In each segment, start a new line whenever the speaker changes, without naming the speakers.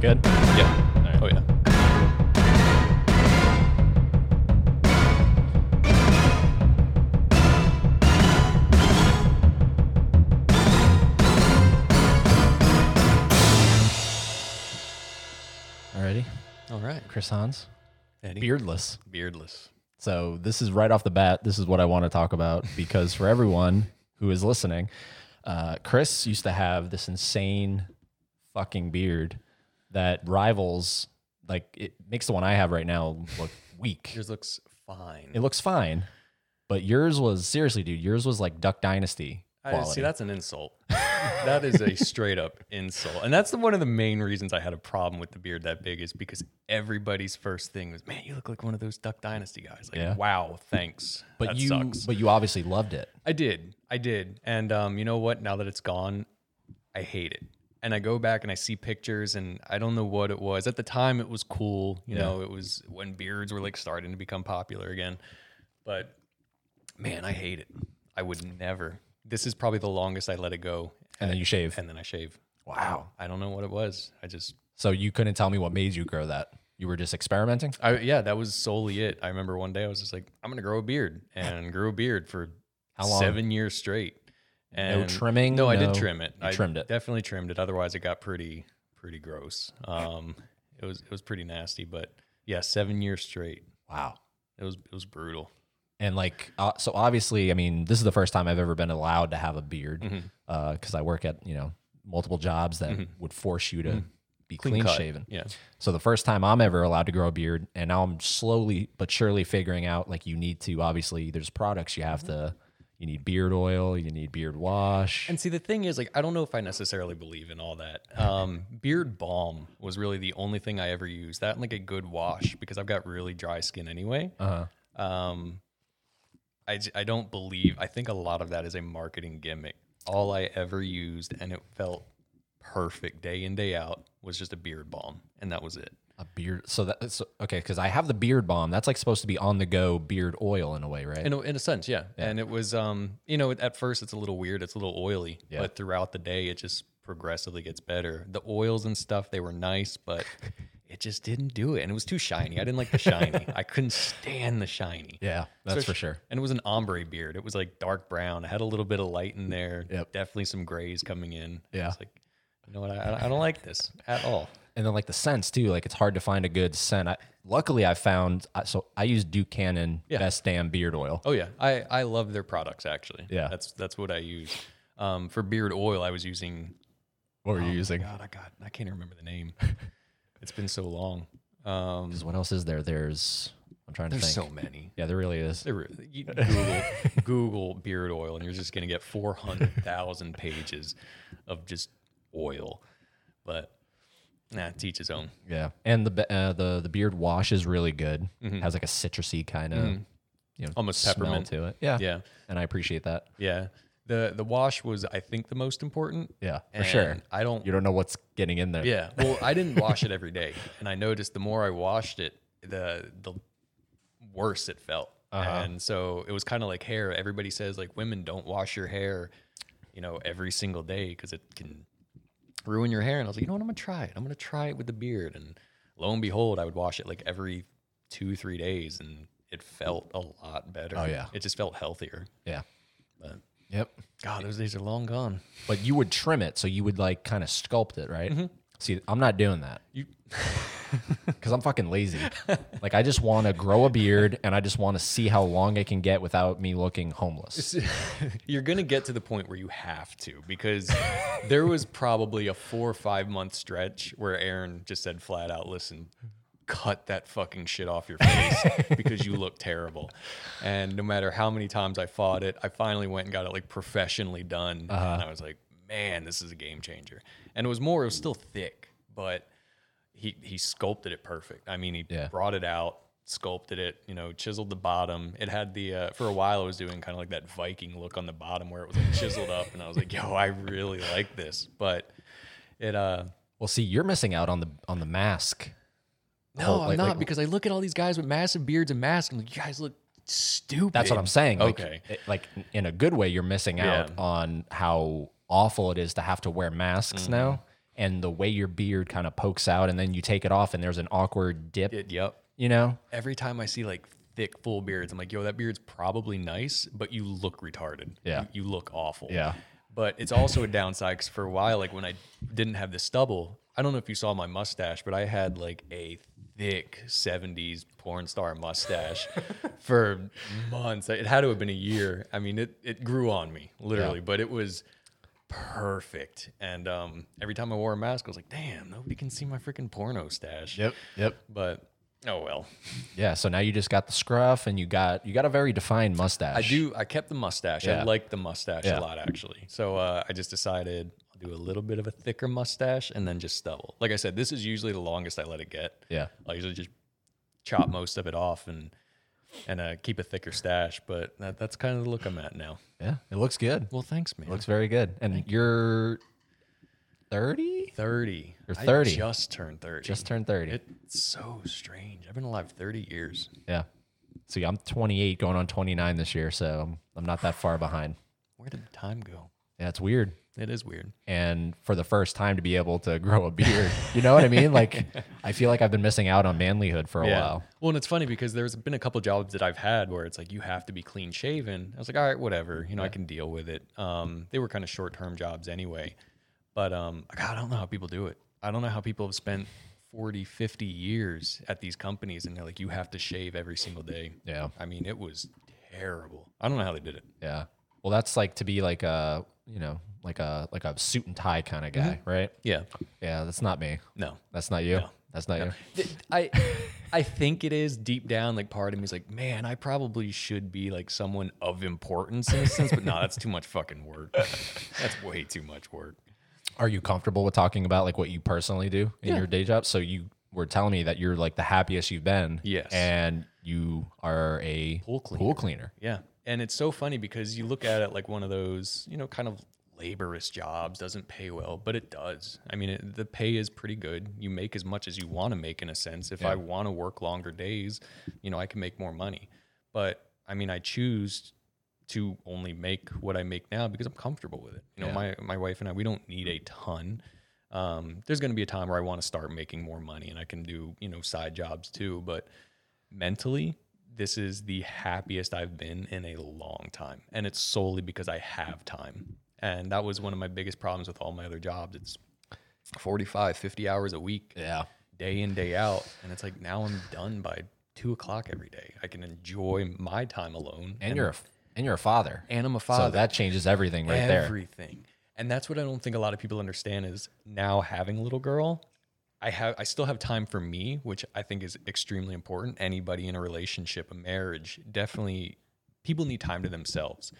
good?
Yeah.
All
Oh
right.
yeah.
Alrighty.
All right.
Chris Hans,
Eddie.
beardless.
Beardless.
So this is right off the bat. This is what I want to talk about because for everyone who is listening, uh, Chris used to have this insane fucking beard that rivals like it makes the one I have right now look weak.
Yours looks fine.
It looks fine, but yours was seriously, dude. Yours was like Duck Dynasty
I,
quality.
see, that's an insult. that is a straight up insult. And that's the, one of the main reasons I had a problem with the beard that big is because everybody's first thing was, man, you look like one of those Duck Dynasty guys. Like,
Yeah.
wow, thanks.
but
that
you,
sucks.
but you obviously loved it.
I did. I did. And um, you know what? Now that it's gone, I hate it. And I go back and I see pictures and I don't know what it was. At the time it was cool, you know, it was when beards were like starting to become popular again. But man, I hate it. I would never. This is probably the longest I let it go
And then you shave.
and then I shave.
Wow.
I don't know what it was. I just
So you couldn't tell me what made you grow that. You were just experimenting.
I yeah, that was solely it. I remember one day I was just like, I'm gonna grow a beard and grew a beard for
How long?
seven years straight. And
trimming,
No, I
no-
did trim it.
you
I
trimmed it.
Definitely trimmed it. Otherwise, it got pretty pretty gross. Um, it was it was pretty nasty. But yeah, seven years straight.
Wow.
It was it was brutal.
and like uh, so obviously i mean this is the first time i've ever been allowed to have a beard because
Mm-hmm.
i work at you know multiple jobs that would force you to be clean,
Mm-hmm. cut.
shaven
Yeah.
so the first time i'm ever allowed to grow a beard and now i'm slowly but surely figuring out like you need to obviously there's products you have to you need beard oil you need beard wash
Mm-hmm. And see, the thing is, like, I don't know if I necessarily believe in all that. Um, beard balm was really the only thing I ever used. That and like a good wash because I've got really dry skin anyway.
uh-huh.
um, I, j- I don't believe, I think a lot of that is a marketing gimmick. All I ever used, and it felt perfect day in, day out, was just a beard balm, and that was it.
a beard so that's okay because i have the beard balm that's like supposed to be on the go beard oil in a way right
In a, in a sense, yeah. And it was, um, you know, at first it's a little weird, it's a little oily, but throughout the day it just progressively gets better. The oils and stuff, they were nice, but it just didn't do it. And it was too shiny. I didn't like the shiny. I couldn't stand the shiny.
yeah that's for
Especially-
sure
And it was an ombre beard. It was like dark brown. I had a little bit of light in there.
Yep.
Definitely some grays coming in.
Yeah.
It's like, you know what? I, I don't like this at all.
and then like the scents too. Like it's hard to find a good scent. I, luckily, I found I- so I use Duke Cannon Best Damn Beard Oil.
Oh yeah, I I love their products actually.
Yeah.
That's that's what I use. Um, for beard oil, I was using.
What were you using?
Oh, God, I got. I can't remember the name. it's been so long. Um,
Because what else is there? There's I'm trying to
there's
think.
so many.
yeah, there really is.
There were- you Google, Google beard oil, and you're just gonna get four hundred thousand pages of just oil. But nah, teach his own.
Yeah, and the be- uh, the the beard wash is really good. Has like a citrusy kind of you know
Mm-hmm. Almost
smell
peppermint.
to it. Yeah,
Yeah,
and I appreciate that.
yeah. the The wash was, I think, the most important.
Yeah, for
And
sure.
I don't.
You don't know what's getting in there.
Yeah. Well, I didn't wash it every day, and I noticed the more I washed it, the the worse it felt. And so it was kind of like hair. Everybody says like women don't wash your hair, you know, every single day because it can ruin your hair. And I was like, you know what? I'm gonna try it. I'm gonna try it with the beard. And lo and behold, I would wash it like every two three days, and it felt a lot better.
Oh, yeah.
It just felt healthier.
yeah,
But
yep.
God, those days are long gone.
But you would trim it, so you would like kind of sculpt it, right? See, I'm not doing that.
Mm-hmm. You
because I'm fucking lazy. like I just want to grow a beard and I just want to see how long I can get without me looking homeless.
you're gonna get to the point where you have to because there was probably a four or five month stretch where Aaron just said flat out, "Listen, cut that fucking shit off your face because you look terrible." And no matter how many times I fought it, I finally went and got it like professionally done, and I was like, "Man, this is a game changer." And it was more; it was still thick, but he he sculpted it perfect. I mean, he
Yeah.
brought it out, sculpted it, you know, chiseled the bottom. It had the uh, for a while I was doing kind of like that Viking look on the bottom where it was like chiseled up, and I was like, yo, I really like this, but it uh.
Well, see, you're missing out on the on the mask.
No,
Oh,
I'm
like-
not
like-
because I look at all these guys with massive beards and masks. and I'm like, you guys look stupid.
That's what I'm saying. Like,
Okay.
it- like in a good way, you're missing out
Yeah. Mm-hmm.
on how awful it is to have to wear masks now. and the way your beard kind of pokes out and then you take it off and there's an awkward dip,
It, yep.
you know?
Every time I see like thick, full beards, I'm like, yo, that beard's probably nice, but you look retarded.
Yeah.
You, you look awful.
Yeah.
But it's also a downside 'cause for a while, like when I didn't have the stubble, I don't know if you saw my mustache, but I had like a thick 70s porn star mustache for months. It had to have been a year. I mean, it, it grew on me literally, but it was perfect. And um, every time I wore a mask, I was like, damn, nobody can see my freaking porno stash.
Yep.
But oh well.
Yeah. So now you just got the scruff and you got you got a very defined mustache.
I do. I kept the mustache.
Yeah.
I like the mustache
Yeah.
a lot, actually. So uh, I just decided I'll do a little bit of a thicker mustache and then just stubble. Like I said, this is usually the longest I let it get.
Yeah.
I usually just chop most of it off and and uh, keep a thicker stash. But that, that's kind of the look I'm at now.
Yeah. It looks good.
Well, thanks, man.
Looks very good. And you're 30?
thirty.
You're
I
30.
just turned thirty.
Just turned 30.
It's so strange. I've been alive thirty years.
yeah. See, I'm 28 going on 29 this year, so I'm, I'm not that far behind.
Where did the time go?
Yeah, it's weird.
It is weird.
And for the first time to be able to grow a beard, you know what I mean? Like, I feel like I've been missing out on manlyhood for a while.
Well, and it's funny because there's been a couple jobs that I've had where it's like you have to be clean shaven. I was like, all right, whatever, you know, I can deal with it. Um, they were kind of short term jobs anyway, but um, God, I don't know how people do it. I don't know how people have spent 40, 50 years at these companies and they're like, you have to shave every single day.
Yeah.
I mean, it was terrible. I don't know how they did it.
Yeah. Well, that's like to be like a, you know, like a like a suit and tie kind of
Mm-hmm.
guy, right?
Yeah.
Yeah, that's not me.
No.
That's not you. That's not you.
Th- I I think it is deep down, like part of me is like, man, I probably should be like someone of importance in a sense, but no, that's too much fucking work. That's way too much work.
Are you comfortable with talking about like what you personally do in your day job? So you were telling me that you're like the happiest you've been.
Yes.
And you are a
Pool cleaner.
Pool cleaner.
Yeah. And it's so funny because you look at it like one of those, you know, kind of laborious jobs, doesn't pay well, but it does. I mean, it, the pay is pretty good. You make as much as you want to make in a sense. If I want to work longer days, you know, I can make more money. But I mean, I choose to only make what I make now because I'm comfortable with it. You know,
Yeah.
my my wife and I, we don't need a ton. Um, there's going to be a time where I want to start making more money and I can do, you know, side jobs too, but mentally, this is the happiest I've been in a long time. And it's solely because I have time. And that was one of my biggest problems with all my other jobs. It's 45, 50 hours a week,
Yeah.
day in, day out. And it's like now I'm done by two o'clock every day. I can enjoy my time alone.
And, you're a and you're a father.
and I'm a father
So that changes everything right there.
everything. And that's what I don't think a lot of people understand is now having a little girl, I have I still have time for me, which I think is extremely important. Anybody in a relationship, a marriage, definitely people need time to themselves.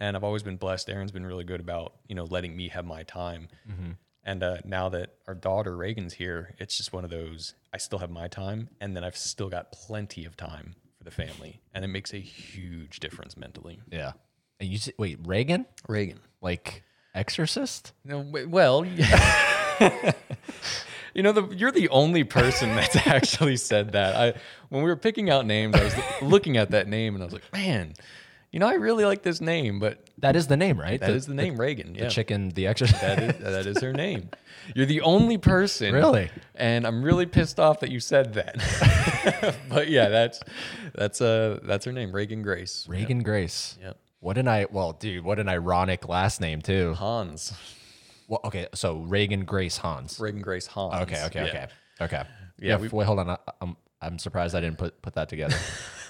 And I've always been blessed. Aaron's been really good about, you know, letting me have my time.
Mm-hmm.
And uh, now that our daughter Reagan's here, it's just one of those. I still have my time, and then I've still got plenty of time for the family, and it makes a huge difference mentally.
Yeah. And you s- wait, Reagan?
Reagan,
Like Exorcist?
No, w- well, you know, the, you're the only person that's actually said that. I when we were picking out names, I was looking at that name and I was like, man, you know, I really like this name, but
That is the name, right?
that is the, name Reagan. Yeah,
Chicken the Exorcist.
that is that is her name. You're the only person,
Really?
and I'm really pissed off that you said that. but yeah, that's that's uh that's her name, Reagan Grace.
Reagan Grace.
Yep.
What an I well, dude, what an ironic last name too.
Hans,
Well, okay, so Reagan Grace Hans.
Reagan Grace Hans.
Okay, okay,
Yeah.
okay, okay.
Yeah,
Yeah,
we-
wait, hold on. I, I'm I'm surprised I didn't put put that together.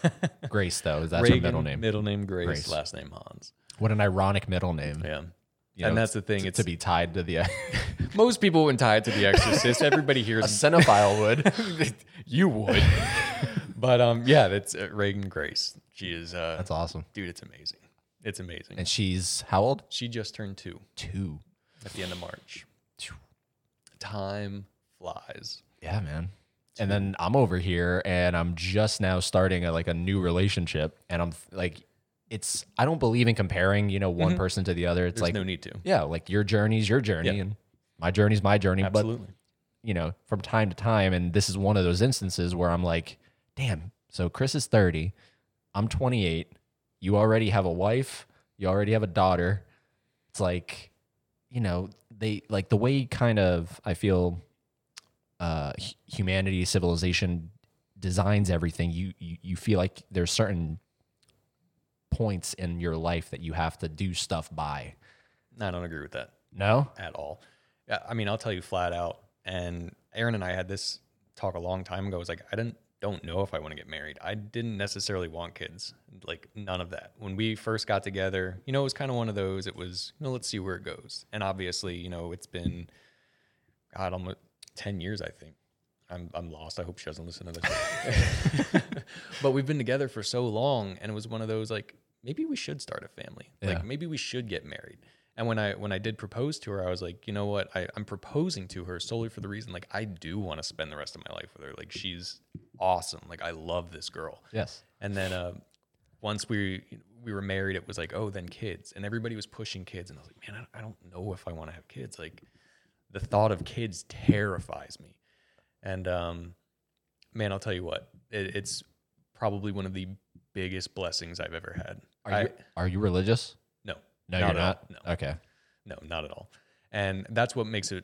Grace though, is that her
Reagan,
middle name?
middle name Grace,
Grace.
last name Hans.
What an ironic middle name.
Yeah.
You
and
know,
that's the thing. It's
to be tied to the uh,
most people wouldn't tie it to The Exorcist. Everybody hears
cinephile would.
you would, but um, yeah, that's uh, Reagan Grace. She is uh,
That's awesome.
dude. It's amazing. It's amazing.
And she's how old?
she just turned two
Two.
at the end of March. Time flies.
Yeah, man. And then I'm over here and I'm just now starting a, like a new relationship and I'm like it's I don't believe in comparing, you know, one person to the other. It's
Mm-hmm. There's
like
no need to.
yeah, like your journey's your journey
Yeah.
and my journey's my journey, but
Absolutely.
you know, from time to time. And this is one of those instances where I'm like, damn, so Chris is 30, I'm 28, you already have a wife, you already have a daughter. It's like, you know, they like the way kind of I feel uh hu- humanity, civilization designs everything, you you, you feel like there's certain points in your life that you have to do stuff by.
I don't agree with that.
No?
at all. Yeah, I mean, I'll tell you flat out. And Aaron and I had this talk a long time ago. It was like, I didn't don't know if I want to get married. I didn't necessarily want kids. Like none of that. When we first got together, you know, it was kind of one of those. It was, you know, let's see where it goes. And obviously, you know, it's been God almost ten years, I think. I'm I'm lost. I hope she doesn't listen to this. but we've been together for so long, and it was one of those like maybe we should start a family.
Yeah.
Like maybe we should get married. And when I when I did propose to her, I was like, you know what? I, I'm proposing to her solely for the reason like I do want to spend the rest of my life with her. Like she's awesome. Like I love this girl.
Yes.
And then uh, once we we were married, it was like, oh, then kids, and everybody was pushing kids, and I was like, man, I I don't know if I want to have kids. Like, the thought of kids terrifies me. And um, man, I'll tell you what, it, it's probably one of the biggest blessings I've ever had.
Are
I-
you are you religious?
no,
No,
Not
you're
at all,
not.
no.
Okay.
no, not at all. And that's what makes it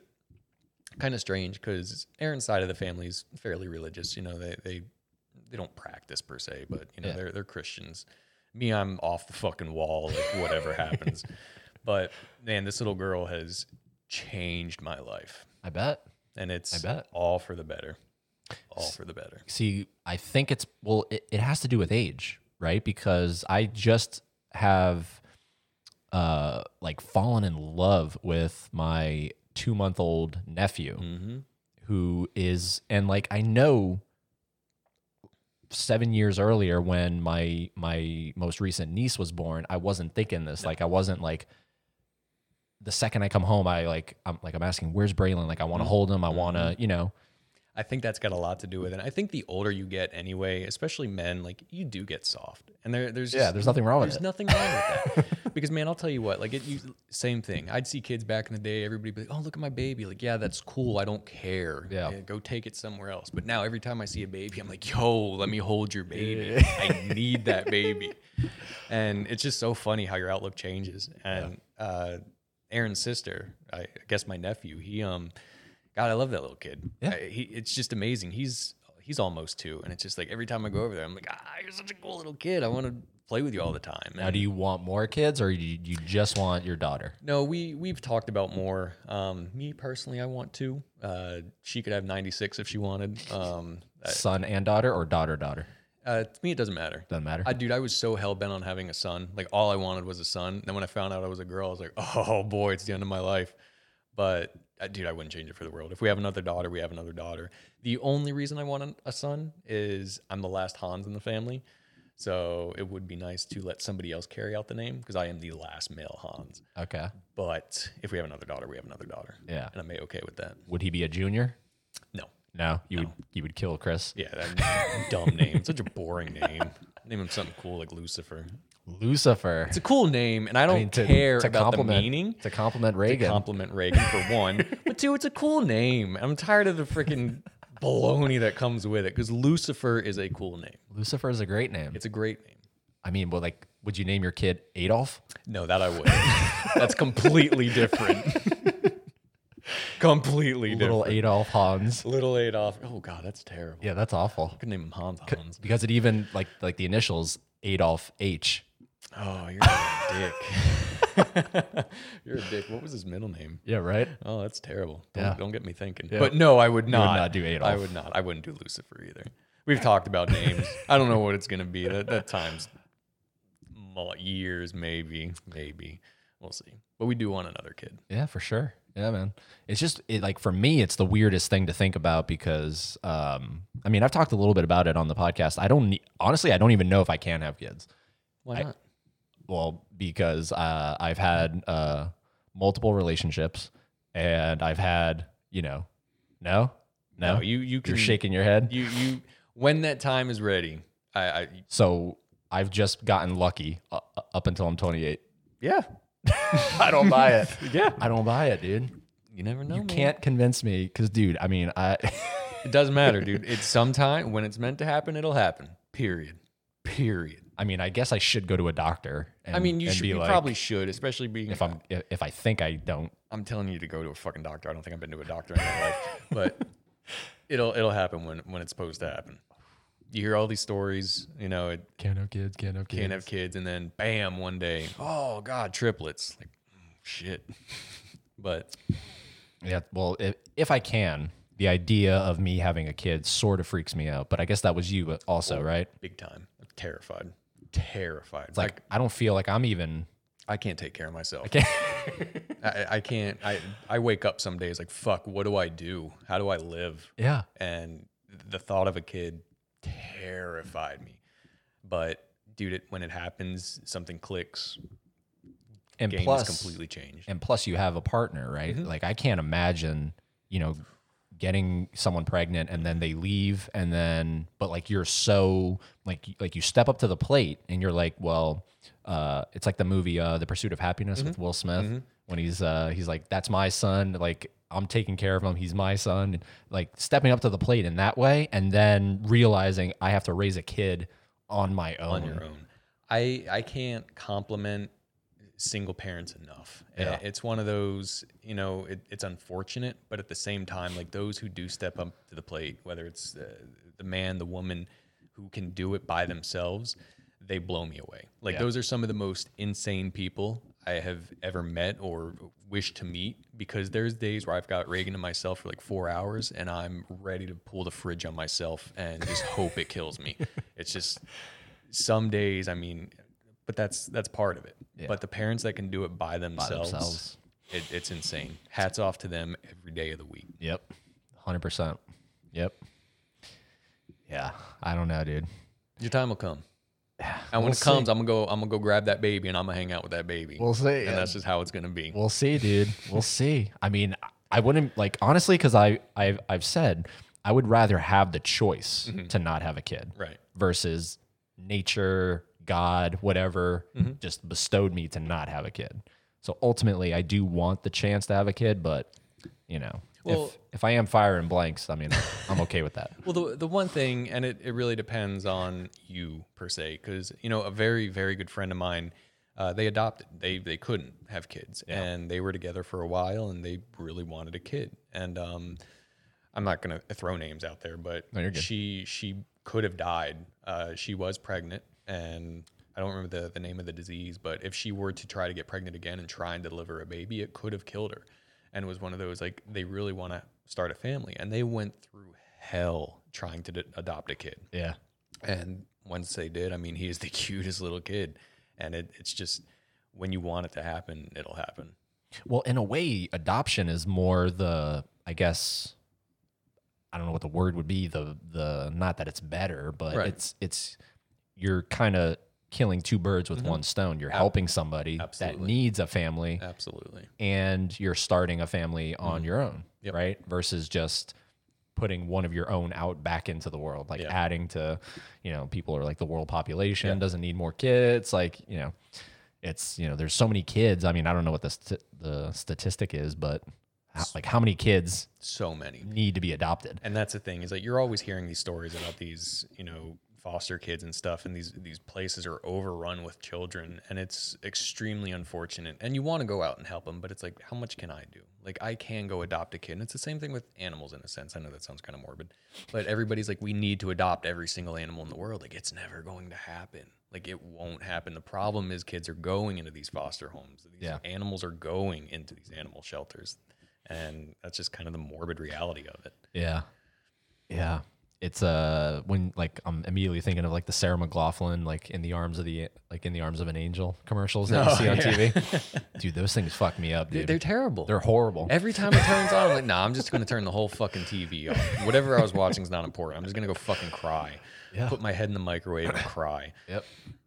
kind of strange because Aaron's side of the family is fairly religious. You know, they they they don't practice per se, but you know,
Yeah.
they're they're Christians. Me, I'm off the fucking wall, like whatever happens. But man, this little girl has changed my life.
I bet.
And it's
I bet.
all for the better. All for the better.
see i think it's well it, it has to do with age right because i just have uh like fallen in love with my two month old nephew
Mm-hmm.
who is and like i know seven years earlier when my my most recent niece was born i wasn't thinking this like i wasn't like the second i come home i like i'm like i'm asking where's braylon like i want to hold him i want to you know
I think that's got a lot to do with it. I think the older you get anyway, especially men, like you do get soft. And there there's
Yeah, there's nothing wrong with
there's
it.
nothing wrong with that. Because man, I'll tell you what, like it you same thing. I'd see kids back in the day, everybody be like, Oh, look at my baby. Like, yeah, that's cool. I don't care.
Yeah.
go take it somewhere else. But now every time I see a baby, I'm like, yo, let me hold your baby. I need that baby. And it's just so funny how your outlook changes. And uh Aaron's sister, I I guess my nephew, he um God, I love that little kid.
Yeah.
I- he, it's just amazing. He's he's almost two, and it's just like every time I go over there, I'm like, ah, you're such a cool little kid. I want to play with you all the time.
now do you want more kids or you, you just want your daughter
No, we we've talked about more. Um, me personally, I want two. Uh, she could have 96 if she wanted. Um, uh,
son and daughter or daughter daughter
uh, to me, it doesn't matter.
doesn't matter
I, dude, I was so hell bent on having a son. Like all I wanted was a son. Then when I found out I was a girl, I was like, oh boy, it's the end of my life. But uh, dude, I wouldn't change it for the world. If we have another daughter, we have another daughter. The only reason I want an- a son is I'm the last Hans in the family. So it would be nice to let somebody else carry out the name because I am the last male Hans.
okay
But if we have another daughter, we have another daughter.
yeah
And I'm a okay with that.
would he be a junior
No.
no you would you would kill chris
Yeah, that dumb name. Such a boring name. Name him something cool like Lucifer.
lucifer
It's a cool name, and I don't care about the meaning.
to compliment reagan
Compliment Reagan for one, but two, it's a cool name. I'm tired of the freaking baloney that comes with it because Lucifer is a cool name.
lucifer is a great name
It's a great name.
i mean well like would you name your kid adolf
No, that I would. That's completely different. completely
little
different.
adolf hans
Little Adolf. Oh God, that's terrible.
yeah that's awful
I could name him Hans Hans.
because it even like like the initials adolf h
Oh, you're a dick. you're a dick. What was his middle name?
yeah right
Oh, that's terrible. Don't,
Yeah.
don't get me thinking.
Yeah.
But no, I would
would
not.
not do Adolf.
I would not. I wouldn't do Lucifer either. We've talked about names. I don't know what it's going to be. That, that time's mo- years, maybe. Maybe. We'll see. But we do want another kid.
Yeah, for sure. Yeah, man. It's just it, like for me, it's the weirdest thing to think about because um, I mean, I've talked a little bit about it on the podcast. I don't ne- honestly, I don't even know if I can have kids.
Why not?
Well, because uh, I've had uh, multiple relationships, and I've had you know, no, no,
no, you, you can.
you're shaking your head.
You, you, when that time is ready, I, I
so I've just gotten lucky uh, up until I'm 28.
yeah.
I don't buy it.
Yeah.
I don't buy it, dude.
You never know.
You
man.
can't convince me because, dude. I mean, I.
It doesn't matter, dude. It's sometime when it's meant to happen, it'll happen. Period. Period.
I mean, I guess I should go to a doctor. And,
I mean, you
and
should
be
you
like,
probably should, especially being
if I'm if, if I think I don't.
I'm telling you to go to a fucking doctor. I don't think I've been to a doctor in my life, but it'll it'll happen when when it's supposed to happen. You hear all these stories, you know, it
Can't have kids. Can't have kids.
can't have kids, and then bam, one day, oh god, triplets, like mm, shit. But
Yeah. Well, if, if I can, the idea of me having a kid sort of freaks me out. But I guess that was you also, right?
big time, I'm terrified, terrified. Like
Like I don't feel like I'm even.
I can't take care of myself. I
can't.
I, I can't. I I wake up some days like fuck. What do I do? How do I live?
Yeah.
and the thought of a kid terrified me. But dude, it, when it happens, something clicks.
And
Game
plus,
is completely changed.
and plus you have a partner, right?
Mm-hmm.
Like I can't imagine, you know, getting someone pregnant and then they leave and then but like you're so like like you step up to the plate and you're like, well, uh it's like the movie uh The Pursuit of Happiness
Mm-hmm.
with Will Smith when he's uh he's like that's my son, like I'm taking care of him, he's my son, and like stepping up to the plate in that way and then realizing I have to raise a kid on my own.
on your own. I I can't compliment single parents enough.
Yeah.
Uh, It's one of those, you know, it, it's unfortunate, but at the same time, like those who do step up to the plate, whether it's uh, the man, the woman who can do it by themselves, they blow me away. Like
Yeah.
those are some of the most insane people I have ever met or wish to meet because there's days where I've got Reagan to myself for like four hours and I'm ready to pull the fridge on myself and just hope it kills me. It's just some days i mean but that's that's part of it but the parents that can do it by themselves,
themselves.
It, it's insane hats off to them every day of the week
Yep. 100%. Yep. Yeah. I don't know, dude.
your time will come and when it comes i'm gonna go i'm gonna go grab that baby and i'm gonna hang out with that baby
We'll see,
and
yeah.
that's just how it's gonna be
We'll see, dude. We'll see. I mean, I- I wouldn't like honestly cuz I I've, I've said I would rather have the choice to not have a kid
right
versus nature, God, whatever just bestowed me to not have a kid. So ultimately, I do want the chance to have a kid, but you know,
Well-
if if I am firing blanks, I mean, I'm okay with that.
Well, the, the one thing, and it, it really depends on you per se, because you know a very very good friend of mine, uh, they adopted. They they couldn't have kids, and they were together for a while, and they really wanted a kid. And um, I'm not gonna throw names out there, but
you're good.
she she could have died. Uh, she was pregnant, and I don't remember the the name of the disease, but if she were to try to get pregnant again and try and deliver a baby, it could have killed her. And it was one of those like they really want to start a family, and they went through hell trying to d- adopt a kid.
Yeah.
And once they did, I mean, he is the cutest little kid, and it, it's just when you want it to happen, it'll happen.
Well, in a way, adoption is more the, I guess, I don't know what the word would be. The the not that it's better, but
Right.
it's it's you're kind of killing two birds with one stone. You're helping somebody that
Mm-hmm. absolutely.
needs a family,
Absolutely.
and you're starting a family on your own,
Mm-hmm. Yep.
right? Versus just putting one of your own out back into the world, like
Yeah.
adding to, you know, people are like the world population doesn't need more kids, like you know, it's you know, there's so many kids. I mean, I don't know what the st- the statistic is, but how, like how many kids
So many.
need to be adopted?
And that's the thing is like you're always hearing these stories about these, you know, foster kids and stuff, and these these places are overrun with children, and it's extremely unfortunate. And you want to go out and help them, but it's like, how much can I do? Like I can go adopt a kid, and it's the same thing with animals in a sense. I know that sounds kind of morbid, but everybody's like, we need to adopt every single animal in the world. Like it's never going to happen. Like it won't happen. The problem is kids are going into these foster homes. These
Yeah.
animals are going into these animal shelters. And that's just kind of the morbid reality of it.
Yeah, yeah. It's uh when like I'm immediately thinking of like the Sarah McLaughlin like in the arms of the like in the arms of an angel commercials that you see on TV. dude, those things fuck me up, dude.
Oh, They're terrible.
They're horrible.
Every time it turns on, I'm like, nah, I'm just gonna turn the whole fucking TV off. Whatever I was watching is not important. I'm just gonna go fucking cry.
Yeah.
Put my head in the microwave and cry.
Yep.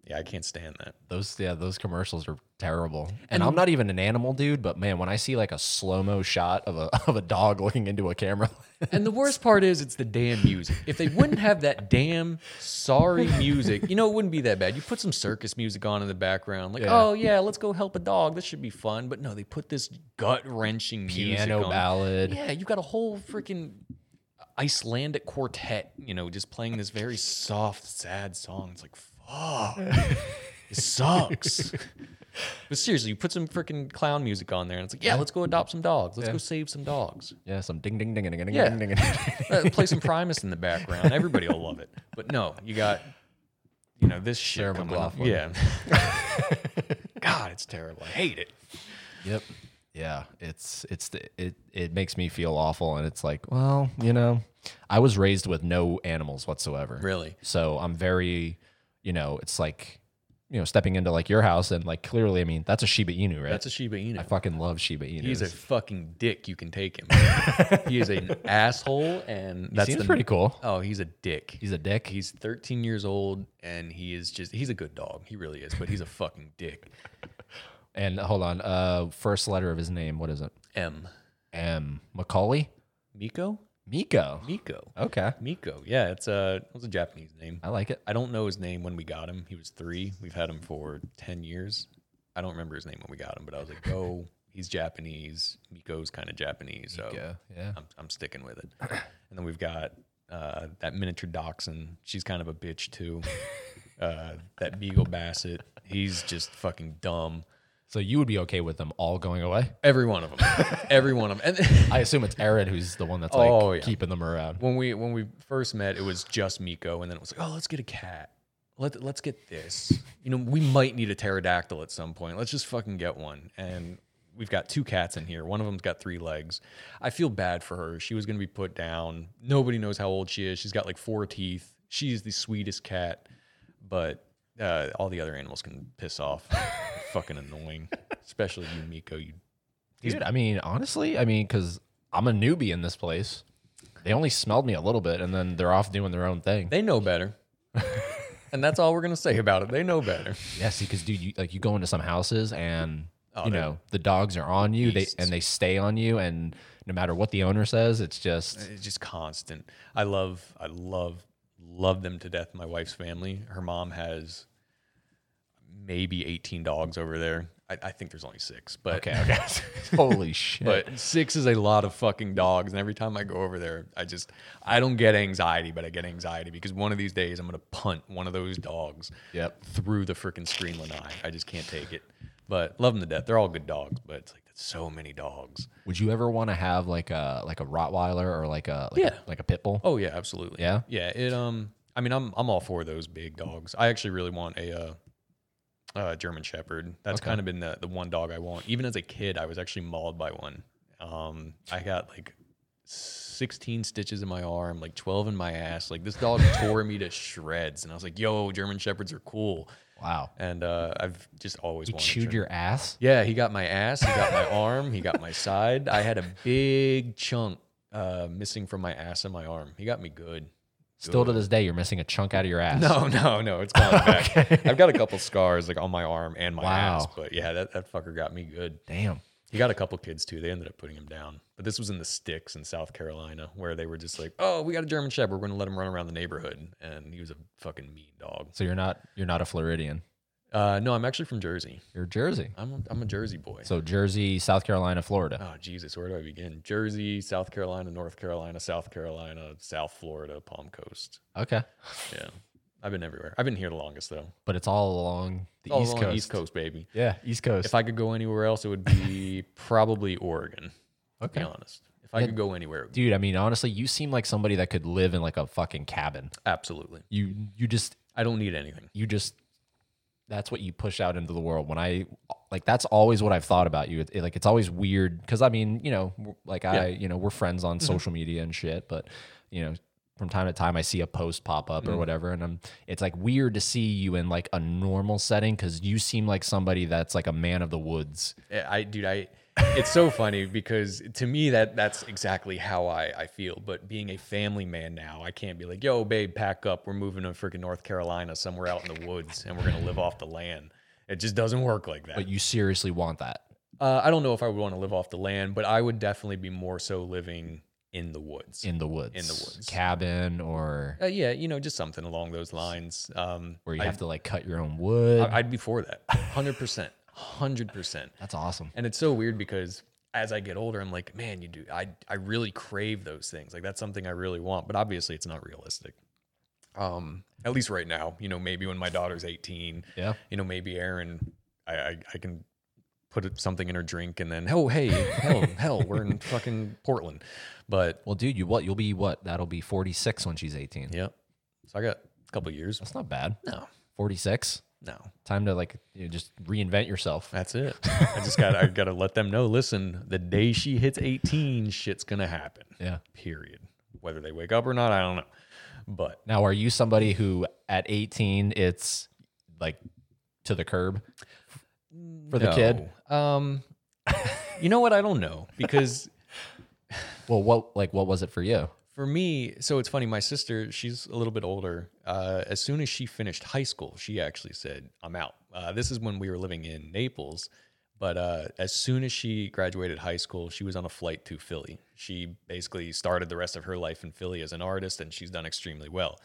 Yeah, I can't stand that.
Those yeah, those commercials are terrible. And, I'm not even an animal dude, but man, when I see like a slow-mo shot of a of a dog looking into a camera,
And the worst part is it's the damn music. If they wouldn't have that damn sorry music, you know, it wouldn't be that bad. You put some circus music on in the background, like,
Yeah.
oh yeah, let's go help a dog. This should be fun. But no, they put this gut wrenching music
piano
on.
ballad.
Yeah, you've got a whole freaking Icelandic quartet, you know, just playing this very soft, sad song. It's like, fuck. It sucks. but seriously, you put some freaking clown music on there, and it's like, yeah, let's go adopt some dogs. Let's go save some dogs.
Yeah, some ding ding ding ding ding
Yeah.
ding ding. ding.
Uh, play some Primus in the background. Everybody will love it. But no, you got, you know, this shit.
Sarah
coming up.
McLachlan.
Yeah. God, it's terrible. I hate it.
Yep. Yeah, it's it's the- it it makes me feel awful, and it's like, well, you know, I was raised with no animals whatsoever,
Really?
So I'm very, you know, it's like, you know, stepping into like your house and like clearly, I mean, that's a Shiba Inu, right?
That's a Shiba Inu.
I fucking love Shiba Inus.
He's a fucking dick. You can take him. he is an asshole, and that's
seems
the-
pretty cool.
Oh, he's a dick.
He's a dick.
He's 13 years old, and he is just—he's a good dog. He really is, but he's a fucking dick.
and hold on, uh, first letter of his name, what is it?
M.
M. Macaulay
Miko.
Miko.
Miko.
Okay,
Miko. Yeah, it's a it was a Japanese name.
I like it.
I don't know his name when we got him. He was three. We've had him for 10 years. I don't remember his name when we got him, but I was like, oh, he's Japanese. Miko's kind of Japanese. So
Yeah, yeah.
I'm, I'm sticking with it. And then we've got uh, that miniature dachshund. She's kind of a bitch, too. uh, that Beagle Bassett. He's just fucking dumb.
So you would be okay with them all going away?
Every one of them. Every one of them. And
I assume it's Aaron who's the one that's like
Oh, yeah.
keeping them around.
when we when we first met, it was just Miko, and then it was like, oh, let's get a cat. Let let's get this. You know, we might need a pterodactyl at some point. Let's just fucking get one. And we've got two cats in here. One of them's got three legs. I feel bad for her. She was gonna be put down. Nobody knows how old she is. She's got like four teeth. She is the sweetest cat, but uh, all the other animals can piss off. fucking annoying, especially you, Miko. You
Dude, I mean, honestly, I mean, because I'm a newbie in this place. They only smelled me a little bit, and then they're off doing their own thing.
they know better. and that's all we're gonna say about it. They know better.
Yeah, see, because dude, you, like you go into some houses and
Oh,
you
they're
know the dogs are on you,
beasts.
they and they stay on you, and no matter what the owner says, it's just
it's just constant. I love, I love, love them to death. My wife's family. Her mom has maybe 18 dogs over there. I, I think there's only six, but
okay. okay. Holy shit!
but six is a lot of fucking dogs. And every time I go over there, I just, I don't get anxiety, but I get anxiety because one of these days I'm gonna punt one of those dogs
Yep.
through the freaking screen lanai. I just can't take it. But love them to death. They're all good dogs, but it's like that's so many dogs.
Would you ever want to have like a like a Rottweiler or like a like,
Yeah.
a, like a pit bull?
Oh yeah, absolutely.
Yeah?
yeah. It um, I mean, I'm I'm all for those big dogs. I actually really want a uh, uh German Shepherd. That's
Okay.
kind of been the the one dog I want. Even as a kid, I was actually mauled by one. Um, I got like. 16 stitches in my arm, like 12 in my ass. Like this dog tore me to shreds. And I was like, yo, German Shepherds are cool.
Wow!
And uh, I've just always
He
wanted
chewed
German-
your ass.
yeah, he got my ass, he got my arm, he got my side. I had a big chunk uh, missing from my ass and my arm. He got me good.
Still to this day, you're missing a chunk out of your ass.
No, no, no, it's gone back. I've got a couple scars like on my arm and my ass,
Wow.
but yeah, that, that fucker got me good.
Damn.
He got a couple kids too. They ended up putting him down. But this was in the sticks in South Carolina where they were just like, "Oh, we got a German Shepherd. We're going to let him run around the neighborhood." And he was a fucking mean dog.
So you're not you're not a Floridian.
Uh, no, I'm actually from Jersey.
You're Jersey.
I'm a, I'm a Jersey boy.
So Jersey, South Carolina, Florida.
Oh Jesus, where do I begin? Jersey, South Carolina, North Carolina, South Carolina, South Florida, Palm Coast.
Okay.
Yeah. I've been everywhere. I've been here the longest though.
But it's all along the
All
East
along the
Coast.
East Coast, baby.
Yeah, East Coast.
If I could go anywhere else, it would be probably Oregon. To
okay.
be honest. If I could go anywhere, it would be-
Dude, I mean, honestly, you seem like somebody that could live in like a fucking cabin.
absolutely.
You you just
I don't need anything.
you just that's what you push out into the world. When I like that's always what I've thought about you. It, it- like it's always weird cuz I mean, you know, w- like I, you know, we're friends
Mm-hmm.
on social media and shit, but you know, from time to time I see a post pop up or
Mm.
whatever and I'm it's like weird to see you in like a normal setting cuz you seem like somebody that's like a man of the woods.
I, Eh, I- dude, I. It's so funny because to me that that's exactly how I, I feel. But being a family man now, I can't be like, "Yo, babe, pack up. We're moving to freaking North Carolina, somewhere out in the woods, and we're gonna live off the land." It just doesn't work like that.
But you seriously want that.
Uh, I don't know if I would want to live off the land, but I would definitely be more so living in the woods.
in the woods,
In the woods.
cabin, or
uh, yeah, you know, just something along those lines. Um,
where you
I-
have to like cut your own wood.
I- I'd be for that, hundred percent, hundred percent.
That's awesome.
And it's so weird because as I get older, I'm like, man, you do. I I really crave those things. Like that's something I really want, but obviously it's not realistic. Um, at least right now, you know, maybe when my daughter's 18,
Yeah.
you know, maybe Erin, I, I, I can put something in her drink and then, oh, hey, hell, hell, we're in fucking Portland. But
Well, dude, you what? You'll be what? That'll be 46 when she's 18.
yeah, so I got a couple of years.
That's not bad.
No,
46.
no,
Time to like you know, just reinvent yourself.
that's it. I just got, I got to let them know, listen, the day she hits 18, shit's going to happen.
Yeah.
Period. Whether they wake up or not, I don't know. But
Now, are you somebody who at 18 it's like to the curb for the kid?
no. um, you know what? I don't know because
Well, what like what was it for you?
for me, so it's funny. My sister, she's a little bit older. Uh, as soon as she finished high school, she actually said, "I'm out." Uh, this is when we were living in Naples, but uh, as soon as she graduated high school, she was on a flight to Philly. She basically started the rest of her life in Philly as an artist, and she's done extremely well.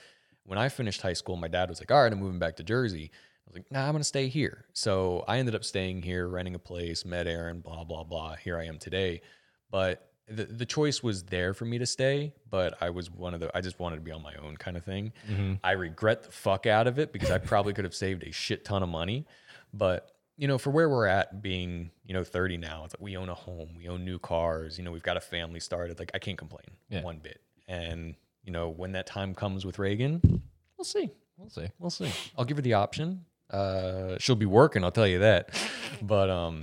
When I finished high school, my dad was like, "All right, I'm moving back to Jersey." I was like, "Nah, I'm gonna stay here." So I ended up staying here, renting a place, met Aaron, blah blah blah. Here I am today but the, the choice was there for me to stay but i was one of the i just wanted to be on my own kind of thing i regret the fuck out of it because i probably could have saved a shit ton of money but you know for where we're at being you know 30 now it's like we own a home we own new cars you know we've got a family started like i can't complain
Yeah.
one bit and you know when that time comes with reagan we'll see
We'll see.
we'll see. I'll give her the option. Uh, she'll be working, I'll tell you that. But um,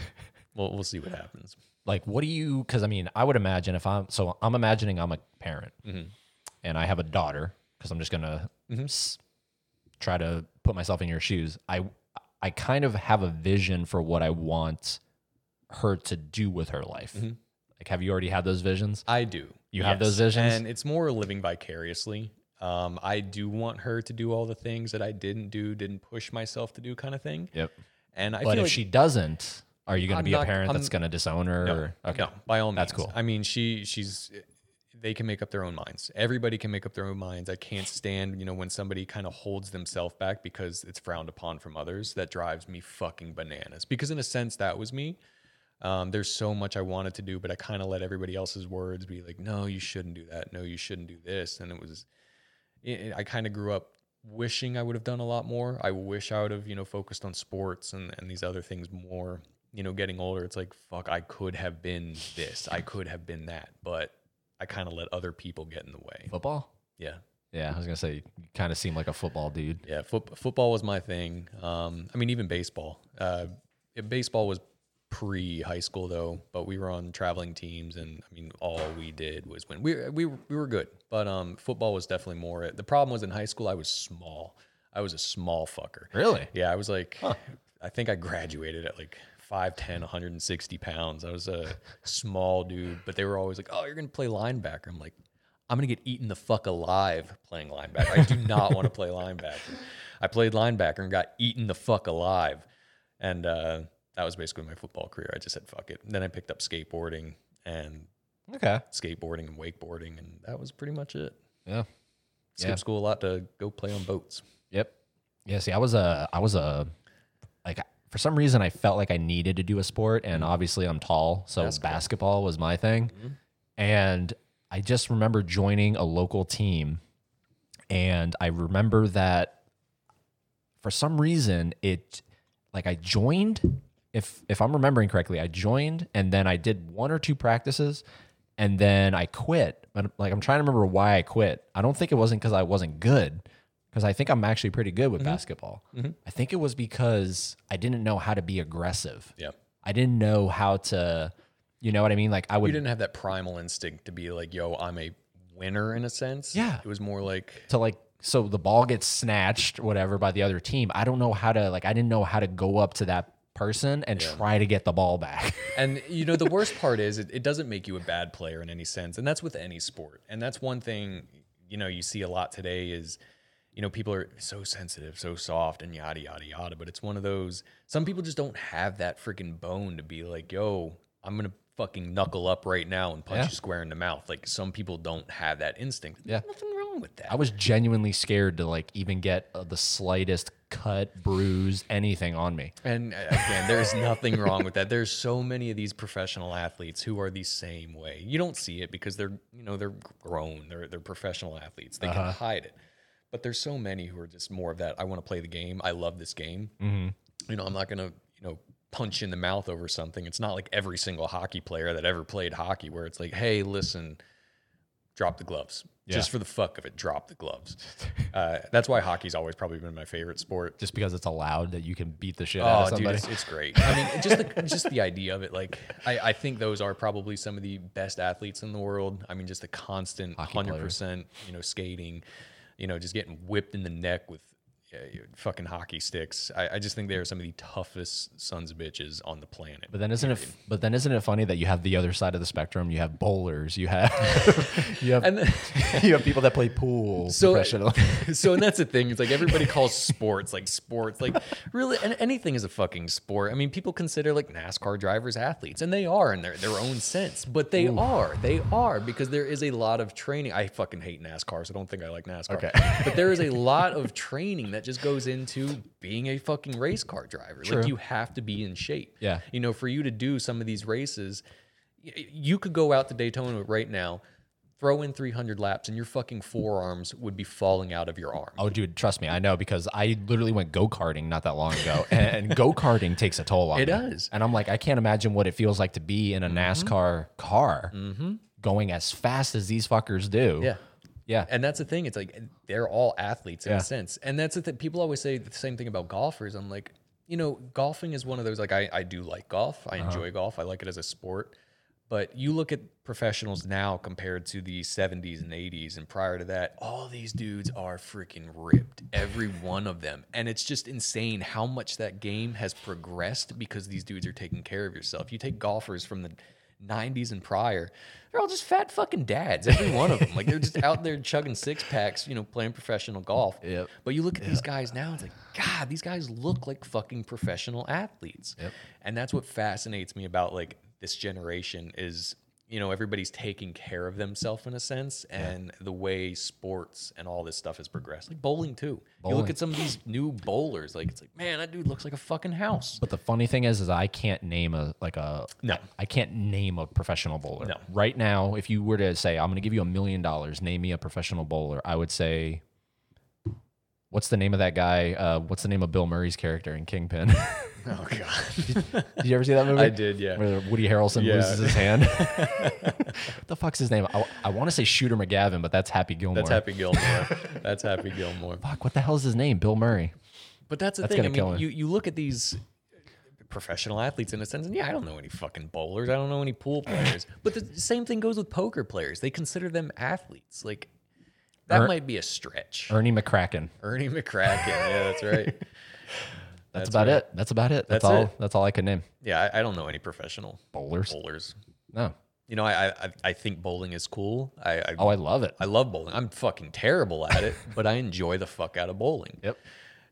we'll we'll see what happens.
Like, what do you? Because I mean, I would imagine if I'm so I'm imagining I'm a parent and I have a daughter because I'm just gonna s- try to put myself in your shoes. I I kind of have a vision for what I want her to do with her life. Like, have you already had those visions?
I do.
You have those visions?
and it's more living vicariously. Um, I do want her to do all the things that I didn't do, didn't push myself to do, kind of thing.
Yep.
And I
but
feel
if
like,
she doesn't, are you going to
I'm
be a
not-
parent
I'm-
that's going to disown her? or, okay.
No, by all means.
That's cool.
I mean, she she's they can make up their own minds. Everybody can make up their own minds. I can't stand, you know, when somebody kind of holds themselves back because it's frowned upon from others. That drives me fucking bananas. Because in a sense, that was me. Um, there's so much I wanted to do, but I kind of let everybody else's words be like, "No, you shouldn't do that. No, you shouldn't do this." And it was, it, it- I kind of grew up wishing I would have done a lot more. I wish I would have, you know, focused on sports and, and these other things more. You know, getting older, it's like, fuck, I could have been this, I could have been that, but I kind of let other people get in the way.
Football?
Yeah.
Yeah, I was going to say, you kind of seem like a football dude.
Yeah. Foot, football was my thing. Um, I mean, even baseball. Uh, yeah, baseball was pre high school, though, but we were on traveling teams. And I mean, all we did was win. We, we, we were good, but um, football was definitely more it. The problem was in high school, I was small. I was a small fucker.
Really?
Yeah, I was like, I think I graduated at like 5'10, 160 pounds. I was a small dude, but they were always like, oh, you're going to play linebacker. I'm like, I'm going to get eaten the fuck alive playing linebacker. I do not want to play linebacker. I played linebacker and got eaten the fuck alive. And uh, that was basically my football career. I just said, fuck it. Then I picked up skateboarding and
Okay.
skateboarding and wakeboarding, and that was pretty much it.
Yeah.
Skip
Yeah.
school a lot to go play on boats.
Yep. Yeah. See, I was a, I was a, like, for some reason, I felt like I needed to do a sport, and obviously, I'm tall, so basketball, was my thing. And I just remember joining a local team, and I remember that for some reason, it, like, I joined. If if I'm remembering correctly, I joined, and then I did one or two practices, and then I quit. But like, I'm trying to remember why I quit. I don't think it wasn't because I wasn't good. Because I think I'm actually pretty good with basketball. I think it was because I didn't know how to be aggressive.
Yeah.
I didn't know how to, you know what I mean? Like I
you
would
didn't have that primal instinct to be like, yo, I'm a winner in a sense.
Yeah.
It was more like,
to like so the ball gets snatched whatever by the other team. I don't know how to like I didn't know how to go up to that person and try to get the ball back.
and you know, the worst part is it, it doesn't make you a bad player in any sense. And that's with any sport. And that's one thing, you know, you see a lot today is, you know, people are so sensitive, so soft, and yada, yada, yada. But it's one of those, some people just don't have that freaking bone to be like, yo, I'm going to fucking knuckle up right now and punch
Yeah.
you square in the mouth. Like some people don't have that instinct.
Yeah.
Nothing wrong with that.
I was genuinely scared to like even get uh, the slightest cut, bruise, anything on me.
And uh, again, there's nothing wrong with that. There's so many of these professional athletes who are the same way. You don't see it because they're, you know, they're grown. They're they're professional athletes. They can hide it. But there's so many who are just more of that. I want to play the game. I love this game.
Mm-hmm.
You know, I'm not gonna you know punch you in the mouth over something. It's not like every single hockey player that ever played hockey where it's like, hey, listen, drop the gloves. Just for the fuck of it, drop the gloves. Uh, that's why hockey's always probably been my favorite sport.
Just because it's allowed that you can beat the shit out
Oh,
of
dude,
somebody.
it's, it's great. I mean, just the, just the idea of it. Like, I, I think those are probably some of the best athletes in the world. I mean, just the constant hundred percent, you know, skating, you know, just getting whipped in the neck with uh, fucking hockey sticks. I, I just think they are some of the toughest sons of bitches on the planet.
But then isn't it? But then isn't it funny that you have the other side of the spectrum? You have bowlers. You have you have
and then,
you have people that play pool
So-
professionally.
so and that's the thing. It's like everybody calls sports like sports. Like really, and anything is a fucking sport. I mean, people consider like NASCAR drivers athletes, and they are in their their own sense. But they are, they are because there is a lot of training. I fucking hate NASCAR, so don't think I like NASCAR.
Okay.
but there is a lot of training that just goes into being a fucking race car driver. Like you have to be in shape.
Yeah.
You know, for you to do some of these races, y- you could go out to Daytona right now, throw in 300 laps, and your fucking forearms would be falling out of your arm.
Oh, dude, trust me, I know because I literally went go karting not that long ago, and go karting takes a toll on
It
me.
does. Mm-hmm.
And I'm like, I can't imagine what it feels like to be in a NASCAR car going as fast as these fuckers do.
Yeah.
yeah.
And that's the thing. It's like they're all athletes in
Yeah.
a sense. And that's the thing. People always say the same thing about golfers. I'm like, you know, golfing is one of those, like, I, I do like golf.
Uh-huh.
I enjoy golf. I like it as a sport. But you look at professionals now compared to the 70s and 80s and prior to that, all these dudes are freaking ripped, every one of them. And it's just insane how much that game has progressed because these dudes are taking care of yourself. You take golfers from the 90s and prior, they're all just fat fucking dads, every one of them. Like they're just out there chugging six packs, you know, playing professional golf.
Yep.
But you look at these guys now, it's like, God, these guys look like fucking professional athletes. And that's what fascinates me about like this generation is, you know, everybody's taking care of themselves in a sense and the way sports and all this stuff has progressed. Like bowling too. You look
Bowling.
at some of these new bowlers, like it's like, man, that dude looks like a fucking house.
But the funny thing is, is I can't name a like a
No.
I can't name a professional bowler.
No.
Right now, if you were to say I'm going to give you a million dollars, name me a professional bowler, I would say, what's the name of that guy? Uh, what's the name of Bill Murray's character in Kingpin? Did
Oh god.
you ever see that movie?
I did, yeah.
Where Woody Harrelson
Yeah.
loses his hand. what the fuck's his name? I, I want to say Shooter McGavin, but that's Happy Gilmore.
That's Happy Gilmore. That's Happy Gilmore.
Fuck, what the hell is his name? Bill Murray.
But that's the
That's
thing. I
gonna kill
mean,
him.
you, you look at these professional athletes in a sense, and yeah, I don't know any fucking bowlers. I don't know any pool players. but the same thing goes with poker players. They consider them athletes. Like that
Er-
might be a stretch.
Ernie McCracken.
Ernie McCracken. Yeah, that's right.
That's, about it. That's about it. That's,
That's
all.
it.
That's all I could name.
Yeah, I, I don't know any professional
Bowlers.
bowlers.
No.
You know, I I, I think bowling is cool. I, I
Oh, I love it.
I love bowling. I'm fucking terrible at it, but I enjoy the fuck out of bowling.
Yep.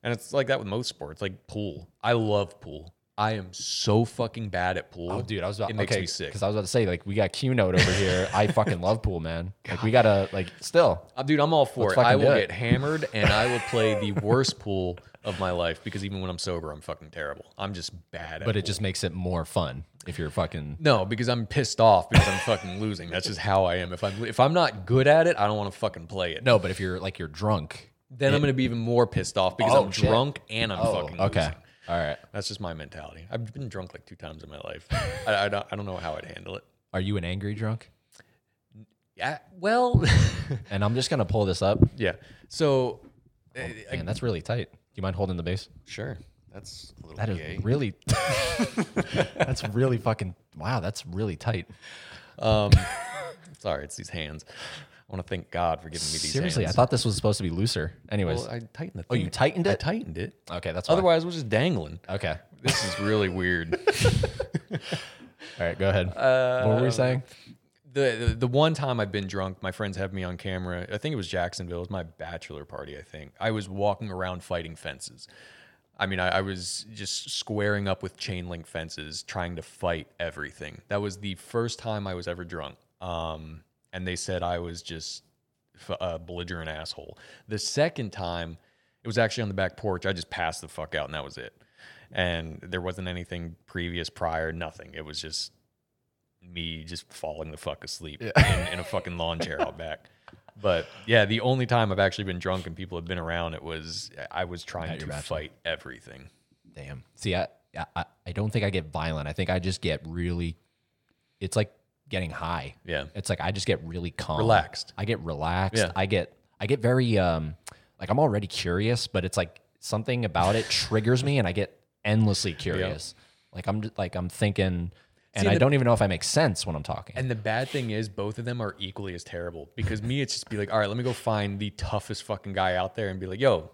And it's like that with most sports, like pool. I love pool. I am so fucking bad at pool.
Oh, dude, I was about
it makes
okay,
me sick.
because I was about to say like we got Q note over here. I fucking love pool, man. Like we gotta like still.
Uh, dude, I'm all for
Let's
it. I
fucking
will
do it.
get hammered and I will play the worst pool of my life because even when I'm sober, I'm fucking terrible. I'm just bad at
But it
pool.
just makes it more fun if you're fucking.
No, because I'm pissed off because I'm fucking losing. That's just how I am. If I'm if I'm not good at it, I don't want to fucking play it.
No, but if you're like you're drunk.
Then I'm gonna be even more pissed off because
Oh,
I'm
shit. Oh,
drunk and I'm fucking
Okay.
losing.
All right.
That's just my mentality. I've been drunk like two times in my life. I, I, don't, I don't know how I'd handle it.
Are you an angry drunk?
Yeah. Well,
And I'm just gonna pull this up.
yeah. So, uh,
Man, that's really tight. Do you mind holding the base?
sure. That's a little
That is
gay.
really. that's really fucking. Wow, that's really tight.
Sorry, it's these hands. I want to thank God for giving me these
Seriously, I
hands.
thought this was supposed to be looser. Anyways,
Well, I tightened the
oh, you
thing.
tightened
I
it.
tightened it.
okay, that's why.
Otherwise, we're just dangling.
Okay.
This is really weird.
All right, go ahead.
Uh,
what were you saying?
the, the the one time I've been drunk, my friends have me on camera. I think it was Jacksonville. It was my bachelor party. I think I was walking around fighting fences. I mean, I, I was just squaring up with chain link fences, trying to fight everything. That was the first time I was ever drunk. Um, and they said I was just f- a belligerent asshole. The second time, it was actually on the back porch. I just passed the fuck out, and that was it. And there wasn't anything previous, prior, nothing. It was just me just falling the fuck asleep in, in a fucking lawn chair out back. But yeah, the only time I've actually been drunk and people have been around, it was I was trying to fight everything.
Damn. See, I, I I don't think I get violent. I think I just get really. It's like getting high.
Yeah.
It's like I just get really calm,
Relaxed.
I get relaxed.
Yeah.
I get I get very um like I'm already curious, but it's like something about it triggers me, and I get endlessly curious. Like I'm just, like I'm thinking, and I don't even know if I make sense when I'm talking.
And the bad thing is, both of them are equally as terrible because me, it's just be like, all right, let me go find the toughest fucking guy out there and be like, yo,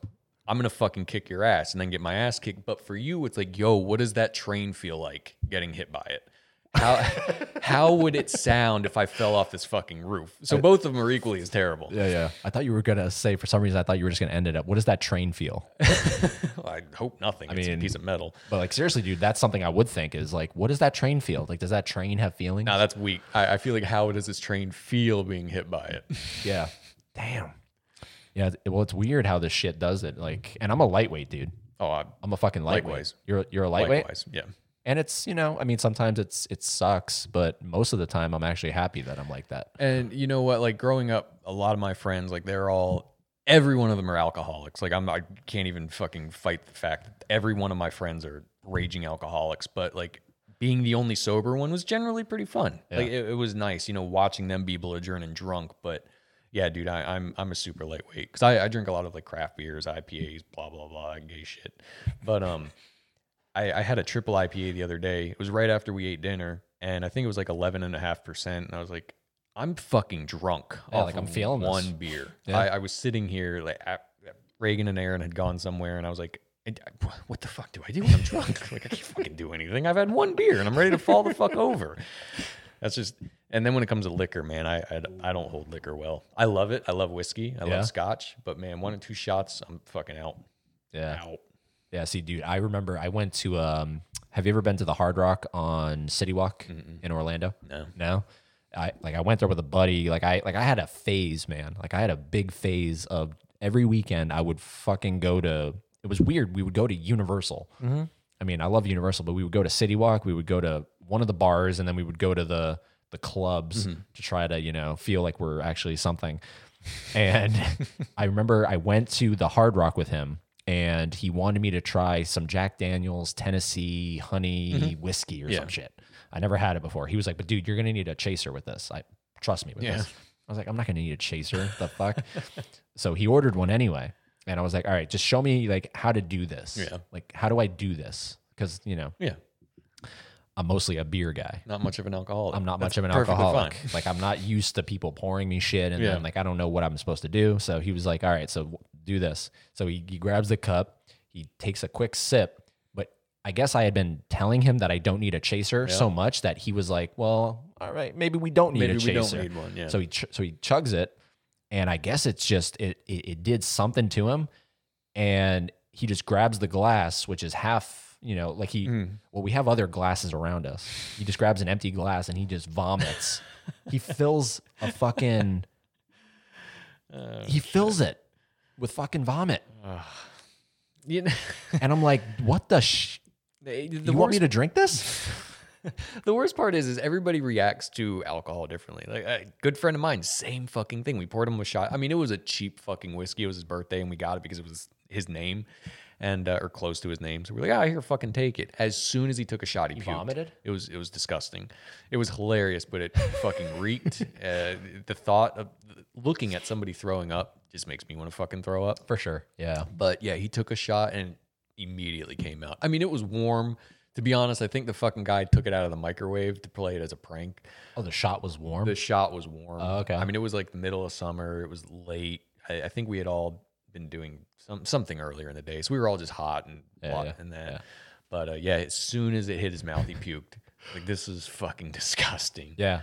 I'm gonna fucking kick your ass and then get my ass kicked. But for you, it's like, yo, what does that train feel like getting hit by it? How how would it sound if I fell off this fucking roof? So both of them are equally as terrible.
yeah, yeah. I thought you were gonna say for some reason. I thought you were just gonna end it up. What does that train feel?
Well, I hope nothing. it's
mean-
a piece of metal.
But like seriously, dude, that's something I would think is like, what does that train feel? Like, does that train have feelings?
Now that's weak. I, I feel like how does this train feel being hit by it?
Yeah. Damn.
Yeah. it- Well, it's weird how this shit does it. Like, and I'm a lightweight dude.
Oh, I,
I'm a fucking lightweight.
Likewise.
You're you're a lightweight,
likewise, yeah.
and it's you know, I mean, sometimes it's it sucks, but most of the time, I'm actually happy that I'm like that.
And you know what? Like growing up, a lot of my friends, like they're all, every one of them are alcoholics. Like I'm, I can't even fucking fight the fact that every one of my friends are raging alcoholics. But like being the only sober one was generally pretty fun. Like it, it was nice, you know, watching them be belligerent and drunk. But yeah, dude, I, I'm I'm a super lightweight because I, I drink a lot of like craft beers, IPAs, blah blah blah, gay shit. But um. I, I had a triple IPA the other day. It was right after we ate dinner, and I think it was like 11.5%. And I was like, I'm fucking drunk.
Yeah,
off
like,
of
I'm feeling this.
one beer. I, I was sitting here, like at, Reagan and Aaron had gone somewhere, and I was like, "I- I- what the fuck do I do when I'm drunk? like, I can't fucking do anything. I've had one beer, and I'm ready to fall the fuck over. That's just, and then when it comes to liquor, man, I, I, I don't hold liquor well. I love it. I love whiskey. I
Yeah.
love scotch, but man, one or two shots, I'm fucking out.
Yeah.
Out.
Yeah, see, dude, I remember I went to. Um, have you ever been to the Hard Rock on City Walk in Orlando?
No.
no. I like I went there with a buddy. Like I like I had a phase, man. Like I had a big phase of every weekend I would fucking go to. It was weird. We would go to Universal. I mean, I love Universal, but we would go to City Walk. We would go to one of the bars, and then we would go to the the clubs to try to you know feel like we're actually something. And I remember I went to the Hard Rock with him, and he wanted me to try some Jack Daniels Tennessee honey
Mm-hmm.
whiskey or some shit. I never had it before. He was like, "But dude, you're gonna need a chaser with this. I trust me with
Yeah.
this." I was like, "I'm not gonna need a chaser. The fuck." so he ordered one anyway, and I was like, "All right, just show me like how to do this.
Yeah.
Like, how do I do this? Because you know,
Yeah.
I'm mostly a beer guy.
Not much of an alcoholic.
I'm not
That's
much of an
perfectly
alcoholic.
fine.
Like I'm not used to people pouring me shit, and
Yeah.
then like I don't know what I'm supposed to do. So he was like, "All right, so w- do this." So he, he grabs the cup, he takes a quick sip, but I guess I had been telling him that I don't need a chaser so much that he was like, "Well, all right, maybe we don't need a
Maybe we
chaser."
don't need one, yeah.
So he ch- so he chugs it, and I guess it's just it it, it did something to him, and he just grabs the glass, which is half, you know, like he,
Hmm.
well, we have other glasses around us. He just grabs an empty glass and he just vomits. he fills a fucking,
Uh,
he fills it with fucking vomit.
You know,
And I'm like, what the sh?
the, the
You want me to drink this?
the worst part is, is everybody reacts to alcohol differently. Like a good friend of mine, same fucking thing. We poured him a shot. I mean, it was a cheap fucking whiskey. It was his birthday, and we got it because it was his name, and uh, or close to his name. So we're like, ah, here, fucking take it. As soon as he took a shot, he, puked.
vomited?
It was it was disgusting. It was hilarious, but it fucking reeked. Uh, the thought of looking at somebody throwing up just makes me want to fucking throw up.
For sure. Yeah.
But yeah, he took a shot and immediately came out. I mean, it was warm. To be honest, I think the fucking guy took it out of the microwave to play it as a prank.
Oh, the shot was warm.
The shot was warm.
Oh, okay.
I mean, it was like the middle of summer. It was late. I, I think we had all been doing some something earlier in the day, so we were all just hot and
yeah,
and that. But uh, yeah, as soon as it hit his mouth, he puked. Like this is fucking disgusting.
yeah.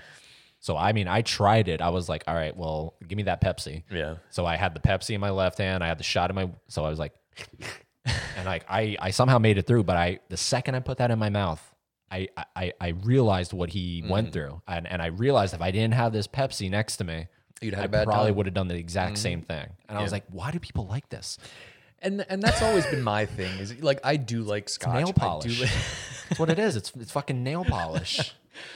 So, I mean, I tried it. I was like, all right, well, give me that Pepsi.
Yeah.
So I had the Pepsi in my left hand. I had the shot in my. So I was like, and like I, I somehow made it through. But I, the second I put that in my mouth, I, I, I realized what he
Mm.
went through, and and I realized if I didn't have this Pepsi next to me,
You'd had
I
a bad
probably
time. Mm.
would have done the exact same thing. And I was like, why do people like this?
And and that's always been my thing. Is like I do like scotch.
Nail
I do
polish.
like-
That's what it is. It's it's fucking nail polish.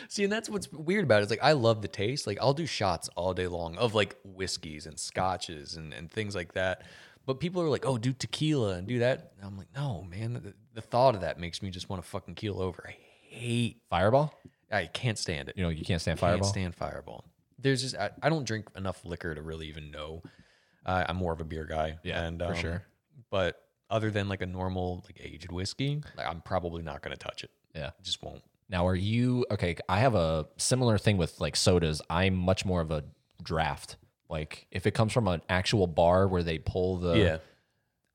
See, and that's what's weird about it. It's like I love the taste. Like I'll do shots all day long of like whiskeys and scotches and, and things like that. But people are like, oh, do tequila and do that. And I'm like, no, man. The, the thought of that makes me just want to fucking keel over. I hate.
Fireball?
I can't stand it.
You know, you can't stand
Can't
Fireball.
stand Fireball. There's just I, I don't drink enough liquor to really even know. Uh, I'm more of a beer guy.
Yeah,
and, um,
for sure.
But other than like a normal like aged whiskey, like, I'm probably not gonna touch it.
Yeah.
just won't.
Now, are you okay? I have a similar thing with like sodas. I'm much more of a draft. Like, if it comes from an actual bar where they pull the,
yeah,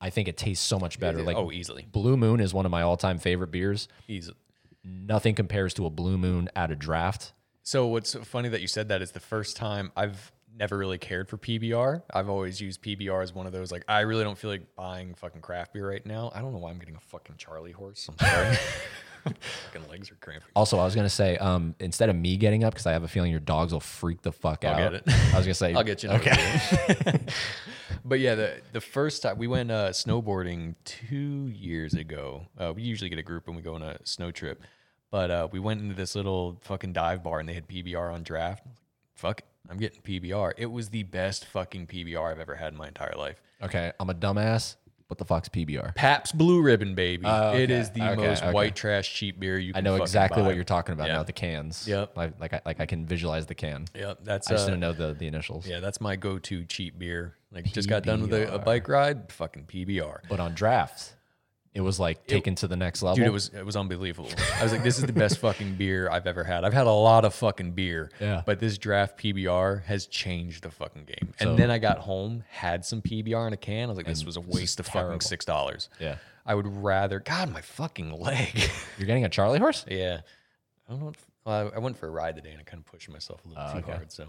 I think it tastes so much better. Like,
oh, easily,
Blue Moon is one of my all time favorite beers.
easily.
Nothing compares to a Blue Moon at a draft.
So what's funny that you said that is the first time I've never really cared for PBR. I've always used PBR as one of those like I really don't feel like buying fucking craft beer right now. I don't know why I'm getting a fucking Charlie horse. I'm sorry. fucking legs are cramping.
Also, I was gonna say, um, instead of me getting up, because I have a feeling your dogs will freak the fuck out.
get it.
I was gonna say,
I'll get you. Okay. but yeah, the the first time we went uh, snowboarding two years ago. Uh, we usually get a group when we go on a snow trip, but uh, we went into this little fucking dive bar and they had PBR on draft. I was like, Fuck, it, I'm getting PBR. It was the best fucking PBR I've ever had in my entire life.
okay, I'm a dumbass. What the fuck's PBR?
Pabst Blue Ribbon, baby. It
Oh, okay,
is the
okay,
most
okay.
white trash cheap beer you. can
I know
fucking
exactly
buy.
what you're talking about
Yeah.
now. The cans.
Yep.
Like, like I like I can visualize the can.
Yep, that's
I just
uh,
didn't know the the initials.
yeah, that's my go-to cheap beer. Like just got done with a, a bike ride, fucking PBR.
But on drafts, it was like taken to the next level.
Dude, it was it was unbelievable. I was like, this is the best fucking beer I've ever had. I've had a lot of fucking beer,
Yeah.
But this draft PBR has changed the fucking game. And then I got home, had some PBR in a can. I was like, this was a waste of fucking six dollars.
Yeah.
I would rather. God, my fucking leg.
You're getting a Charlie horse?
yeah, I don't know. What, well, I, I went for a ride today and I kind of pushed myself a little
Oh,
too hard. So,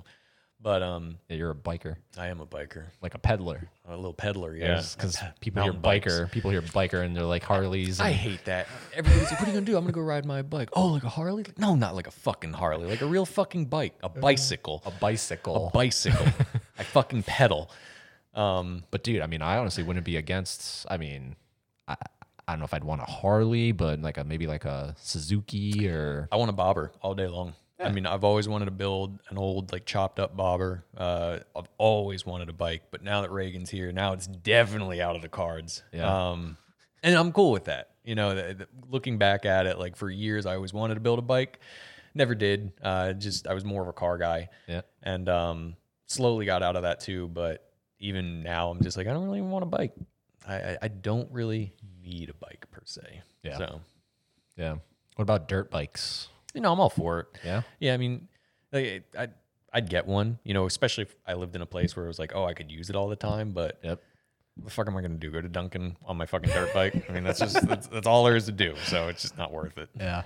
but um,
Yeah, you're a biker,
I am a biker,
like a peddler.
I'm a little peddler. Yeah,
Because people
mountain
hear
bikes.
biker, people hear biker, and they're like Harleys. And
I hate that. Everybody's like, what are you gonna do? I'm gonna go ride my bike. Oh, like a Harley? Like, no, not like a fucking Harley. Like a real fucking bike. A bicycle. A
bicycle.
bicycle. I fucking pedal. Um,
But dude, I mean, I honestly wouldn't be against. I mean, I, I don't know if I'd want a Harley, but like a maybe like a Suzuki or
I want a bobber all day long. I mean, I've always wanted to build an old, like chopped up bobber. Uh, I've always wanted a bike, but now that Reagan's here, now it's definitely out of the cards.
Yeah.
Um, and I'm cool with that. You know, th- th- looking back at it, like for years, I always wanted to build a bike, never did. Uh, just I was more of a car guy.
yeah.
and um, slowly got out of that too. But even now, I'm just like, I don't really want a bike. I, I, I don't really need a bike per se.
Yeah.
So
Yeah. What about dirt bikes?
you know, I'm all for it.
Yeah.
Yeah. I mean, like, I I'd, I'd get one. You know, especially if I lived in a place where it was like, oh, I could use it all the time. But
Yep.
what the fuck am I gonna do? Go to Duncan on my fucking dirt bike? I mean, that's just that's, that's all there is to do. So it's just not worth it.
Yeah.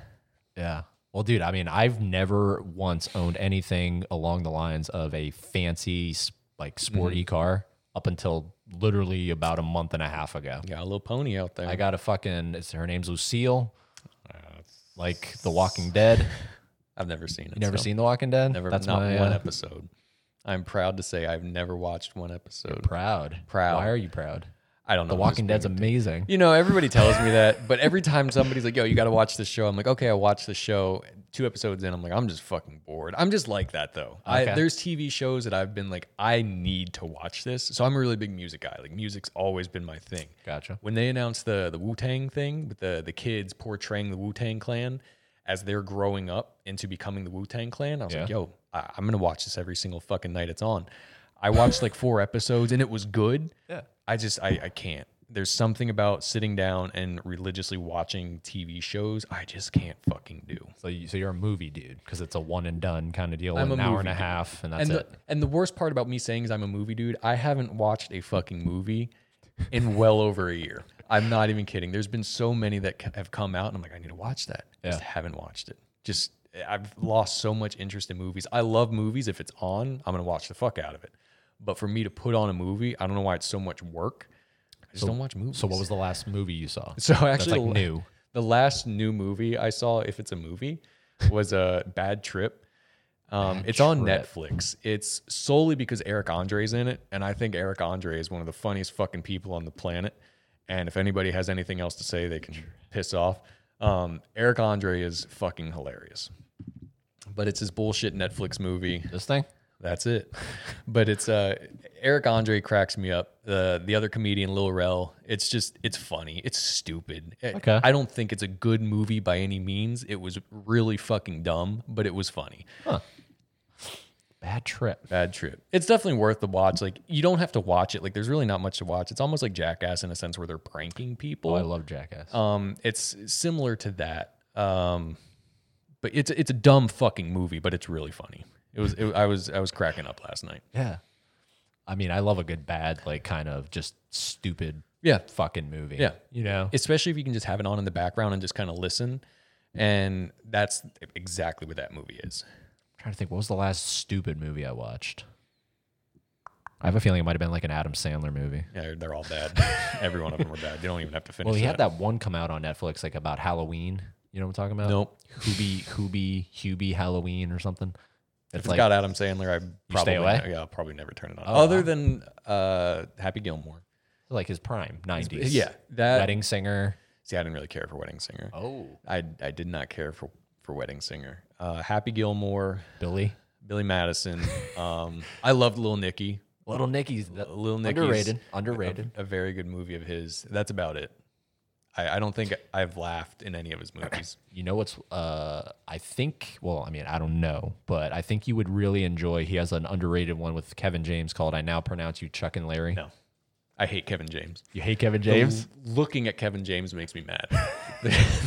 Yeah. Well, dude, I mean, I've never once owned anything along the lines of a fancy, s- like, sporty
Mm-hmm.
car up until literally about a month and a half ago.
Got a little pony out there.
I got a fucking, it's, her name's Lucille, like The Walking Dead.
I've never seen it.
You never
so.
seen The Walking Dead?
Never.
That's
not
my,
one
uh,
episode. I'm proud to say I've never watched one episode.
proud.
Proud.
Why are you proud?
I don't know.
The Walking Dead's
Dead's
amazing.
You know, everybody tells me that, but every time somebody's like, "Yo, you got to watch this show," I'm like, "Okay, I watched this show." Two episodes in, I'm like, "I'm just fucking bored." I'm just like that though. I,
Okay.
there's TV shows that I've been like, "I need to watch this," so I'm a really big music guy. Like, music's always been my thing.
Gotcha.
When they announced the the Wu Tang thing with the the kids portraying the Wu Tang Clan as they're growing up into becoming the Wu Tang Clan, I was like,
Yeah.
"Yo, I, I'm gonna watch this every single fucking night it's on." I watched like four episodes and it was good. Yeah. I just I, I can't. There's something about sitting down and religiously watching TV shows I just can't fucking do.
So, you, so you're a movie dude because it's a one and done kind of deal.
I'm
an
a
hour
movie
and a
dude.
half, and that's
and
it.
The, and the worst part about me saying is I'm a movie dude, I haven't watched a fucking movie in well over a year. I'm not even kidding. There's been so many that c- have come out, and I'm like, I need to watch that. Just haven't watched it. Just I've lost so much interest in movies. I love movies. If it's on, I'm gonna watch the fuck out of it. But for me to put on a movie, I don't know why it's so much work. I just don't watch movies.
so, what was the last movie you saw?
so actually
like
the la-
new.
The last new movie I saw, if it's a movie, was a Bad Trip. Um, it's on Netflix. It's solely because Eric Andre's in it, and I think Eric Andre is one of the funniest fucking people on the planet. And if anybody has anything else to say, they can piss off. Um, Eric Andre is fucking hilarious. but it's this bullshit Netflix movie.
This thing?
That's it. But it's uh, Eric Andre cracks me up. The the other comedian Lil Rel. It's just it's funny. It's stupid. I-
Okay.
I don't think it's a good movie by any means. It was really fucking dumb, but it was funny.
Bad trip.
Bad trip. It's definitely worth the watch. Like you don't have to watch it. Like there's really not much to watch. It's almost like Jackass in a sense where they're pranking people.
Oh, I love Jackass.
Um, it's similar to that. Um, but it's it's a dumb fucking movie, but it's really funny. It was it, I was I was cracking up last night.
yeah. I mean, I love a good bad, like kind of just stupid
Yeah,
fucking movie.
Yeah.
You know?
especially if you can just have it on in the background and just kind of listen. And that's exactly what that movie is.
trying to think, what was the last stupid movie I watched? I have a feeling it might have been like an Adam Sandler movie.
Yeah, they're- they're all bad. Every one of them are bad. You don't even have to finish.
Well, he had that one come out on Netflix like about Halloween. You know what I'm talking about?
Nope.
Hoobie, Hoobie, Hubie Halloween or something. It's,
If it's
like
got Adam Sandler, I probably
away? Oh,
yeah, I'll probably never turn it on. Other than uh, Happy Gilmore.
like his prime, 90s.
Yeah, that.
Wedding singer.
See, I didn't really care for Wedding Singer.
Oh.
I I did not care for for Wedding Singer. Uh, Happy Gilmore,
Billy.
Billy Madison. Um, I loved Little Nicky.
Little Nicky's
Little Nicky's
underrated. Underrated.
a very good movie of his. That's about it. I, I don't think I've laughed in any of his movies.
You know what's? Uh, I think. Well, I mean, I don't know, but I think you would really enjoy. He has an underrated one with Kevin James called "I Now Pronounce You Chuck and Larry."
No, I hate Kevin James.
You hate Kevin
L- looking at Kevin James makes me mad.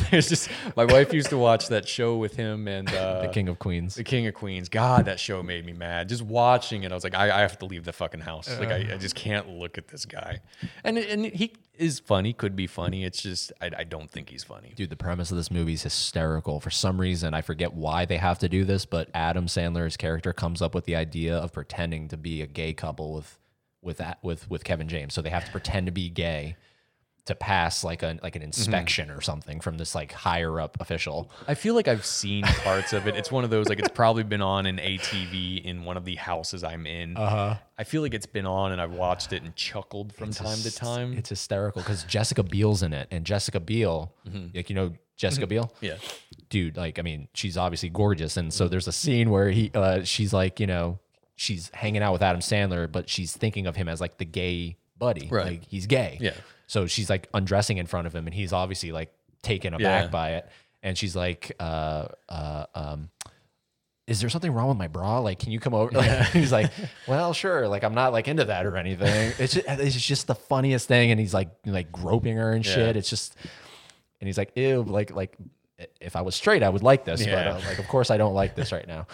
There's just my wife used to watch that show with him and uh,
the King of Queens.
The King of Queens. God, that show made me mad. Just watching it, I was like, I, I have to leave the fucking house. Like, I, I just can't look at this guy. And and he is funny, could be funny. It's just I, I don't think he's funny.
Dude, the premise of this movie is hysterical. For some reason, I forget why they have to do this, but Adam Sandler's character comes up with the idea of pretending to be a gay couple with with that with with Kevin James. So they have to pretend to be gay to pass like an like an inspection or something from this like higher up official.
I feel like I've seen parts of it. It's one of those like it's probably been on an ATV in one of the houses I'm in. Uh-huh. I feel like it's been on and I've watched it and chuckled from time to time.
It's hysterical because Jessica Biel's in it, and Jessica Biel,
Mm-hmm.
like you know Jessica Biel,
yeah.
dude. Like I mean, she's obviously gorgeous, and
Mm-hmm.
so there's a scene where he, uh, she's like, you know, she's hanging out with Adam Sandler, but she's thinking of him as like the gay buddy,
Right.
Like he's gay,
Yeah.
So she's like undressing in front of him, and he's obviously like taken aback
Yeah.
by it, and she's like, uh, uh, um. Is there something wrong with my bra? Like, can you come over? Like, he's like, well, sure. Like, I'm not like into that or anything. It's just, it's just the funniest thing. And he's like, like groping her and shit. It's just, and he's like, ew, like, like if I was straight, I would like this.
Yeah.
But uh, like, of course, I don't like this right now.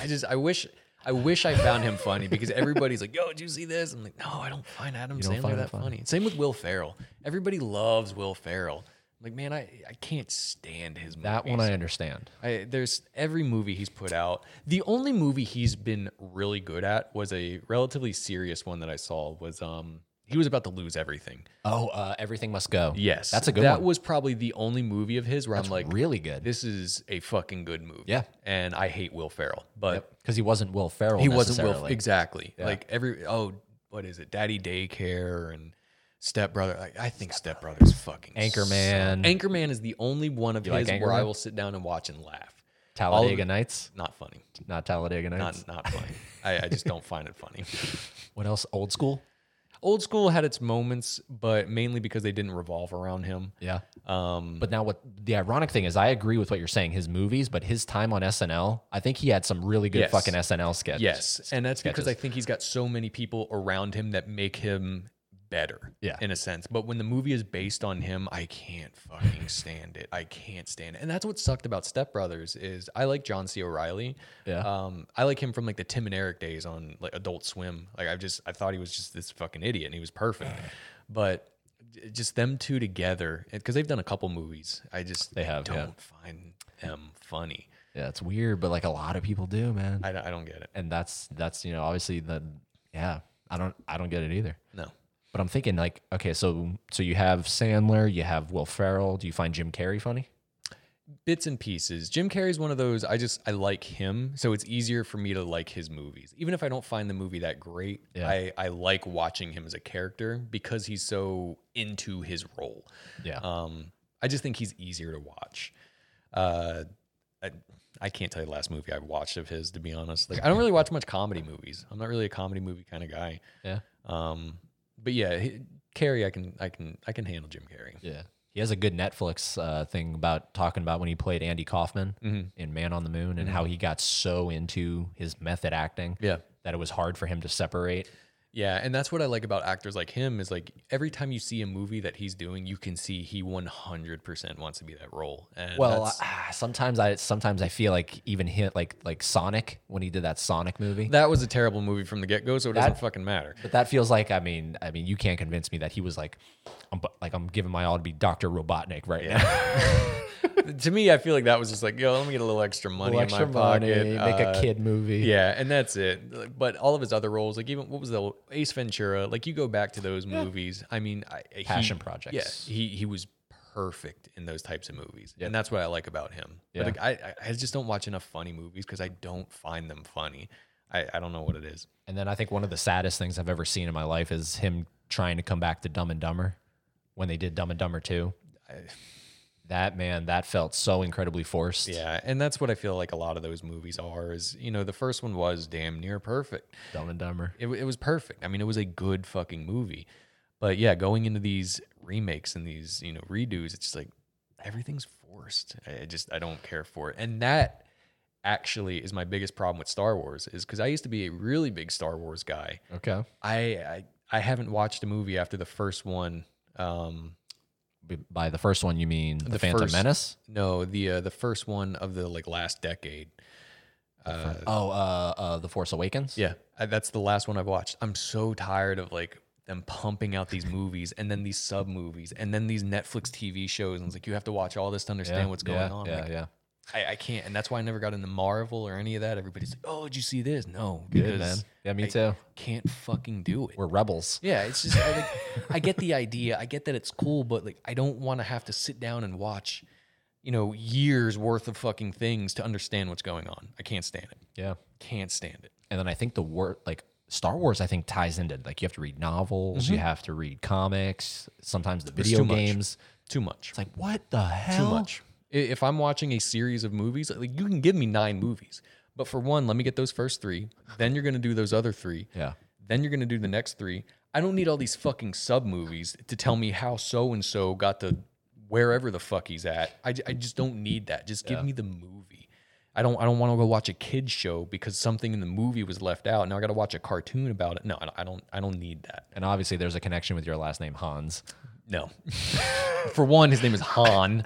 I just I wish I wish I found him funny because everybody's like, "Yo, did you see this?" I'm like, "No, I don't find Adam
don't
Sandler
find him
that funny.
funny.
Same with Will Ferrell. Everybody loves Will Ferrell. I'm like, man, I I can't stand his movies.
That one I understand.
I, there's every movie he's put out. The only movie he's been really good at was a relatively serious one that I saw was um he was about to lose everything.
Oh, uh, everything must go.
Yes,
that's a good
That
one.
was probably the only movie of his where I'm like,
really good.
this is a fucking good movie.
Yeah.
and I hate Will Ferrell, but
because he wasn't Will Ferrell.
he wasn't Will
necessarily.
exactly like every oh what is it Daddy Daycare and Step Brother I, I think Step Brother's fucking
Anchorman.
suck. Anchorman is the only one of
You like
his where I
Anchorman?
will sit down and watch and laugh
Talladega
All-
Nights,
not funny
not Talladega Nights.
not not funny I, I just don't find it funny
what else? Old school.
old school had its moments but mainly because they didn't revolve around him
Yeah.
um
But now, what the ironic thing is, I agree with what you're saying. His movies, but his time on SNL, I think he had some really good
Yes.
fucking SNL sketches.
Yes, and that's because I
sketches.
think he's got so many people around him that make him better.
Yeah.
in a sense. But when the movie is based on him, I can't fucking stand it. I can't stand it, and that's what sucked about Step Brothers is I like John C. O'Reilly.
Yeah.
um, I like him from like the Tim and Eric days on like Adult Swim. Like I just I thought he was just this fucking idiot, and he was perfect. But j- just them two together, because they've done a couple movies. I just
They have,
don't
yeah.
find them funny.
Yeah, it's weird, but like a lot of people do, man.
I don't, I don't get it.
and that's that's you know obviously the yeah. I don't I don't get it either.
No.
But I'm thinking like, okay, so so you have Sandler, you have Will Ferrell. Do you find Jim Carrey funny?
bits and pieces. Jim Carrey's one of those I just I like him, so it's easier for me to like his movies. Even if I don't find the movie that great,
Yeah.
I I like watching him as a character because he's so into his role.
Yeah.
Um I just think he's easier to watch. Uh I, I can't tell you the last movie I've watched of his, to be honest. Like, I don't really watch much comedy movies. I'm not really a comedy movie kind of guy.
Yeah.
Um, but yeah, he, Carrie, I can, I can, I can handle Jim Carrey.
Yeah. He has a good Netflix uh, thing about talking about when he played Andy Kaufman
Mhm.
in Man on the Moon and
Mm-hmm.
how he got so into his method acting
Yeah.
that it was hard for him to separate.
Yeah, and that's what I like about actors like him is like every time you see a movie that he's doing, you can see he 100% wants to be that role. And
Well,
that's-
ah, sometimes I sometimes I feel like even hit like like Sonic when he did that Sonic movie.
that was a terrible movie from the get go, so it doesn't
That-
fucking matter.
But that feels like I mean I mean you can't convince me that he was like I'm bu- like I'm giving my all to be Doctor Robotnik right now.
to me, I feel like that was just like, yo, let me get a little extra money
Extra
in my pocket,
money, make
uh,
a kid movie.
Yeah, and that's it. Like, But all of his other roles, like even what was the Ace Ventura? Like you go back to those movies. I mean, I, he-
Passion projects.
Yeah, he he was perfect in those types of movies, and that's what I like about him.
Yeah.
But like I I I just don't watch enough funny movies because I don't find them funny. I, I don't know what it is.
And then I think one of the saddest things I've ever seen in my life is him trying to come back to Dumb and Dumber when they did Dumb and Dumber 2. that man, that felt so incredibly forced.
Yeah, and that's what I feel like a lot of those movies are. Is you know the first one was damn near perfect.
Dumb and Dumber.
It, it was perfect. I mean, it was a good fucking movie. But yeah, going into these remakes and these, you know, redos, it's just like everything's forced. I I just I don't care for it. And that actually is my biggest problem with Star Wars is cuz I used to be a really big Star Wars guy.
Okay.
I I, I haven't watched a movie after the first one um
B- By the first one, you mean The, Phantom
first-
Menace?
no, the uh, the first one of the like last decade. Uh,
Oh, uh, uh, The Force Awakens?
Yeah, I, that's the last one I've watched. I'm so tired of like them pumping out these movies and then these sub movies and then these Netflix TV shows. And it's like you have to watch all this to understand
Yeah,
what's going
yeah,
on.
Yeah,
Like,
yeah.
I, I can't, and that's why I never got into Marvel or any of that. Everybody's like, "Oh, did you see this?" No,
Good, man.
because
Yeah, me
I
too.
Can't fucking do it.
We're rebels.
Yeah, it's just I, like, I get the idea. I get that it's cool, but like I don't want to have to sit down and watch, you know, years worth of fucking things to understand what's going on. I can't stand it.
Yeah.
Can't stand it.
And then I think the word, like, Star Wars, I think ties into like you have to read novels, you have to read comics, sometimes the video
Mm-hmm. too much.
games.
Too much.
It's like what the hell?
too much. I- If I'm watching a series of movies, like you can give me nine movies, but for one, let me get those first three. Then you're gonna do those other three.
Yeah.
Then you're gonna do the next three. I don't need all these fucking sub movies to tell me how so and so got to wherever the fuck he's at. I, j- I just don't need that. Just give me the movie. I don't I don't want to go watch a kids show because something in the movie was left out. Now I got to watch a cartoon about it. No, I don't- I don't I don't need that.
And obviously, there's a connection with your last name, Hans.
No. for one, his name is Han.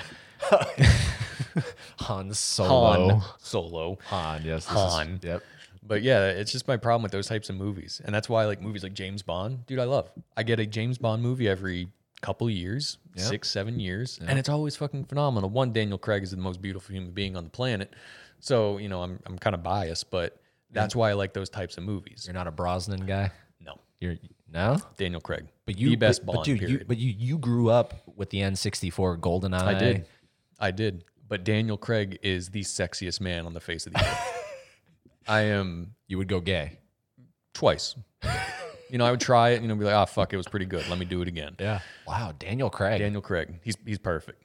Hans
Han
Solo.
Solo.
Han, yes. this
Han.
Is, yep.
But yeah, it's just my problem with those types of movies. And that's why I like movies like James Bond. Dude, I love. I get a James Bond movie every couple years, six, seven years. And it's always fucking phenomenal. One, Daniel Craig is the most beautiful human being on the planet. So, you know, I'm, I'm kind of biased, but that's why I like those types of movies.
You're not a Brosnan guy.
No,
You're no,
Daniel Craig.
but you
the best
but,
Bond,
but dude,
period.
you but you you grew up with the N64 GoldenEye.
I did. I did. But Daniel Craig is the sexiest man on the face of the earth. I am
You would go gay.
twice. you know, I would try it, you know, be like, ah, fuck, it was pretty good. Let me do it again.
Yeah. Wow, Daniel Craig.
Daniel Craig, he's he's perfect.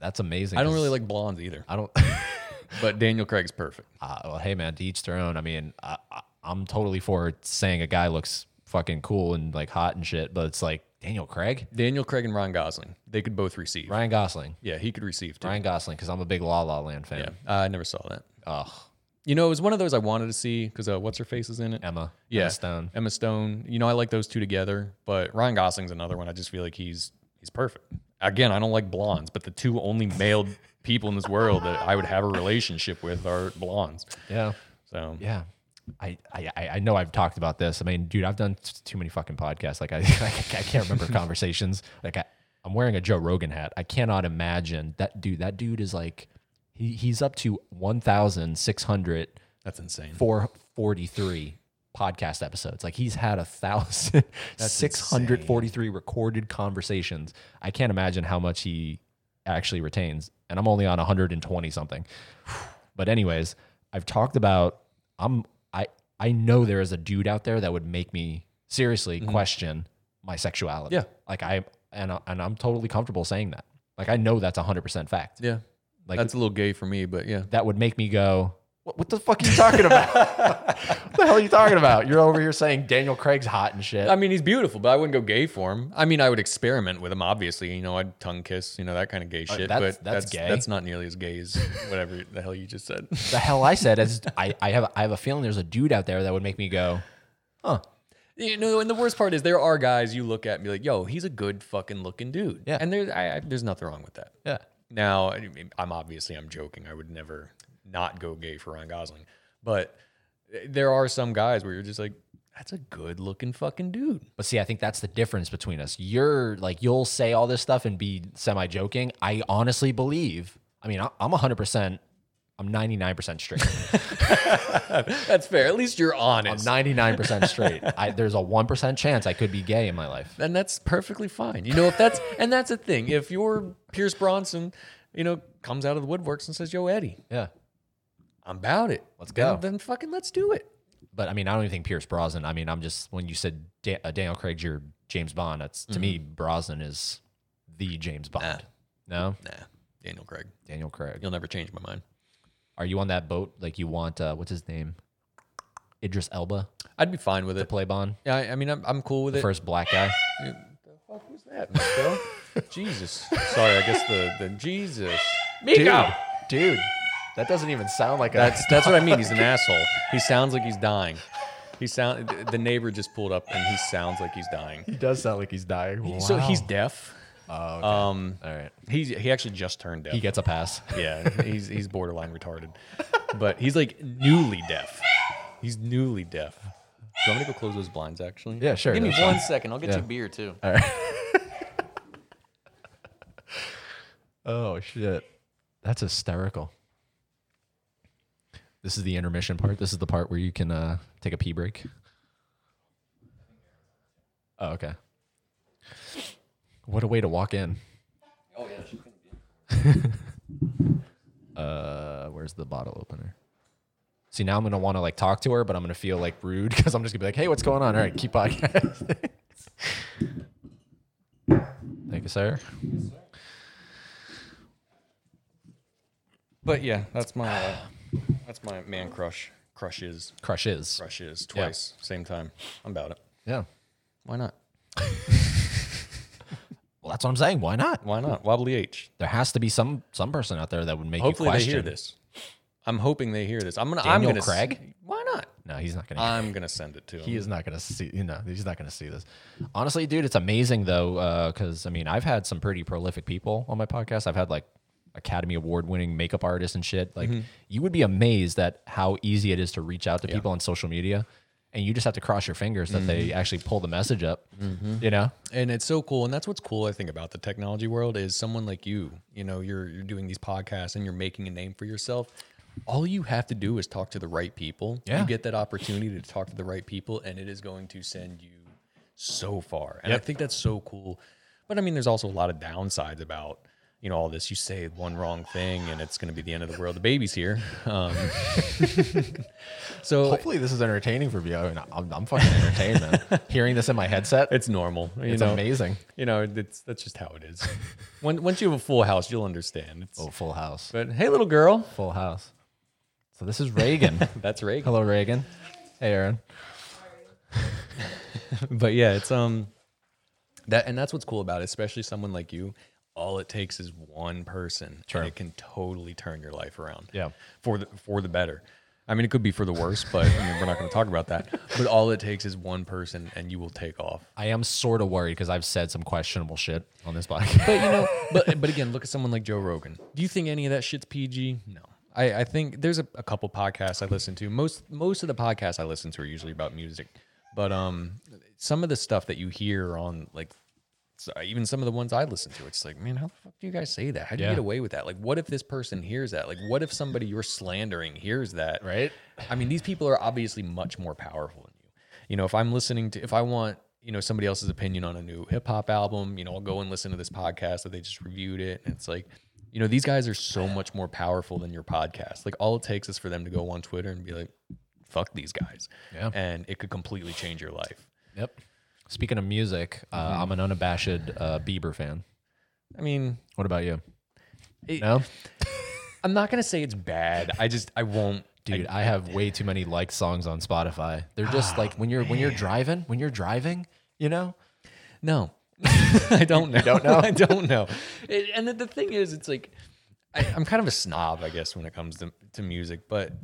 That's amazing.
I don't really
'cause
like blondes either,
I don't.
but Daniel Craig's perfect.
uh, well, hey man, to each their own. I mean, I, I, I'm totally for saying a guy looks fucking cool and like hot and shit, but it's like Daniel Craig,
Daniel Craig and Ryan Gosling, they could both receive.
Ryan Gosling,
Yeah, he could receive too.
Ryan Gosling, because I'm a big La La Land fan.
Yeah, I never saw that.
Oh,
You know, it was one of those I wanted to see because uh, what's her face is in it.
Emma.
yeah,
Emma Stone.
Emma Stone. You know, I like those two together, but Ryan Gosling's another one. I just feel like he's he's perfect. Again, I don't like blondes, but the two only male people in this world that I would have a relationship with are blondes.
Yeah.
So
Yeah. I, I, I- I know I've talked about this. I mean, dude, I've done t- too many fucking podcasts. Like I, I, can't remember conversations. Like I, I'm wearing a Joe Rogan hat. I cannot imagine that dude. That dude is like, he, he's up to 1,643
that's insane.
podcast episodes. Like he's had a thousand six hundred forty-three recorded conversations. I can't imagine how much he actually retains. And I'm only on 120 something. But anyways, I've talked about I'm I I know there is a dude out there that would make me seriously question my sexuality.
Mm-hmm. Yeah.
Like I and I, and I'm totally comfortable saying that. Like I know that's 100% fact.
Yeah.
Like
That's a little gay for me, but yeah.
that would make me go, what, what the fuck are you talking about? what the hell are you talking about? You're over here saying Daniel Craig's hot and shit.
I mean, he's beautiful, but I wouldn't go gay for him. I mean, I would experiment with him, obviously. You know, I'd tongue kiss, you know, that kind of gay shit.
that's-
but
that's
Uh, that's
gay.
That's not nearly as gay as whatever the hell you just said.
the hell I said is I, I have I have a feeling there's a dude out there that would make me go,
You know, and the worst part is there are guys you look at and be like, "Yo, he's a good fucking looking dude."
Yeah.
and there, I, I, there's nothing wrong with that.
yeah.
Now, I mean, I'm obviously I'm joking. I would never not go gay for Ryan Gosling, but there are some guys where you're just like, "That's a good looking fucking dude."
But see, I think that's the difference between us. You're like, you'll say all this stuff and be semi joking. I honestly believe, I mean, I, I'm 100%, I'm 99% straight.
That's fair. At least you're
I'm
honest,
99% straight. I, there's a 1% chance I could be gay in my life.
and that's perfectly fine. You know, if that's and that's the thing. If you're Pierce Bronson, you know, comes out of the woodworks and says, "Yo, Eddie,
Yeah.
I'm about it. Let's
go."
Then, then fucking let's do it."
But I mean, I don't even think Pierce Brosnan. I mean, I'm just, when you said da- uh, Daniel Craig's your James Bond, that's to me,
Mm-hmm.
Brosnan is the James Bond. No?
Nah, Daniel Craig.
Daniel Craig.
You'll never change my mind.
Are you on that boat? Like, you want, uh, what's his name? Idris Elba
I'd be fine with
to
it.
play Bond?
Yeah, I, I mean, I'm, I'm cool with it.
First black guy.
What was that, Miko? Jesus. Sorry, I guess the, the Jesus.
dude, that doesn't even sound like
That's that's what I mean. He's an asshole. He sounds like he's dying. He sound th- the neighbor just pulled up and he sounds like he's dying.
He does sound like he's dying.
So he's deaf. Um,
all right.
he's he actually just turned deaf.
He gets a pass.
yeah, he's he's borderline retarded, but he's like newly deaf. He's newly deaf. Do you want me to go close those blinds? Actually,
Yeah, sure,
Give me
that's
one
fine.
second. I'll get
Yeah.
you a beer too.
Oh shit, that's hysterical. This is the intermission part. This is the part where you can uh, take a pee break. Oh, okay. What a way to walk in.
Oh yeah, she can
Uh, where's the bottle opener? See, now I'm gonna want to like talk to her, but I'm gonna feel like rude because I'm just gonna be like, "Hey, what's going on?" All right, keep podcasting. Thank you, sir.
But yeah, that's my uh, that's my man crush. Crushes,
Crushes.
crushes twice, same time. I'm about it.
Yeah.
Why not?
Well, that's what I'm saying. Why not?
Why not? Wobbly H.
There has to be some some person out there that would make
Hopefully
you
they
question.
hear this. I'm hoping they hear this. I'm gonna.
Daniel
I'm gonna s-
Craig?
Why not?
No, he's not gonna.
I'm gonna send it to him.
he is not gonna see. You know, he's not gonna see this. Honestly, dude, it's amazing though, because I mean, I've had some pretty prolific people on my podcast. I've had like Academy Award winning makeup artists and shit. Like, you would be amazed at how easy it is to reach out to people on social media, and you just have to cross your fingers that they actually pull the message up. You know,
and it's so cool and that's what's cool i think about the technology world is someone like you you know you're you're doing these podcasts and you're making a name for yourself all you have to do is talk to the right people
Yeah.
you get that opportunity to talk to the right people and it is going to send you so far and i think that's so cool but i mean there's also a lot of downsides about you know all this you say one wrong thing and it's going to be the end of the world the baby's here um, so
hopefully this is entertaining for you. I mean, I'm, I'm fucking entertained, man. Hearing this in my headset,
it's normal you
it's
know
amazing.
you know it's, that's just how it is when, once you have a full house you'll understand it's,
Oh, Full House.
But hey, little girl,
Full House. So this is Reagan.
that's Reagan.
Hello, Reagan. Hey, Aaron.
But yeah, it's um that, and that's what's cool about it, especially someone like you. All it takes is one person, and it can totally turn your life around.
Yeah.
for the for the better. I mean, it could be for the worse, but I mean, we're not going to talk about that. But all it takes is one person, and you will take off.
I am sort of worried because I've said some questionable shit on this podcast.
But you know, but but again, look at someone like Joe Rogan. Do you think any of that shit's PG? No. I, I think there's a, a couple podcasts I listen to. Most most of the podcasts I listen to are usually about music, but um, some of the stuff that you hear on like so uh, even some of the ones I listen to, it's like, man, how the fuck do you guys say that? How do you
Yeah.
get away with that? Like, what if this person hears that? Like, what if somebody you're slandering hears that?
Right.
I mean, these people are obviously much more powerful than you. You know, if I'm listening to, if I want, you know, somebody else's opinion on a new hip hop album, you know, I'll go and listen to this podcast that they just reviewed it. And it's like, you know, these guys are so much more powerful than your podcast. Like, all it takes is for them to go on Twitter and be like, fuck these guys.
Yeah.
And it could completely change your life.
Yep. Speaking of music, uh, I'm an unabashed uh, Bieber fan.
I mean,
What about you?
It-
no.
I'm not gonna say it's bad. I just I won't.
Dude, I, have way too many like songs on Spotify. They're just like when you're when you're driving, when you're driving, you know?
No, I don't know. don't know. I don't know. It, and the, the thing is, it's like I, I'm kind of a snob, I guess, when it comes to to music. But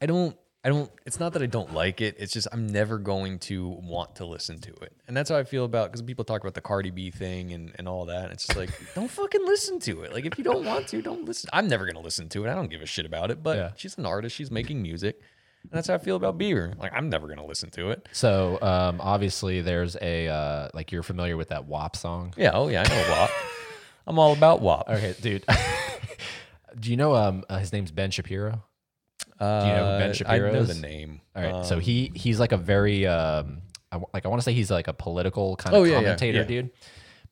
I don't. I don't. It's not that I don't like it. It's just I'm never going to want to listen to it, and that's how I feel about because people talk about the Cardi B thing and and all that. And it's just like don't fucking listen to it. Like if you don't want to, don't listen. I'm never gonna listen to it. I don't give a shit about it. But
Yeah.
she's an artist. She's making music. And that's how I feel about Bieber. Like I'm never gonna listen to it.
So um, obviously there's a uh, like you're familiar with that WAP song.
Yeah. Oh yeah. I know WAP. I'm all about WAP.
Okay, dude. Do you know um, uh, his name's Ben Shapiro?
Uh,
you know who Ben Shapiro
I know
is?
the name.
All right, so he he's like a very um, I, w- like I want to say he's like a political kind
Oh,
of
yeah, yeah,
commentator,
yeah.
dude.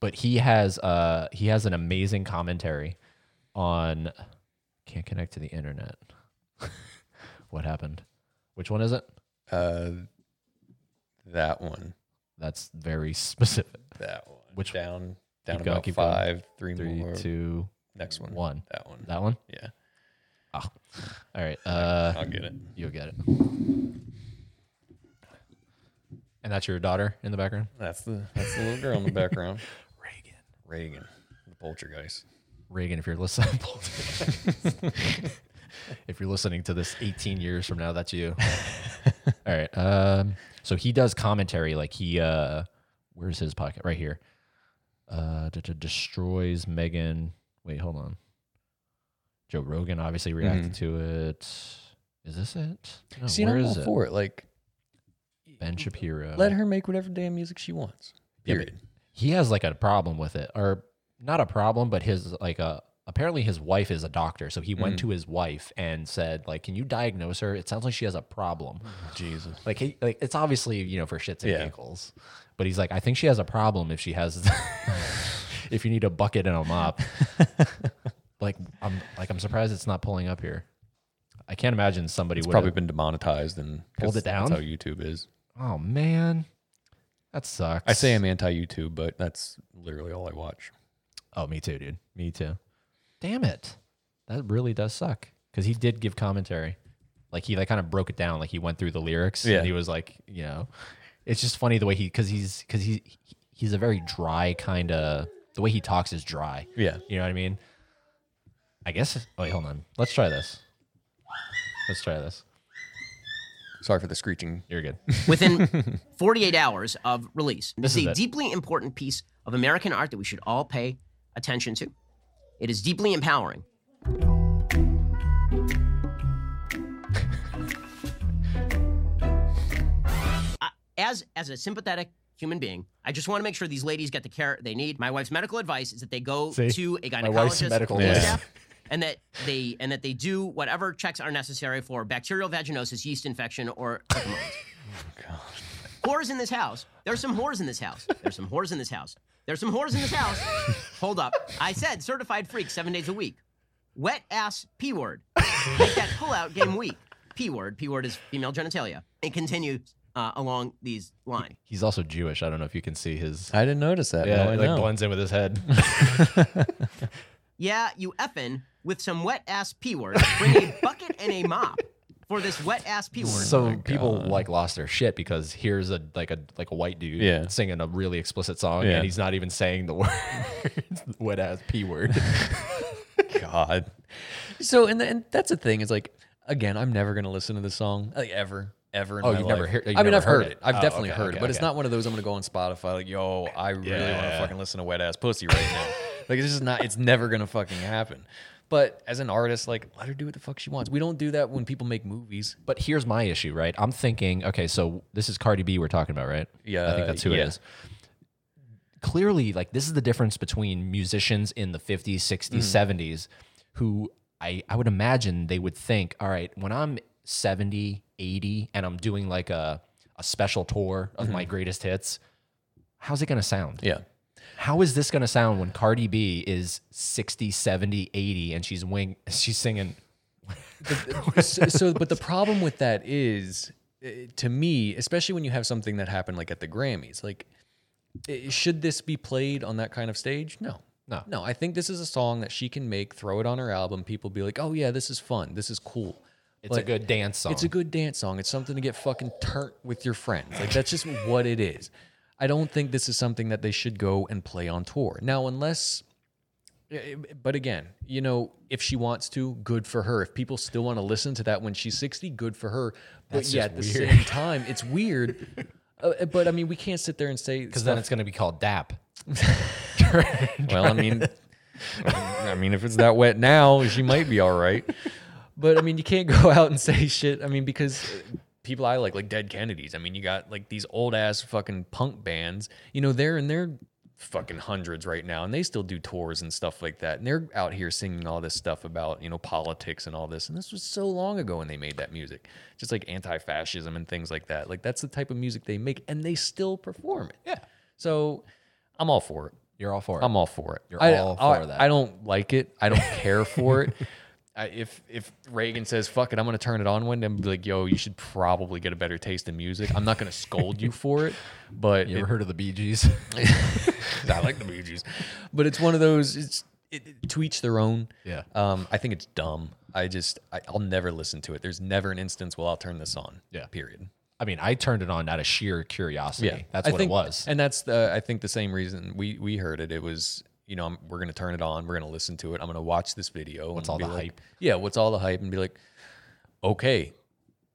But he has uh he has an amazing commentary on can't connect to the internet. what happened? Which one is it?
Uh, that one.
That's very specific.
That one.
Which-
down? Down
Keep going,
about
keep going.
five, three
Three,
more.
two,
Next one.
one.
That one.
That one.
Yeah,
All right. Uh,
I'll get it.
you'll get it. And that's your daughter in the background.
That's the that's the little girl in the background. Reagan. Reagan. The poltergeist.
Reagan, if you're listening, if you're listening to this 18 years from now, that's you. All right. Um, so he does commentary. Like he, uh, where's his pocket? Right here. Uh, d- d- destroys Megan. Wait, hold on. Joe Rogan obviously reacted to it. Is this it? No,
See,
where
I'm
is
all
it?
for Mm-hmm. it. Like,
Ben Shapiro.
let her make whatever damn music she wants.
Yeah, but
Period.
he has like a problem with it or not a problem but his like a apparently his wife is a doctor so he
Mm.
went to his wife and said like can you diagnose her it sounds like she has a problem
Jesus.
like he like it's obviously you know for shits and
Yeah.
giggles but he's like i think she has a problem if she has if you need a bucket and a mop like i'm like i'm surprised it's not pulling up here i can't imagine somebody would
Probably been demonetized and 'cause
Pulled it down?
That's how YouTube is.
oh man that sucks
I say I'm anti-YouTube, but that's literally all I watch.
Oh, me too, dude. Me too. Damn it. That really does suck. Because he did give commentary. Like he like kind of broke it down. Like he went through the lyrics
Yeah.
and he was like, you know, it's just funny the way he because he's because he he's a very dry kind of the way he talks is dry.
Yeah.
You know what I mean? I guess. Wait, hold on. Let's try this. Let's try this.
Sorry for the screeching.
You're good.
within 48 hours of release. This,
is
is a
it.
deeply important piece of American art that we should all pay attention to. It is deeply empowering. I- As, as a sympathetic human being, I just want to make sure these ladies get the care they need. My wife's medical advice is that they go
See?
to a
My wife's
gynecologist
medical
advice.
ASAP, and that they and that they do whatever checks are necessary for bacterial vaginosis, yeast infection, or pneumonia whores in this house. There's some whores in this house. There's some whores in this house. There's some whores in this house. Hold up. I said certified freak seven days a week. Wet ass P word. Make that pull out game week. P word. P word is female genitalia. And continue uh, along these lines.
He's also Jewish. I don't know if you can see his.
I didn't notice that. Yeah,
it,
I
like
know.
blends in with his head.
Yeah, you effin' with some wet ass P word. Bring a bucket and a mop for this wet ass P word.
Oh
so people like lost their shit because here's a like a like a white dude
Yeah.
singing a really explicit song
Yeah.
and he's not even saying the word wet ass p word.
God. So and, and that's the thing is like again, I'm never gonna listen to this song like ever, ever. In
Oh,
my
you've
life.
never hear- you've
I mean,
never
I've heard,
heard
it.
it.
I've
Oh,
definitely
okay,
heard
okay,
it, but it's
okay.
not one of those I'm gonna go on Spotify like, yo, I really want to
Yeah.
fucking listen to wet ass pussy right now. like it's just not. It's never gonna fucking happen. But as an artist, like let her do what the fuck she wants. We don't do that when people make movies.
but here's my issue, right? I'm thinking, okay, so this is Cardi B we're talking about, right? I
Yeah,
think that's who
yeah.
it is. Clearly, like this is the difference between musicians in the 50s, 60s,
Mm.
70s who I I would imagine they would think, all right, when I'm 70, 80 and I'm doing like a a special tour of my greatest hits, how's it going to sound?
Mm-hmm. Yeah.
How is this going to sound when Cardi B is 60, 70, 80 and she's wing she's singing
so, so but the problem with that is uh, to me especially when you have something eh, that happened like at the grammys like i- should this be played on that kind of stage no
No.
No, I think this is a song that she can make, throw it on her album. People be like, oh, yeah, this is fun. This is cool.
It's a good dance song.
It's a good dance song. It's something to get fucking turnt with your friends. Like that's just what it is. I don't think this is something that they should go and play on tour. Now, unless eh, but again, you know, if she wants to, good for her. If people still want to listen to that when she's 60, good for her. But yeah, at the same time, it's weird. Uh, but I mean, we can't sit there and say
because then it's going to be called DAP.
well, I mean, I mean, if it's that wet now, she might be all right. But I mean, you can't go out and say shit. I mean, because people I like, like Dead Kennedys. I mean, you got like these old ass fucking punk bands. You know, they're in their fucking hundreds right now, and they still do tours and stuff like that. And they're out here singing all this stuff about you know politics and all this. And this was so long ago when they made that music, just like anti-fascism and things like that. Like that's the type of music they make, and they still perform it.
Yeah.
So I'm all for it.
You're all for it.
I'm all for it.
You're
I-
all
I-
for that.
I don't like it. I don't care for it. I, if if Reagan says fuck it, I'm gonna turn it on one day and be like, yo, you should probably get a better taste in music. I'm not gonna scold you for it, but
you
it-
ever heard of the Bee Gees?
'Cause I like the Bee Gees. but it's one of those. It's it, it- to each their own.
Yeah.
Um, I think it's dumb. I just I, I'll never listen to it. There's never an instance where I'll turn this on.
Yeah.
Period.
I mean, I turned it on out of sheer curiosity. That's
I
what
think-
it was.
and that's the I think the same reason we we heard it. It was you know I'm, we're gonna turn it on. We're gonna listen to it. I'm gonna watch this video. What's
all the hype?
Yeah, what's all the hype? And be like, okay,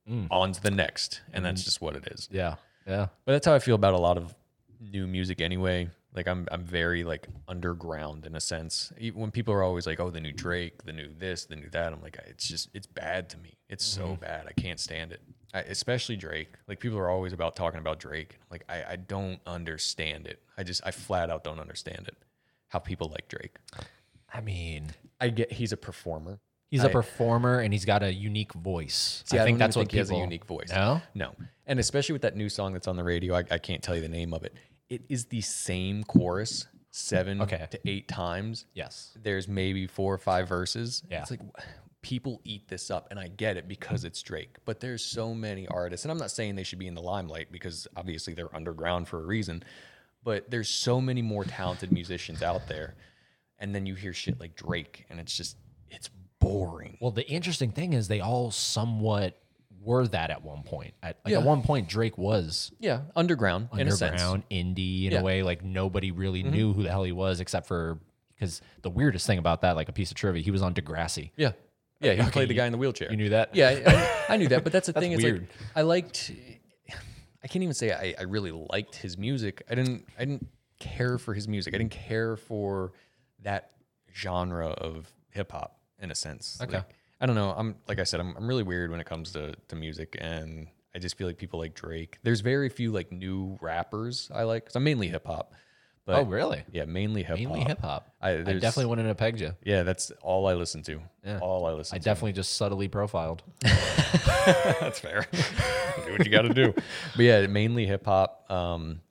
Mm.
on to the next.
Mm-hmm.
And that's just what it is.
yeah. Yeah.
But that's how I feel about a lot of new music anyway. Like I'm I'm very like underground in a sense. Even when people are always like, "Oh, the new Drake, the new this, the new that," I'm like, it's just it's bad to me. It's so
Mm-hmm.
bad. I can't stand it. I, especially Drake. Like people are always about talking about Drake. Like I I don't understand it. I just I flat out don't understand it. How people like Drake.
I mean,
I get he's a performer.
he's
a
a performer and he's got a unique voice.
See,
I, think
don't
that's
even
what
he has
people,
a unique voice.
No?
No. And especially with that new song that's on the radio, I, I can't tell you the name of it. It is the same chorus seven
Okay.
to eight times.
Yes.
There's maybe four or five verses.
Yeah.
It's like wh- people eat this up, and I get it because it's Drake. But there's so many artists, and I'm not saying they should be in the limelight because obviously they're underground for a reason. But there's so many more talented musicians out there, and then you hear shit like Drake, and it's just it's boring.
Well, the interesting thing is they all somewhat were that at one point. At, like at one point, Drake was
Yeah, underground, in a sense.
underground indie in
Yeah. Mm-hmm.
a way. Like nobody really knew who the hell he was except for because the weirdest thing about that, like a piece of trivia, he was on Degrassi.
Yeah. Yeah, he played the guy in the wheelchair.
You knew that?
Yeah, I- I, I knew that, but that's the thing. It's
weird.
like I liked. I can't even say I, I really liked his music. I didn't. I didn't care for his music. I didn't care for that genre of hip hop in a sense.
Okay.
Like, I don't know. I'm like I said. I'm, I'm really weird when it comes to to music, and I just feel like people like Drake. There's very few like new rappers I like. Cause I'm mainly hip hop. But
Oh, really?
Yeah, mainly hip hop.
Mainly hip hop.
Uh, I-
I,
there's-
definitely wouldn't have pegged you.
Yeah, that's all I listen to. All I listen
I
to.
definitely just subtly profiled.
That's fair. do what you got to do. But yeah, mainly hip hop. Um,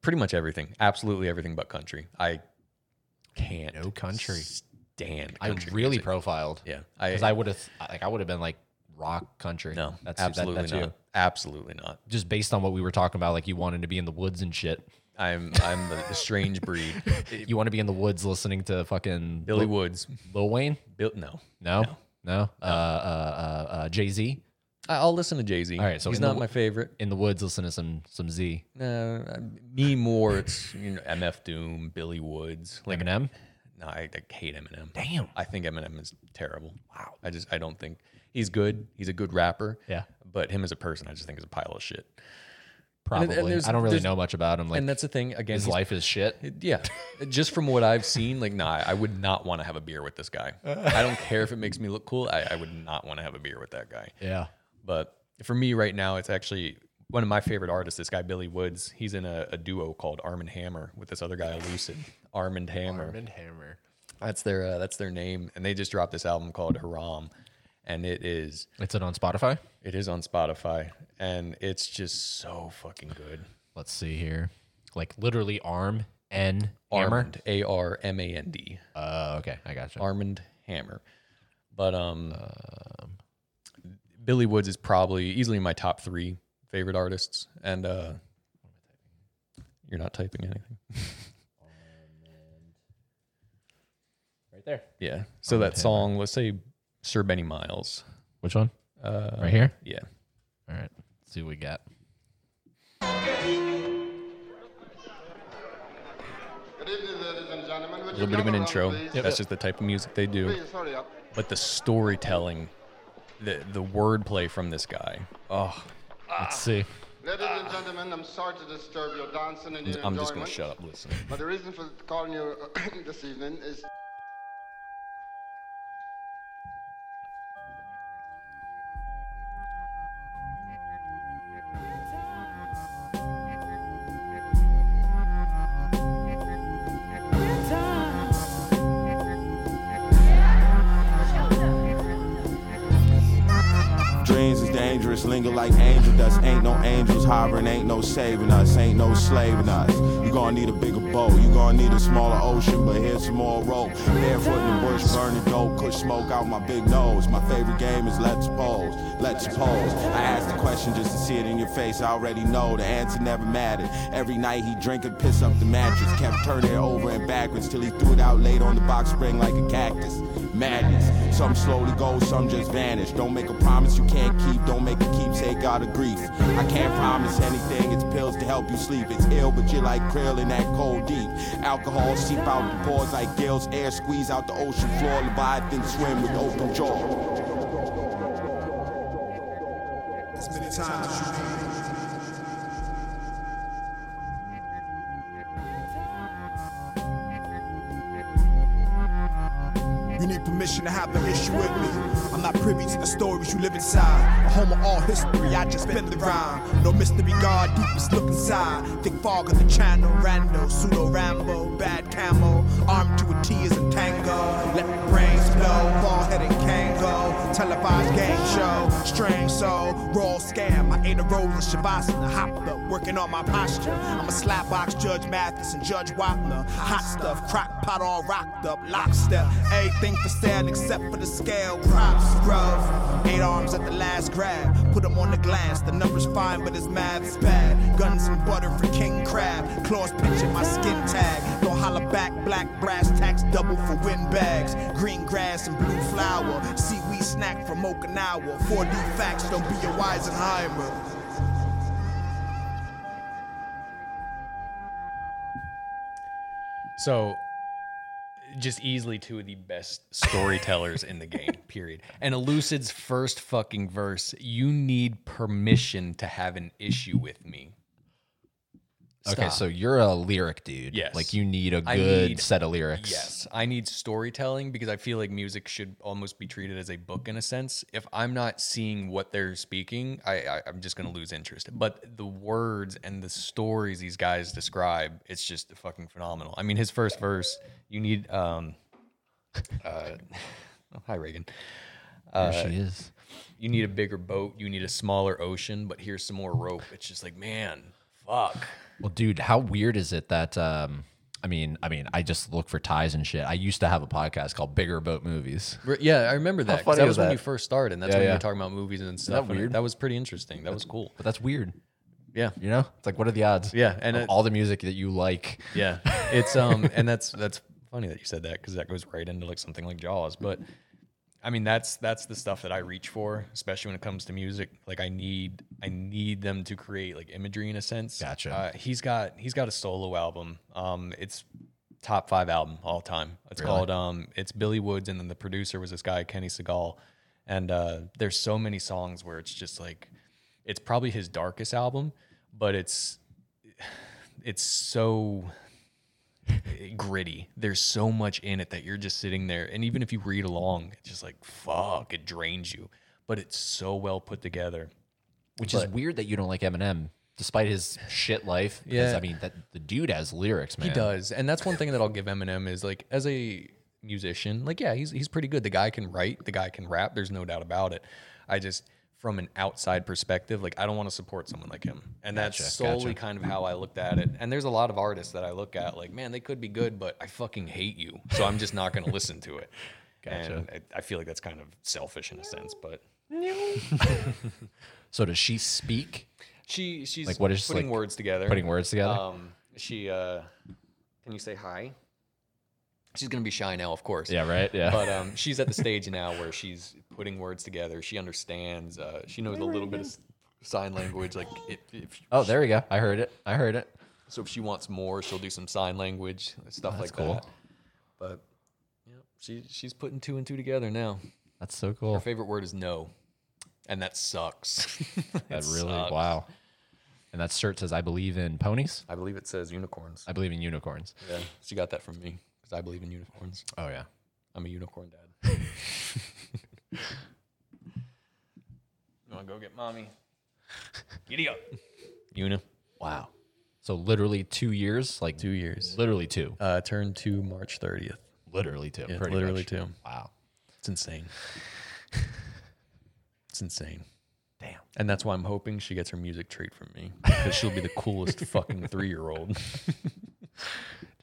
pretty much everything. Absolutely everything but country. I can't.
No country.
Stand.
I
country
really
music.
profiled.
Yeah.
because I would have like I would have been like rock country.
no.
that's that-
absolutely
that's
not.
you.
Absolutely not.
Just based on what we were talking about, like you wanted to be in the woods and shit.
I'm I'm the, the strange breed.
You want to be in the woods listening to fucking
Billy Woods.
Lil Wayne?
Bill, no.
No, no, Uh, uh, uh, uh, Jay Z
I- I'll listen to Jay Z. All
right, so
he's
in the
not
wo-
my favorite.
in the woods listening to some some Z.
No, I- me more. It's you know MF Doom, Billy Woods. Like
Eminem.
No, I, I hate Eminem.
Damn.
I think Eminem is terrible. Wow. I just I don't think he's good. He's a good rapper.
Yeah.
But him as a person, I just think is a pile of shit. and
Probably.
there's-
I don't really
there's-
know much about him. Like
and that's the thing again.
his
he's-
life is shit.
Yeah. just from what I've seen, like nah, I would not want to have a beer with this guy. I don't care if it makes me look cool. I, I would not want to have a beer with that guy.
Yeah.
But for me right now, it's actually one of my favorite artists. This guy Billy Woods. He's in a, a duo called Arm and Hammer with this other guy Lucid. Arm and Hammer.
Hammer.
That's their uh, that's their name, and they just dropped this album called Haram, and it is
It's it on Spotify.
it is on Spotify, and it's just so fucking good.
Let's see here. Like literally arm N hammer.
Armand, A R M A N D,
Uh, okay, I got you.
Armand Hammer. But um, Billy Woods is probably easily my top three favorite artists, and uh, you're not typing anything.
Right there.
Yeah. So that song, let's say Sir Benny Miles.
Which one? Uh, right here.
Yeah.
All right. Let's see what we got.
Good evening, ladies and gentlemen.
A little bit of an intro. That's just the type of music they do.
Sorry, up.
But the storytelling, the the wordplay from this guy. Oh,
Let's see.
Ladies and gentlemen, I'm sorry to disturb your dancing and your
I'm
enjoyment.
just gonna shut up. Listen.
But the reason for calling you this evening is
Dreams is dangerous, linger like angel dust. Ain't no angels hovering, ain't no saving us, ain't no slaving us. You gonna need a bigger boat, you gonna need a smaller ocean, but here's some more rope. Barefoot in the bush, burning dope, push smoke out my big nose. My favorite game is let's pose, let's pose. I asked the question just to see it in your face. I already know the answer never mattered. Every night he drink and piss up the mattress, kept turning it over and backwards till he threw it out late on the box spring like a cactus. Madness. Some slowly go, some just vanish. Don't make a promise you can't keep. Don't make a keepsake out of grief. I can't promise anything. It's pills to help you sleep. It's ill, but you're like krill in that cold deep. Alcohol seep out the pores like gills. Air squeeze out the ocean floor. Leviathan swim with open jaw.
You need permission to have an issue with me. I'm not privy to the stories you live inside. A home of all history, I just spit the rhyme. No mystery guard, deepest look inside. Thick fog of the channel, Rando, pseudo Rambo, bad camo. Armed to a T is a tango. Let the brains blow, ball headed Kango. Televised game show, strange soul, raw scam. I ain't a roller, Shavasana, hop up, working on my posture. I'm a slapbox judge, Matheson, Judge Wapner. Hot stuff, crock pot all rocked up, lockstep. Everything for sale except for the scale. Props, bruv. Eight arms at the last grab. Put 'em on the glass. The number's fine, but his math's bad. Guns and butter for King Crab. Claws pinching my skin tag. Don't holler back, black brass tax double for windbags. Green grass and blue flower. Seaweed snack from Okinawa. 4D facts, don't be a Weisenheimer.
So, just easily two of the best storytellers in the game, period. And Elucid's first fucking verse, you need permission to have an issue with me.
Okay, so you're a lyric dude.
Yes.
Like you need a
I
good
need-
set of lyrics.
Yes, I need storytelling because I feel like music should almost be treated as a book in a sense. If I'm not seeing what they're speaking, I, I I'm just gonna lose interest. But the words and the stories these guys describe, it's just fucking phenomenal. I mean, his first verse, you need um, uh, oh, hi Reagan.
There she is.
You need a bigger boat. You need a smaller ocean. But here's some more rope. It's just like, man, fuck.
Well, dude, how weird is it that um I mean, I mean, I just look for ties and shit. I used to have a podcast called Bigger Boat Movies.
Re- Yeah, I remember that. 'cause
funny
That
was
was when
that?
you first started, and that's
Yeah,
when you
yeah.
were talking about movies and stuff. and
weird?
That was pretty interesting. That was cool.
But that's weird.
Yeah.
You know? It's like what are the odds?
Yeah, and
of
it-
all the music that you like.
Yeah, it's um, and that's that's funny that you said that because that goes right into like something like Jaws. But I mean, that's that's the stuff that I reach for, especially when it comes to music. Like I need I need them to create like imagery in a sense.
Gotcha.
Uh, he's got he's got a solo album. Um, it's top five album all time. It's called um, it's Billy Woods, and then the producer was this guy Kenny Segal. And uh, there's so many songs where it's just like, it's probably his darkest album, but it's it's so gritty. There's so much in it that you're just sitting there, and even if you read along, it's just like fuck, it drains you. But it's so well put together.
Which is weird that you don't like Eminem, despite his shit life. Because
Yeah.
I mean that the dude has lyrics, man.
He does, and that's one thing that I'll give Eminem is like as a musician, like yeah, he's he's pretty good. The guy can write, the guy can rap. There's no doubt about it. I just from an outside perspective, like I don't want to support someone like him, and that's solely kind of how I looked at it. And there's a lot of artists that I look at, like man, they could be good, but I fucking hate you, so I'm just not going to listen to it. And I, I feel like that's kind of selfish in a sense, but
So does she speak?
she she's
Like, what is,
putting
like,
words together,
Putting words together?
Um, she uh, can you say hi? She's gonna be shy now, of course.
Yeah, right? Yeah.
But um, she's at the stage now where she's putting words together. She understands. Uh, she knows a little bit of s- sign language. Like, if, if
oh, there we go. I heard it. I heard it.
so, if she wants more, she'll do some sign language stuff like
cool.
that. But yeah, she she's putting two and two together now.
That's so cool.
Her favorite word is no, and that sucks.
That really wow. And that shirt says, "I believe in ponies.
I believe it says unicorns.
I believe in unicorns."
Yeah, she got that from me because I believe in unicorns.
Oh yeah.
I'm a unicorn dad. you want to go get mommy? Giddy up. Una.
Wow. So literally two years, like
Two years.
literally two,
Uh, turn to March 30th.
literally two,
Yeah,
pretty
literally
much.
two.
Wow.
It's insane. it's insane. Damn. And that's why I'm hoping she gets her music treat from me because she'll be the coolest fucking three year old.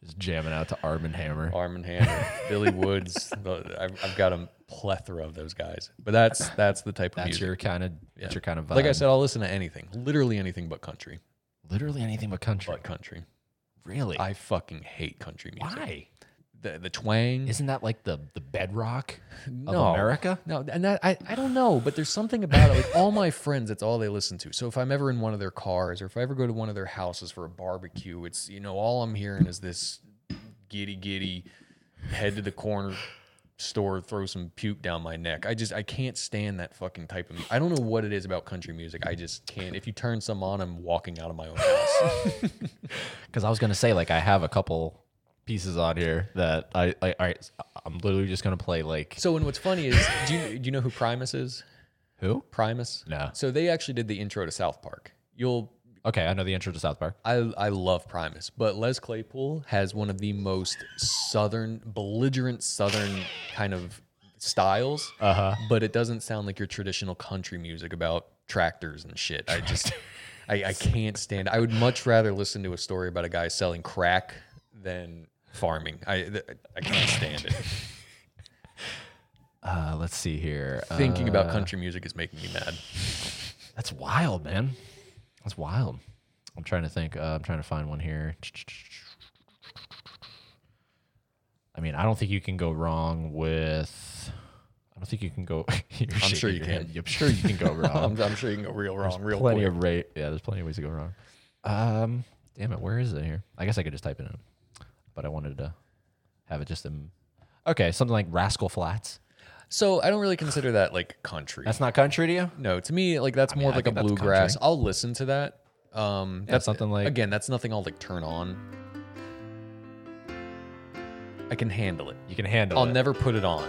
Just jamming out to Arm and Hammer.
Arm and Hammer, Billy Woods. the- I've, I've got a plethora of those guys, but that's that's the type of
That's
music.
your kind of. That's your kind of vibe.
Like I said, I'll listen to anything, literally anything but country.
literally anything but country.
But country,
really?
I fucking hate country music.
Why?
The the twang.
Isn't that like the the bedrock of
no,
America?
No, and that I, I don't know, but there's something about it. Like all my friends, that's all they listen to. So if I'm ever in one of their cars, or if I ever go to one of their houses for a barbecue, it's you know all I'm hearing is this giddy giddy, head to the corner store, throw some puke down my neck. I just I can't stand that fucking type of. I don't know what it is about country music. I just can't. If you turn some on, I'm walking out of my own house.
Because I was gonna say like I have a couple pieces on here that I I, I I'm literally just gonna play like
so and what's funny is, do you do you know who Primus is?
who?
Primus.
No.
So they actually did the intro to South Park. You'll
Okay, I know the intro to South Park.
I, I love Primus, but Les Claypool has one of the most southern, belligerent southern kind of styles. Uh-huh. But it doesn't sound like your traditional country music about tractors and shit. I just, I, I can't stand. I would much rather listen to a story about a guy selling crack than farming. I, th- I can't stand it.
Uh, let's see here. Uh,
Thinking about country music is making me mad.
That's wild, man. That's wild. I'm trying to think. Uh, I'm trying to find one here. I mean, I don't think you can go wrong with. I don't think you can go. I'm
sure you can.
I'm sure you can go wrong.
I'm, I'm sure you can go real wrong, real
plenty
quick.
of rate. Yeah, there's plenty of ways to go wrong. Um, damn it, where is it here? I guess I could just type it in, but I wanted to have it just in. Okay, something like Rascal Flats.
so I don't really consider that like country.
That's not country to you.
No, to me, like that's more of
I
like a
think that's
bluegrass.
country.
I'll listen to that. Um,
that's something like-
again, that's nothing I'll like turn on. I can handle it.
You can handle
I'll
it.
never put it on,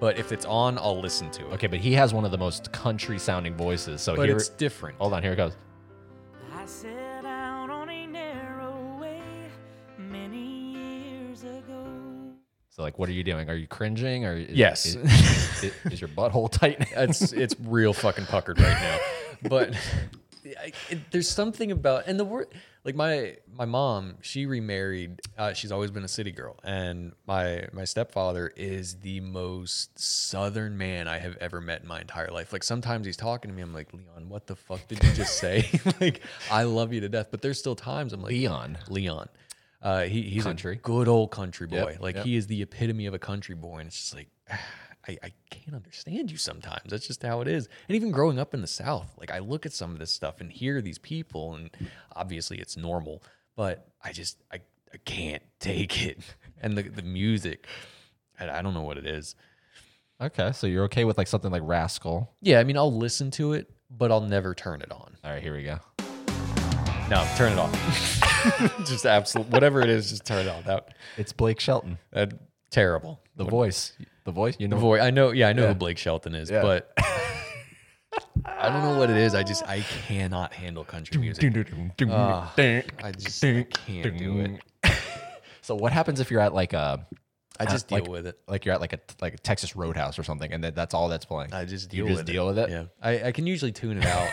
but if it's on, I'll listen to it.
Okay, but he has one of the most country sounding voices. So
but
here,
it's different.
hold on, here it goes.
I set out on a narrow way many years ago.
So like, what are you doing? Are you cringing or is,
Yes.
Is, is- is your butthole tight?
it's it's real fucking puckered right now. But I, it, there's something about and the word like my my mom she remarried. Uh, she's always been a city girl, and my my stepfather is the most southern man I have ever met in my entire life. Like sometimes he's talking to me, I'm like Leon, what the fuck did you just say? like I love you to death, but there's still times I'm like
Leon.
Leon. Uh, he, he's
Country.
a good old country boy.
Yep,
like
yep.
he is the epitome of a country boy, and it's just like I, I can't understand you sometimes. That's just how it is. And even growing up in the South, like I look at some of this stuff and hear these people, and obviously it's normal, but I just I, I can't take it. And the the music, I, I don't know what it is.
Okay, so you're okay with like something like Rascal.
Yeah, I mean I'll listen to it, but I'll never turn it on.
All right, here we go.
No, turn it off. just absolute whatever it is, just turn it off. That,
It's Blake Shelton,
that terrible.
the voice, the voice. You know,
The voice. I know. Yeah, I know who Blake Shelton is,
Yeah.
but I don't know what it is. I just I cannot handle country music.
Uh,
Ah, I just I can't do it.
So what happens if you're at like a
I just deal
like-
with it.
like you're at like a like a Texas Roadhouse or something, and that, that's all that's playing?
I just
you
deal
just
with
deal
it.
with it.
Yeah, I, I can usually tune it out,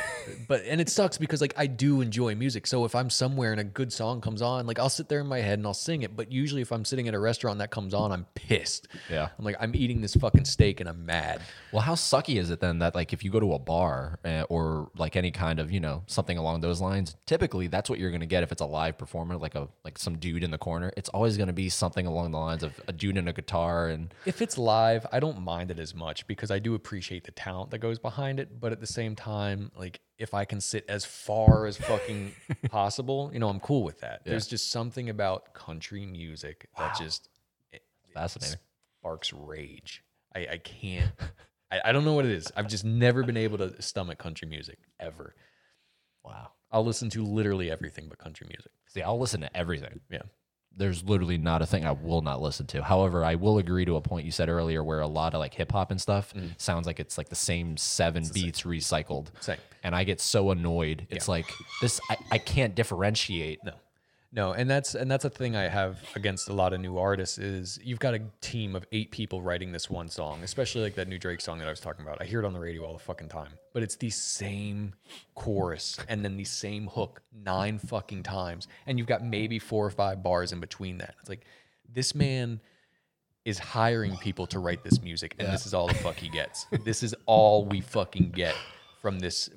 but and it sucks because like I do enjoy music. So if I'm somewhere and a good song comes on, like I'll sit there in my head and I'll sing it. But usually if I'm sitting at a restaurant and that comes on, I'm pissed.
Yeah.
I'm like I'm eating this fucking steak and I'm mad.
Well, how sucky is it then that like if you go to a bar uh, or like any kind of you know something along those lines, typically that's what you're gonna get if it's a live performer, like a like some dude in the corner. It's always gonna be something along the lines of a dude dude and a guitar and
if it's live, I don't mind it as much because I do appreciate the talent that goes behind it. But at the same time, like if I can sit as far as fucking possible, you know, I'm cool with that. There's just something about country music that just it
fascinating.
sparks rage. I, I can't. I, I don't know what it is. I've just never been able to stomach country music ever.
Wow.
I'll listen to literally everything but country music.
See, I'll listen to everything.
Yeah.
There's literally not a thing I will not listen to. However, I will agree to a point you said earlier where a lot of like hip hop and stuff sounds like it's like the same seven beats recycled.
Same.
And I get so annoyed. It's like this I, I can't differentiate.
No. No, and that's and that's a thing I have against a lot of new artists is you've got a team of eight people writing this one song, especially like that new Drake song that I was talking about. I hear it on the radio all the fucking time, but it's the same chorus and then the same hook nine fucking times, and you've got maybe four or five bars in between that. It's like this man is hiring people to write this music, and this is all the fuck he gets. this is all we fucking get from this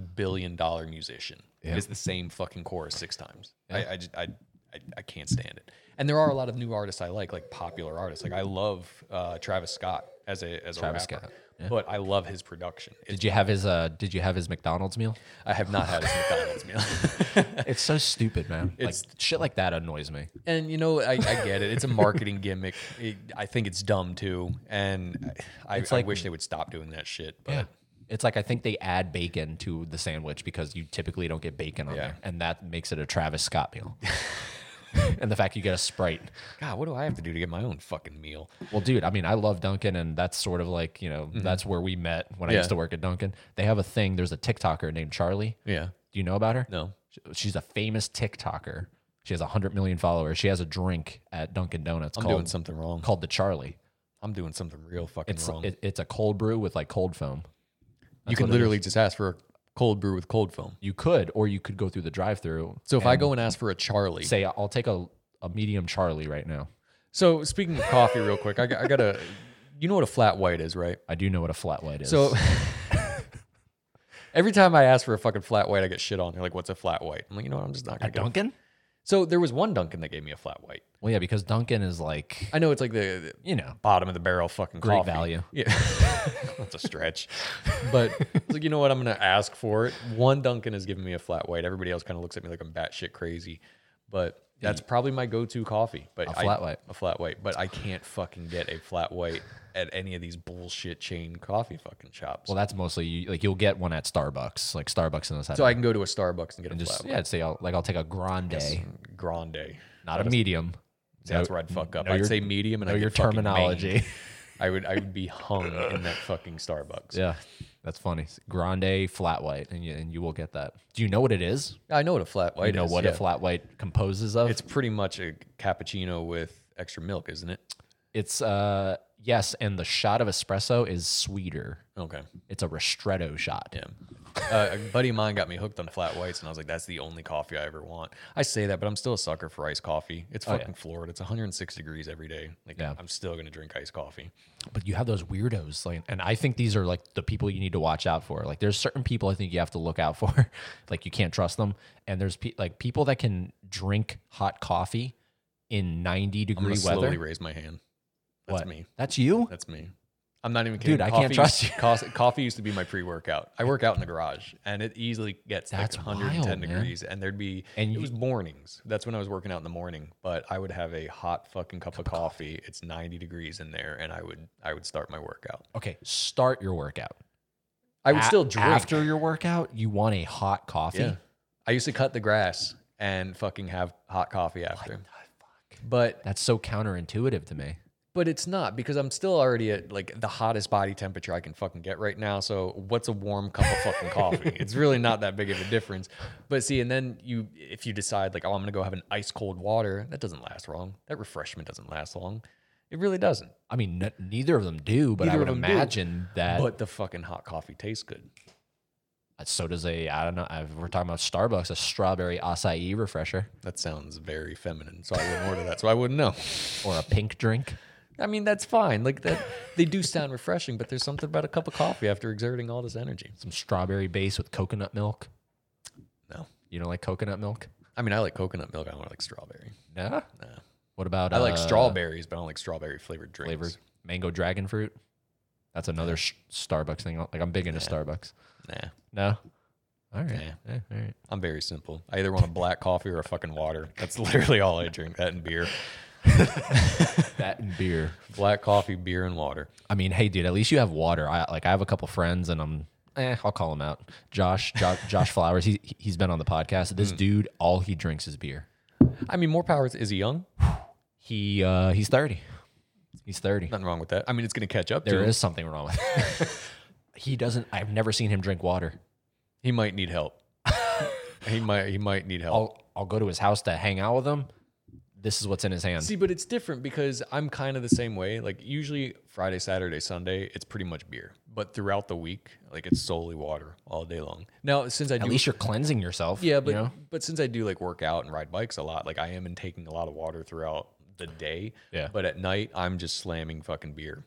multi-billion-dollar musician. It's the same fucking chorus six times. I, I, just, I, I, I can't stand it. And there are a lot of new artists I like, like popular artists. Like I love uh, Travis Scott as a as a
Travis
rapper,
Scott,
but I love his production. It's,
Did you have his uh did you have his McDonald's meal?
I have not had his McDonald's meal.
It's so stupid, man. Like
It's-
shit like that annoys me.
and you know I, I get it it's a marketing gimmick it, i think it's dumb too and i, I
like-
wish they would stop doing that shit but
Yeah. It's like I think they add bacon to the sandwich because you typically don't get bacon on
Yeah.
there, and that makes it a Travis Scott meal. and the fact you get a Sprite.
god what do i have to do to get my own fucking meal
Well, dude, I mean, I love Dunkin', and that's sort of like you know that's where we met when I
Mm-hmm. Yeah.
used to work at Dunkin'. They have a thing. There's a TikToker named Charlie.
yeah
Do you know about her?
no
Sh- She's a famous TikToker. She has 100 million followers. She has a drink at Dunkin' Donuts
i'm
called
doing something wrong
called the Charlie.
i'm doing something real fucking
It's
wrong
it, it's a cold brew with like cold foam.
you can literally just ask for a cold brew with cold foam
You could, or you could go through the drive-through.
so if i go and ask for a charlie
say I'll take a, a medium Charlie right now.
so speaking of coffee real quick i, got- I gotta you know what a flat white is right
I do know what a flat white is.
So every time I ask for a fucking flat white, I get shit on. They're like, "What's a flat white?" I'm like, you know what? I'm just not gonna get a- So there was one Dunkin' that gave me a flat white.
Well, yeah, because Duncan is like
I know it's like the,
you know
the bottom of the barrel fucking
Great
coffee.
value.
Yeah, that's a stretch. But it's like you know what? I'm gonna ask for it. One Dunkin' has given me a flat white. Everybody else kind of looks at me like I'm batshit crazy. But that's probably my go-to coffee. But
A flat white.
a flat white. But I can't fucking get a flat white at any of these bullshit chain coffee fucking shops.
well, that's mostly you, like you'll get one at Starbucks, like Starbucks and this.
so I can go to a Starbucks and get a
just
flat
yeah, I'd say I'll like I'll take a grande,
white. grande.
not a medium.
See, that's where I'd fuck up.
know
I'd
your-
say medium, and
know
I'd
your
get fucking
terminology.
maimed. I would I would be hung in that fucking Starbucks.
Yeah, that's funny. Grande flat white, and you and you will get that. Do you know what it is?
I know what a flat white.
You know
is,
what
yeah.
a flat white composes of?
It's pretty much a cappuccino with extra milk, isn't it?
it's uh yes, and the shot of espresso is sweeter.
Okay.
It's a ristretto shot.
Yeah. Uh, a buddy of mine got me hooked on flat whites, and I was like, "That's the only coffee I ever want." I say that, but I'm still a sucker for iced coffee. It's fucking Florida. It's 106 degrees every day. Like,
Oh, Yeah.
I'm still gonna drink iced coffee.
but you have those weirdos like and i think these are like the people you need to watch out for like there's certain people i think you have to look out for like you can't trust them and there's pe- like people that can drink hot coffee in 90
I'm gonna
degree
slowly
weather
raise my hand. That's
What?
me.
that's you
That's me. I'm not even kidding.
Dude, I can't trust you.
Coffee, coffee used to be my pre-workout. I work out in the garage, and it easily gets
That's
like 110
wild, man.
degrees. And there'd be,
And
and it
you-
was mornings. That's when I was working out in the morning. But I would have a hot fucking cup, of coffee. It's 90 degrees in there, and I would, I would start my workout.
okay start your workout
I would
A-
still drink
after your workout you want a hot coffee
Yeah. I used to cut the grass and fucking have hot coffee after. But
that's so counterintuitive to me
But it's not because I'm still already at like the hottest body temperature I can fucking get right now. So what's a warm cup of fucking coffee? It's really not that big of a difference. But see, and then you, if you decide like, oh, I'm gonna go have an ice cold water, that doesn't last long. That refreshment doesn't last long. It really doesn't.
i mean n- neither of them do but
Neither
i would
of them do.
imagine that uh,
But the fucking hot coffee tastes good.
so does a i don't know i we're talking about starbucks a strawberry acai refresher
That sounds very feminine, so I wouldn't order that. So I wouldn't know.
or a pink drink
I mean, that's fine. Like that, they do sound refreshing, but there's something about a cup of coffee after exerting all this energy.
some strawberry base with coconut milk.
No,
You don't like coconut milk?
I mean, I like coconut milk. I don't like strawberry.
No. What about
I like
uh,
strawberries, but I don't like strawberry flavored drinks.
flavored mango dragon fruit? That's another sh- Starbucks thing. Like I'm big into Starbucks.
Nah,
No. All right.
Yeah.
Yeah, all right.
I'm very simple. I either want a black coffee or a fucking water. That's literally all I drink. That and beer.
That and beer.
Black coffee, beer, and water.
I mean, hey, dude, at least you have water. I like I have a couple friends, and I'm eh, I'll call him out. Josh, Josh, Josh Flowers. He he's been on the podcast.
Hmm.
This dude, all he drinks is beer.
I mean, more power. Is he young?
He uh he's thirty. He's thirty.
Nothing wrong with that. I mean, it's going to catch up
There
to
is
him.
something wrong with. he doesn't. I've never seen him drink water.
He might need help. he might. He might need help.
I'll I'll go to his house to hang out with him. This is what's in his hand.
See, but it's different because I'm kind of the same way. Like usually Friday, Saturday, Sunday, it's pretty much beer. But throughout the week, like it's solely water all day long. Now, since I
At
do,
least you're cleansing yourself.
yeah, but
you know?
but since I do like work out and ride bikes a lot, like I am intaking a lot of water throughout the day.
Yeah.
But at night, I'm just slamming fucking beer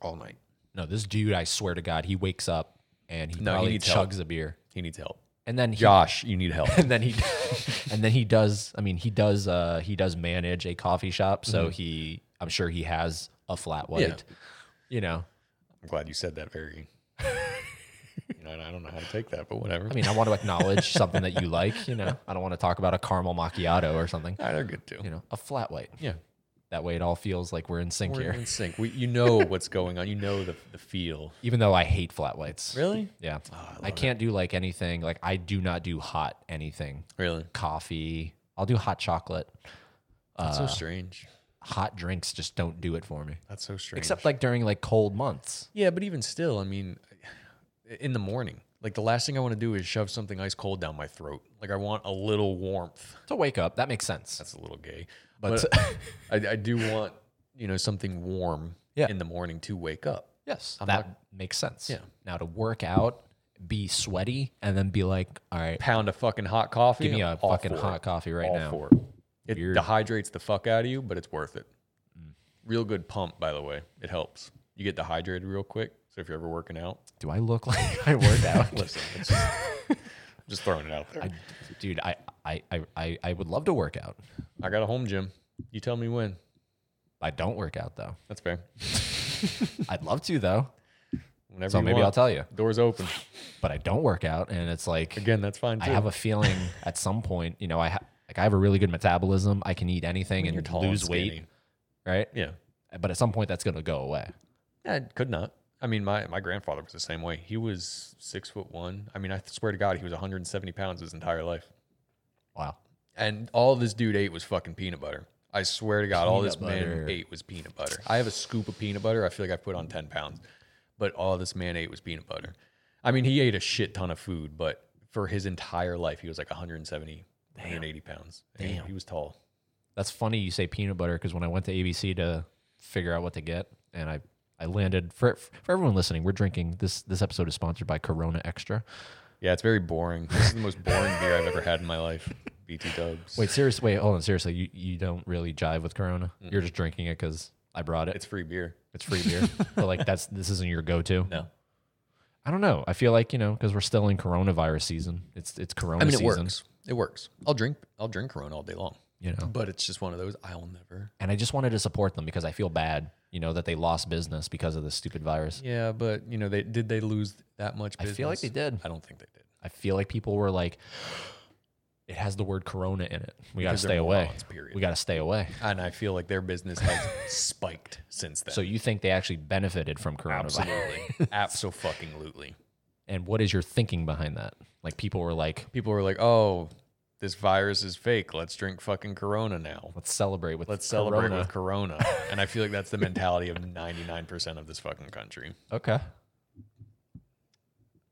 all night.
no, this dude, I swear to God, he wakes up and he
No, he
probably
needs
chugs
help.
a beer,
He needs help.
and then he,
Josh, you need help.
and then he and then he does i mean he does uh he does manage a coffee shop so
Mm-hmm.
he i'm sure he has a flat white you know
I'm glad you said that. Very. you know, and I don't know how to take that, but whatever.
i mean i want to acknowledge something that you like you know i don't want to talk about a caramel macchiato or something
Ah, they're good too.
you know a flat white
Yeah.
that way it all feels like we're in sync
We're
here
in sync. We, you know what's going on. You know the, the feel.
even though i hate flat whites
Really? Oh,
yeah i, can't do like anything like i do not do hot anything
Really?
coffee i'll do hot chocolate
That's
Uh,
so strange.
hot drinks just don't do it for me
That's so strange.
except like during like cold months
yeah, but even still, I mean, in the morning, like the last thing I want to do is shove something ice cold down my throat. Like I want a little warmth.
to wake up that makes sense
That's a little gay, but I, I do want you know something warm
Yeah.
in the morning to wake up.
Yes, that makes sense.
Yeah.
Now to work out, be sweaty, and then be like, all right,
Pound a fucking hot coffee.
give me
I'm
a
all
fucking
for
hot
it.
coffee right
all
now.
for it. It dehydrates the fuck out of you, but it's worth it.
Mm.
Real good pump, by the way. It helps. You get dehydrated real quick. So if you're ever working out,
Do I look like I work out?
listen, it's just, just throwing it out there.
I, dude, I, I, I, I, I would love to work out.
I got a home gym. You tell me when.
I don't work out though.
That's fair.
I'd love to though,
Whenever.
So
you
maybe
want.
I'll tell you.
Doors open.
but I don't work out, and it's like
Again, that's fine too.
I have a feeling at some point, you know, I ha- like I have a really good metabolism. I can eat anything
You're
and
tall and
lose weight,
skinny.
right?
Yeah.
But at some point, that's gonna go away.
Yeah, it could not. I mean, my, my grandfather was the same way. He was six foot one. I mean, I swear to God, he was 170 pounds his entire life.
Wow.
And all this dude ate was fucking peanut butter. I swear to God, all
Peanut
this
butter.
man ate was peanut butter. I have a scoop of peanut butter. I feel like I put on 10 pounds, but all this man ate was peanut butter. I mean, he ate a shit ton of food, but for his entire life, he was like 170, 180 pounds. And He was tall.
That's funny you say peanut butter because when I went to ABC to figure out what to get, and I I landed for for everyone listening, we're drinking this this episode is sponsored by Corona Extra.
Yeah, it's very boring. This is the most boring beer I've ever had in my life. BT Dubs.
Wait, seriously, wait, hold on, seriously, you you don't really jive with Corona. You're just drinking it because I brought it. It's,
it's free beer.
free beer, but like that's this isn't your go to.
No.
I don't know. I feel like you know because we're still in coronavirus season. It's it's Corona
I mean, it
season.
works. It works. I'll drink. I'll drink Corona all day long.
You know,
But it's just one of those I'll never.
and I just wanted to support them because I feel bad, you know, that they lost business because of this stupid virus.
Yeah, but you know, they did they lose that much?
I feel like they
business?
did.
I don't think they did.
I feel like people were like, it has the word corona in it. We got to
Because they're
stay away.
morons, period.
We got to stay away.
and I feel like their business has spiked since then.
So you think they actually benefited from coronavirus?
absolutely, absolutely.
And what is your thinking behind that? Like people were like,
People were like, "Oh, this virus is fake. Let's drink fucking Corona now.
let's celebrate with
Let's celebrate
corona.
with Corona." and I feel like that's the mentality of ninety nine percent of this fucking country.
okay.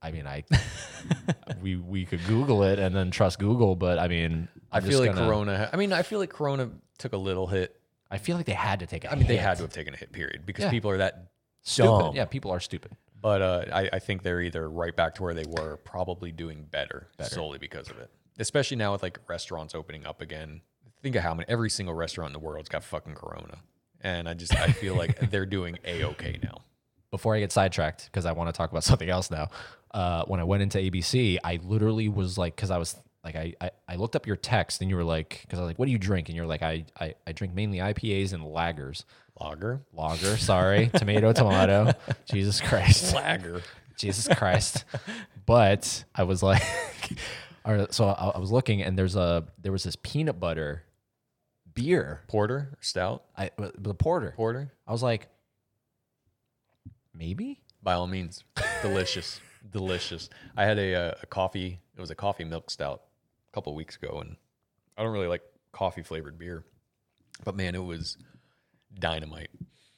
I mean, I we we could Google it and then trust Google, but I mean,
i
I'm
feel
just
like
gonna-
Corona. I mean, I feel like Corona took a little hit.
I feel like they had to take. I
I mean, they had to have taken a hit, period, because
Yeah.
people are that
stupid.
dumb.
Yeah, people are stupid.
But uh, I, I think they're either right back to where they were, probably doing better, solely because of it. Especially now with like restaurants opening up again. Think of how many every single restaurant in the world's got fucking Corona, and I just I feel like they're doing a okay now.
before I get sidetracked, because I want to talk about something else now. Uh, when I went into ABC, I literally was like, because I was like I, I I looked up your text and you were like, because I was like, what do you drink? And you're like, I I, I drink mainly IPAs and lagers.
Lager.
Lager, sorry, tomato, tomato. Jesus Christ,
Lager.
Jesus Christ. But I was like, all right, so I, I was looking and there's a there was this peanut butter beer.
Porter. or Stout.
I the porter.
Porter.
I was like, maybe.
By all means, delicious, delicious. I had a, uh, a coffee. It was a coffee milk stout a couple of weeks ago, and I don't really like coffee flavored beer, but man, it was dynamite,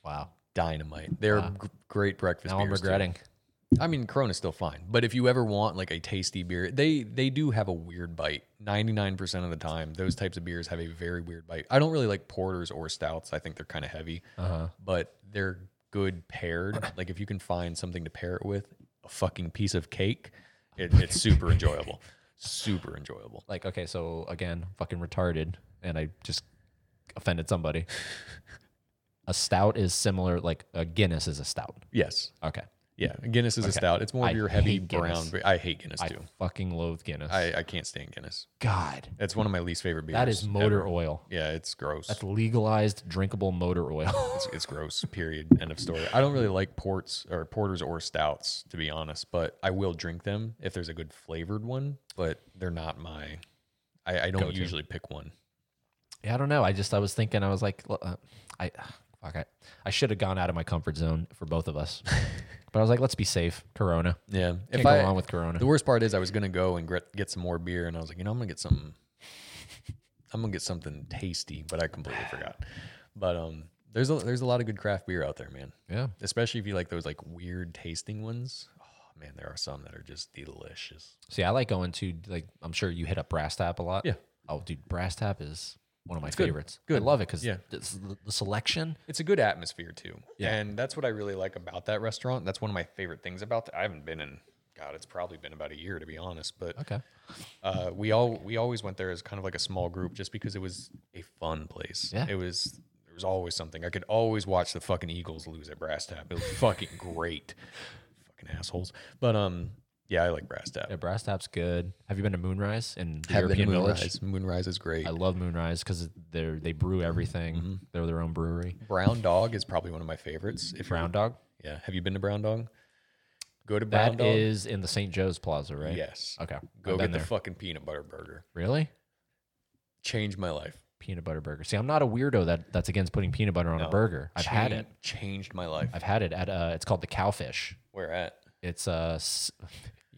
Wow.
dynamite. They're g- great breakfast.
Ah. Now I'm
beers, too.
regretting.
I mean, Corona's still fine, but if you ever want like a tasty beer, they they do have a weird bite. Ninety nine percent of the time, those types of beers have a very weird bite. I don't really like porters or stouts. I think they're kind of heavy,
Uh-huh.
but they're good paired. like if you can find something to pair it with, a fucking piece of cake, it, it's super enjoyable. Super enjoyable.
Like, okay, so again, fucking retarded, and I just offended somebody. a stout is similar, like a Guinness is a stout.
Yes.
Okay.
Yeah. Guinness is a stout. It's more
I
of your heavy
hate Guinness.
brown. beer. I hate Guinness
I
too.
fucking loathe Guinness.
I, I can't stand Guinness.
God,
It's one of my least favorite beers.
that is motor
ever.
oil.
Yeah, it's gross.
That's legalized drinkable motor oil.
it's, it's gross. Period. End of story. I don't really like ports or porters or stouts, to be honest. But I will drink them if there's a good flavored one. But they're not my. I, I don't usually pick one.
yeah, I don't know. I just I was thinking I was like, l- uh, I fuck, I, I should have gone out of my comfort zone for both of us, but I was like, let's be safe. Corona.
Yeah.
Can't
if
go
I,
wrong with Corona.
The worst part is I was gonna go and get get some more beer, and I was like, you know, I'm gonna get something. I'm gonna get something tasty, but I completely forgot. But um, there's a there's a lot of good craft beer out there, man.
Yeah.
Especially if you like those like weird tasting ones. Oh man, there are some that are just delicious.
See, I like going to like I'm sure you hit up Brass Tap a lot.
Yeah.
Oh, dude, Brass Tap is one of my
good.
favorites.
Good.
I love it because
Yeah.
the, the selection.
It's a good atmosphere too.
Yeah.
And that's what I really like about that restaurant. That's one of my favorite things about that. I haven't been in God, it's probably been about a year to be honest, but
Okay.
uh, we all we always went there as kind of like a small group just because it was a fun place.
Yeah.
It was there was always something. I could always watch the fucking Eagles lose at Brass Tap. It was fucking great. Fucking assholes. But um yeah, I like Brass Tap.
Yeah, Brass Tap's good. Have you been to Moonrise in the
Have been to
European
Moonrise.
Village?
Moonrise is great.
I love Moonrise because they they brew
Mm-hmm.
everything. They're their own brewery.
Brown Dog is probably one of my favorites. If you-
Brown Dog.
Yeah. Have you been to Brown Dog? Go to Brown
That is
Dog.
in the St. Joe's Plaza, right?
Yes.
Okay.
Go
I've
get
been
the
there.
fucking peanut butter burger.
really
Changed my life.
peanut butter burger. See, I'm not a weirdo that that's against putting peanut butter on a
No.
burger. I've had it.
Changed- Changed my life.
I've had it at uh, it's called the Cowfish.
Where at?
It's uh, s-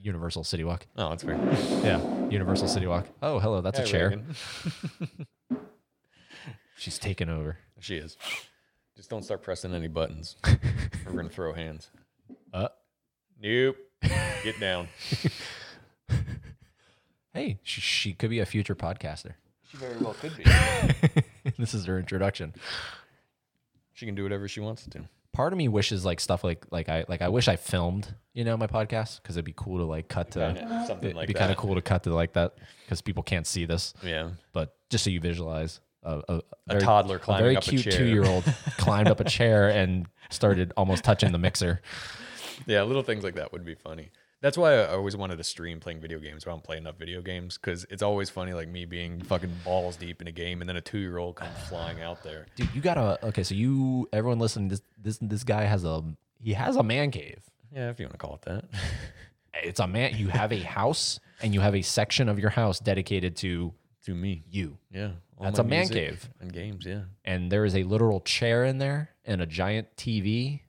Universal City Walk.
Oh, it's weird.
Yeah, Universal City Walk. Oh, hello, that's a
Hey,
chair.
Reagan.
She's taken over.
She is. Just don't start pressing any buttons. We're gonna throw hands.
Uh.
Nope. Get down.
Hey, she, she could be a future podcaster.
She very well could be.
this is her introduction.
She can do whatever she wants to.
Part of me wishes like stuff like like I like I wish I filmed you know my podcast because it'd be cool to like cut to
Kinda, something
it'd
like
be kind of
that.
cool to cut to like that because people can't see this
Yeah.
but just so you visualize a, a,
A toddler climbing
very
up a
cute
chair.
two-year-old climbed up a chair and started almost touching the mixer.
Yeah, little things like that would be funny. That's why I always wanted to stream playing video games. But I don't play enough video games because it's always funny, like me being fucking balls deep in a game, and then a two-year-old comes flying out there.
Dude, you gotta okay. So you, everyone listening, this this this guy has a he has a man cave.
Yeah, if you want to call it that.
It's a man. You have a house and you have a section of your house dedicated to
to me,
you.
yeah, all
That's
my
a man
music
cave.
and games. Yeah,
And there is a literal chair in there and a giant TV.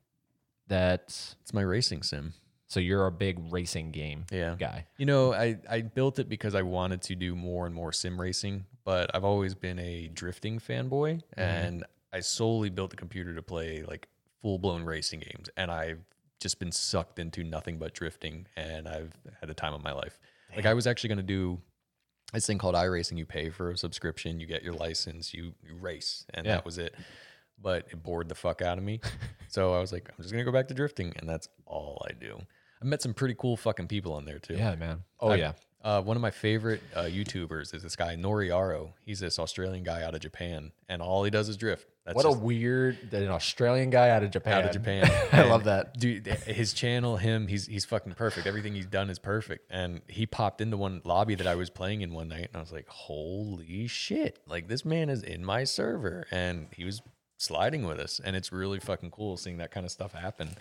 That
it's my racing sim.
so you're a big racing game
Yeah.
guy.
You know, I, I built it because I wanted to do more and more sim racing, but I've always been a drifting fanboy and I solely built the computer to play like full blown racing games. And I've just been sucked into nothing but drifting and I've had the time of my life. Like, I was actually going to do this thing called iRacing. You pay for a subscription, you get your license, you, you race, and that was it. But it bored the fuck out of me. so I was like, I'm just going to go back to drifting. And that's all I do. I met some pretty cool fucking people on there too.
Yeah, man. Oh
I-
yeah.
Uh, one of my favorite uh, YouTubers is this guy Noriaro. He's this Australian guy out of Japan, and all he does is drift. That's
What a
just-
weird that an Australian guy out of Japan.
out of Japan.
I
And
love that.
Dude, th- his channel, him, he's he's fucking perfect. Everything he's done is perfect. And he popped into one lobby that I was playing in one night and I was like, "Holy shit. Like this man is in my server." And he was sliding with us and it's really fucking cool seeing that kind of stuff happen.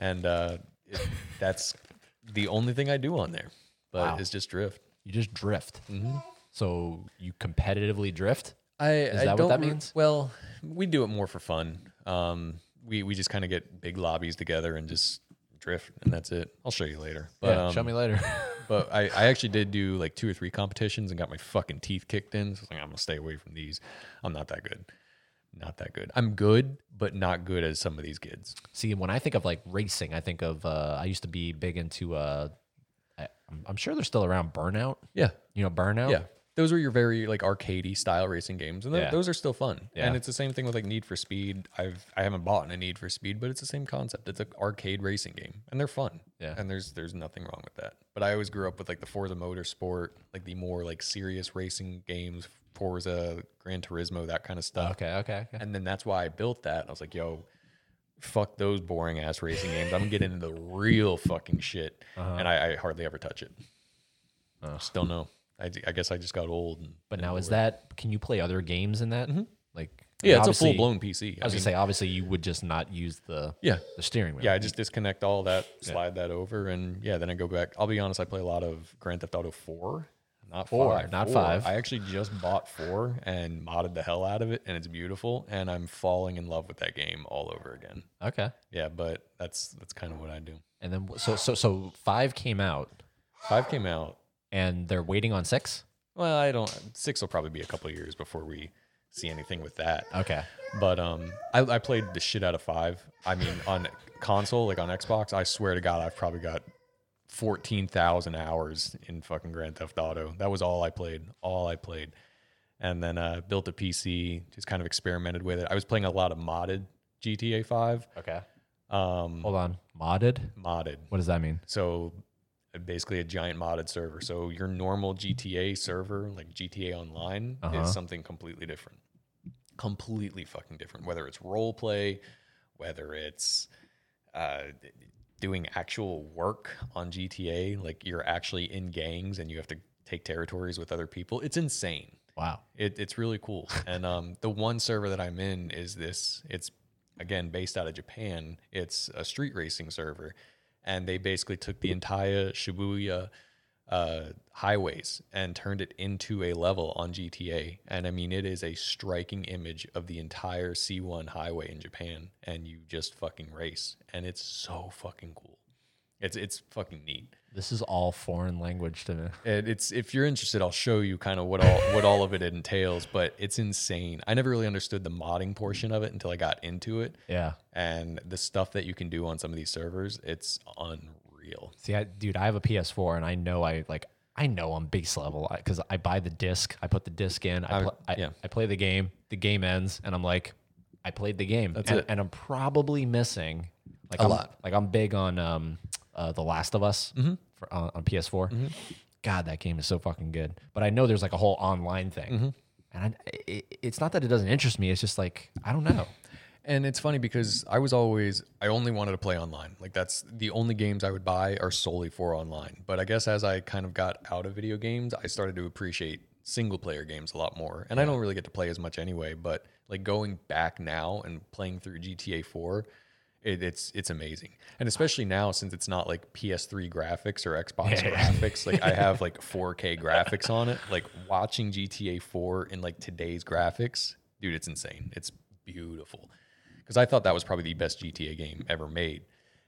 And uh it, that's the only thing I do on there. But it's just drift.
You just drift.
Mm-hmm.
So you competitively drift.
I,
Is that what that means?
Well, we do it more for fun. Um, we we just kind of get big lobbies together and just drift, and that's it. I'll show you later. But,
yeah,
um,
show me later.
but I, I actually did do like two or three competitions and got my fucking teeth kicked in. So I was like, I'm gonna stay away from these. I'm not that good. Not that good. I'm good, but not good as some of these kids.
See, when I think of like racing, I think of uh, I used to be big into. Uh, I, I'm- I'm sure they're still around. Burnout.
Yeah,
You know, burnout.
yeah. Those are your very like arcadey style racing games, and th-
Yeah.
those are still fun.
Yeah.
And it's the same thing with like Need for Speed. I've I haven't bought a Need for Speed, but it's the same concept. It's an arcade racing game, and they're fun.
Yeah.
And there's there's nothing wrong with that. But I always grew up with like the Forza Motorsport, like the more like serious racing games, Forza, Gran Turismo, that kind of stuff.
Okay. Okay. okay.
And then that's why I built that. I was like, yo, fuck those boring ass racing games. I'm getting into the real fucking shit.
Uh-huh.
And I, I hardly ever touch it. Still no. I, I guess I just got old. And,
But now is that? Can you play other games in that? Like
Mm-hmm. yeah, it's a
obviously-
full blown PC.
I was
mean,
gonna say, obviously, you would just not use the
Yeah.
the steering wheel.
Yeah, I just disconnect all that, slide that over, and yeah, then I go back. I'll be honest, I play a lot of Grand Theft Auto 4. Not
Four,
five,
not
Four.
five.
I actually just bought four and modded the hell out of it, and it's beautiful. And I'm falling in love with that game all over again.
Okay.
Yeah, but that's that's kind of what I do.
And then so so so five came out,
Five came out.
and they're waiting on six.
Well, I don't. Six will probably be a couple of years before we see anything with that.
Okay.
But um, I, I played the shit out of five. I mean, on console, like on Xbox, I swear to God, I've probably got fourteen thousand hours in fucking Grand Theft Auto. That was all I played. All I played. And then uh, built a PC, just kind of experimented with it. I was playing a lot of modded GTA Five,
Okay.
um,
Hold on. Modded.
modded.
What does that mean?
So uh, basically a giant modded server. So your normal GTA server, like GTA Online,
Uh-huh.
is something completely different. Completely fucking different. Whether it's role play, whether it's uh, doing actual work on GTA, like you're actually in gangs and you have to take territories with other people. It's insane.
Wow.
It, it's really cool. And um, the one server that I'm in is this. It's again based out of Japan. It's a street racing server, and they basically took the entire Shibuya uh, highways and turned it into a level on GTA. And I mean, it is a striking image of the entire C1 highway in Japan, and you just fucking race, and it's so fucking cool. It's it's fucking neat.
This is all foreign language to me.
And it's if you're interested, I'll show you kind of what all what all of it entails. But it's insane. I never really understood the modding portion of it until I got into it,
Yeah.
and the stuff that you can do on some of these servers, it's unreal.
See, I, dude, I have a PS4, and I know I like. I know I'm base level because I buy the disc. I put the disc in. I,
I-
pl- I,
yeah.
I play the game. The game ends, and I'm like, I played the game.
That's
and,
it.
and I'm probably missing like a
lot. Mm-hmm.
Like I'm big on um, uh, The Last of Us for, on on PS4. God, that game is so fucking good. But I know there's like a whole online thing,
Mm-hmm.
and I, it, it's not that it doesn't interest me. It's just like I don't know.
And it's funny because I was always I only wanted to play online. Like that's the only games I would buy are solely for online. But I guess as I kind of got out of video games, I started to appreciate single player games a lot more. And I don't really get to play as much anyway, but like going back now and playing through GTA 4, it, it's it's amazing. And especially now since it's not like PS3 graphics or Xbox graphics, like I have like 4K graphics on it. Like watching GTA 4 in like today's graphics, dude, it's insane. It's beautiful because I thought that was probably the best GTA game ever made.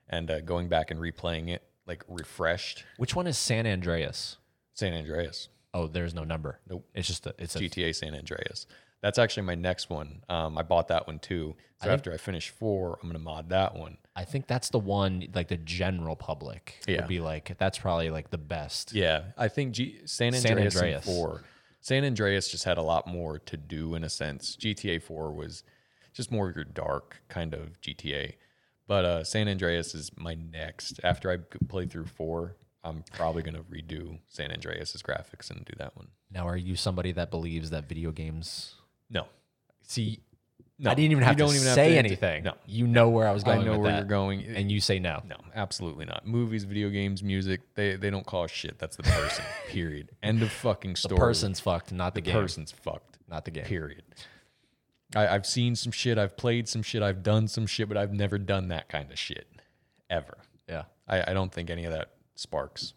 And uh, going back and replaying it, like refreshed
Which one is San Andreas?
San Andreas,
Oh, there's no number.
Nope.
It's just a, it's a
GTA San Andreas. That's actually my next one. Um, I bought that one too. So after I finish four, I'm gonna mod that one.
I think that's the one like the general public
Yeah.
would be like that's probably like the best.
Yeah, I think G- San
San
Andreas, and
Andreas.
four. San Andreas just had a lot more to do in a sense. GTA four was just more of your dark kind of GTA, but uh, San Andreas is my next. After I g- play through four, I'm probably gonna redo San Andreas's graphics and do that one.
Now, are you somebody that believes that video games?
No,
See,
no,
I didn't even
you
have to
don't have
say
to-
anything.
No,
you know where I was
I
going.
know
with
where
that.
you're going.
and you say no.
No, absolutely not. Movies, video games, music, they they don't call shit. That's the person. period. End of fucking
The
story.
person's fucked, not the,
The
game.
person's fucked.
Not the game.
Period. I, I've seen some shit, I've played some shit, I've done some shit, but I've never done that kind of shit. Ever.
Yeah.
I, I don't think any of that sparks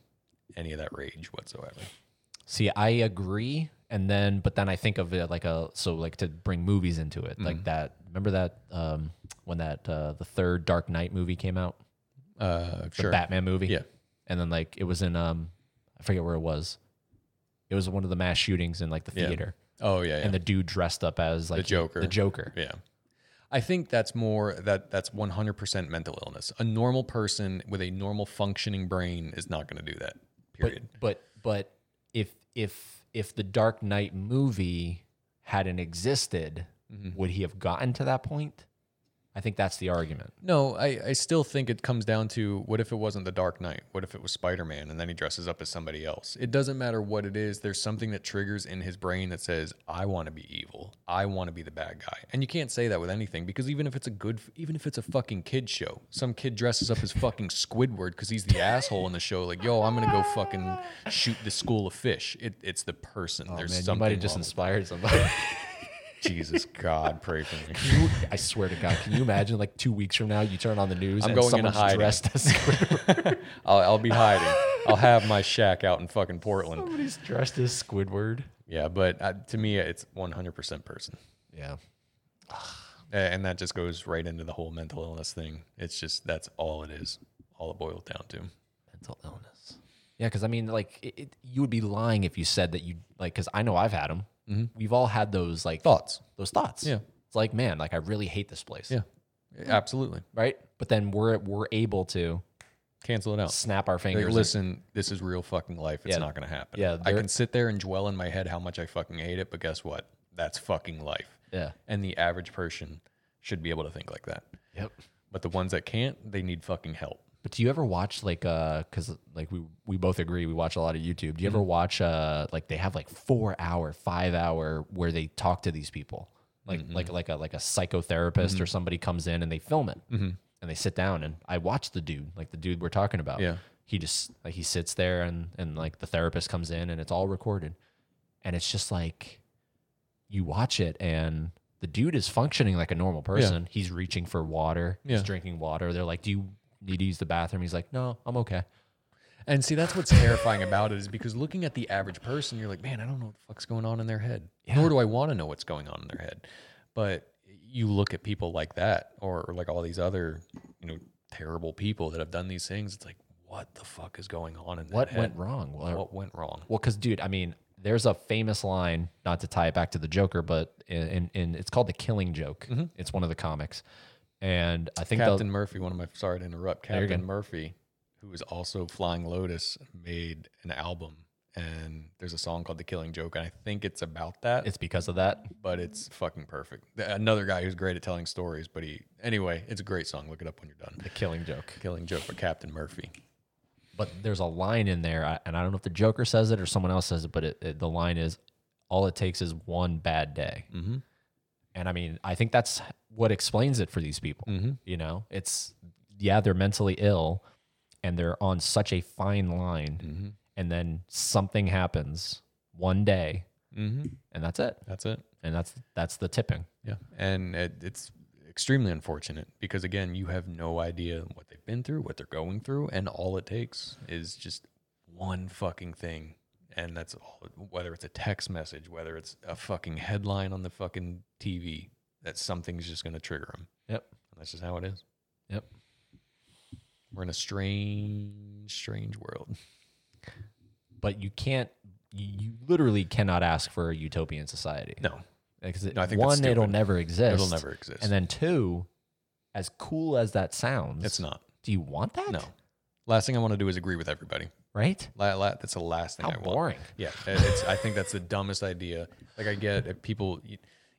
any of that rage whatsoever.
See, I agree, and then but then I think of it like a so like to bring movies into it
Mm-hmm.
like that. Remember that um, when that uh, the third Dark Knight movie came out,
Uh,
the
sure.
Batman movie,
Yeah.
and then like it was in um, I forget where it was. It was one of the mass shootings in like the
Yeah.
theater,
Oh yeah, yeah.
and the dude dressed up as like he-
Joker.
the Joker.
Yeah. I think that's more that that's 100% mental illness. A normal person with a normal functioning brain is not going to do that.
But
Period.
but but if if if the Dark Knight movie hadn't existed,
Mm-hmm.
would he have gotten to that point? I think that's the argument. Oh,
no, I, I still think it comes down to what if it wasn't the Dark Knight? What if it was Spider Man and then he dresses up as somebody else? It doesn't matter what it is. There's something that triggers in his brain that says, I want to be evil. I want to be the bad guy. And you can't say that with anything because even if it's a good, even if it's a fucking kid show, some kid dresses up as fucking Squidward because he's the asshole in the show. Like, yo, I'm going to go fucking shoot the school of fish. It, it's the person. There's
Man, you
something.
might have just
wrong.
inspired somebody.
Jesus God, pray for me.
You- I swear to God, can you imagine? Like two weeks from now, you turn on the news
I'm
and
going into
someone's
hiding.
dressed as Squidward.
I'll, I'll be hiding. I'll have my shack out in fucking Portland.
Somebody's dressed as Squidward.
Yeah, but uh, to me, it's 100% person.
Yeah,
A- And that just goes right into the whole mental illness thing. It's just that's all it is, all it boils down to.
mental illness. Yeah, because I mean, like, it, it, you would be lying if you said that you like. Because I know I've had them. We've all had those like
Mm-hmm. Thoughts.
Those thoughts.
Yeah.
It's like, man, like I really hate this place.
Yeah. Absolutely.
Right. But then we're we're able to
Cancel it out.
snap our
Oh. Like,
fingers. and-
listen, this is real fucking life. It's
Yeah.
not going to happen.
Yeah,
I
there-
can sit there and dwell in my head how much I fucking hate it, but guess what? That's fucking life.
Yeah.
And the average person should be able to think like that.
Yep.
But the ones that can't, they need fucking help.
But do you ever watch like uh cuz like we we both agree we watch a lot of YouTube. Do you ever watch uh like they have like 4 hour, 5 hour where they talk to these people? Like like like a like a psychotherapist or somebody comes in and they film it. And they sit down and I watch the dude, like the dude we're talking about.
Yeah.
He just like he sits there and and like the therapist comes in and it's all recorded. And it's just like you watch it and the dude is functioning like a normal person. He's reaching for water.
Yeah.
He's drinking water. They're like, "Do you need to use the bathroom?" He's like, "No, I'm okay."
And see, that's what's terrifying about it is because looking at the average person, you're like, man, I don't know what the fuck's going on in their head. Nor do I want to know what's going on in their head. But you look at people like that, or, or like all these other, you know, terrible people that have done these things. It's like, what the fuck is going on in that
What
head?
went wrong? Well,
What went wrong?
well, because dude, I mean, there's a famous line, not to tie it back to the Joker, but in in, in it's called the Killing Joke. It's one of the comics, and I think
Captain
the,
Murphy, one of my sorry to interrupt,
you're
Captain
good.
Murphy, who is also Flying Lotus, made an album, and there's a song called "The Killing Joke," and I think it's about that.
it's because of that.
but it's fucking perfect. Th- Another guy who's great at telling stories, but he anyway, it's a great song. Look it up when you're done.
The Killing Joke.
Killing Joke by Captain Murphy.
but there's a line in there, I- and I don't know if the Joker says it or someone else says it, but it, it- the line is, "All it takes is one bad day,"
Mhm.
and I mean, I think that's what explains it for these people.
Mm. Mm-hmm.
You know, it's yeah, they're mentally ill, and they're on such a fine line,
Mm-hmm.
and then something happens one day,
Mm-hmm.
and that's it,
That's it.
and that's that's the tipping.
Yeah, and it, it's extremely unfortunate because again, you have no idea what they've been through, what they're going through, and all it takes is just one fucking thing, and that's all. Whether it's a text message, whether it's a fucking headline on the fucking TV, that something's just gonna trigger them.
Yep.
And that's just how it is.
Yep.
We're in a strange, strange world.
But you can't, you, you literally cannot ask for a utopian society.
No,
Because it,
No, I think that's
one, it'll
stupid.
never exist.
it'll never exist.
And then two, as cool as that sounds,
it's not.
Do you want that?
No. Last thing I want to do is agree with everybody.
Right?
La, la, that's the last thing
How
I want.
boring.
Yeah, it- it's, I think that's the dumbest idea. Like I get if people e-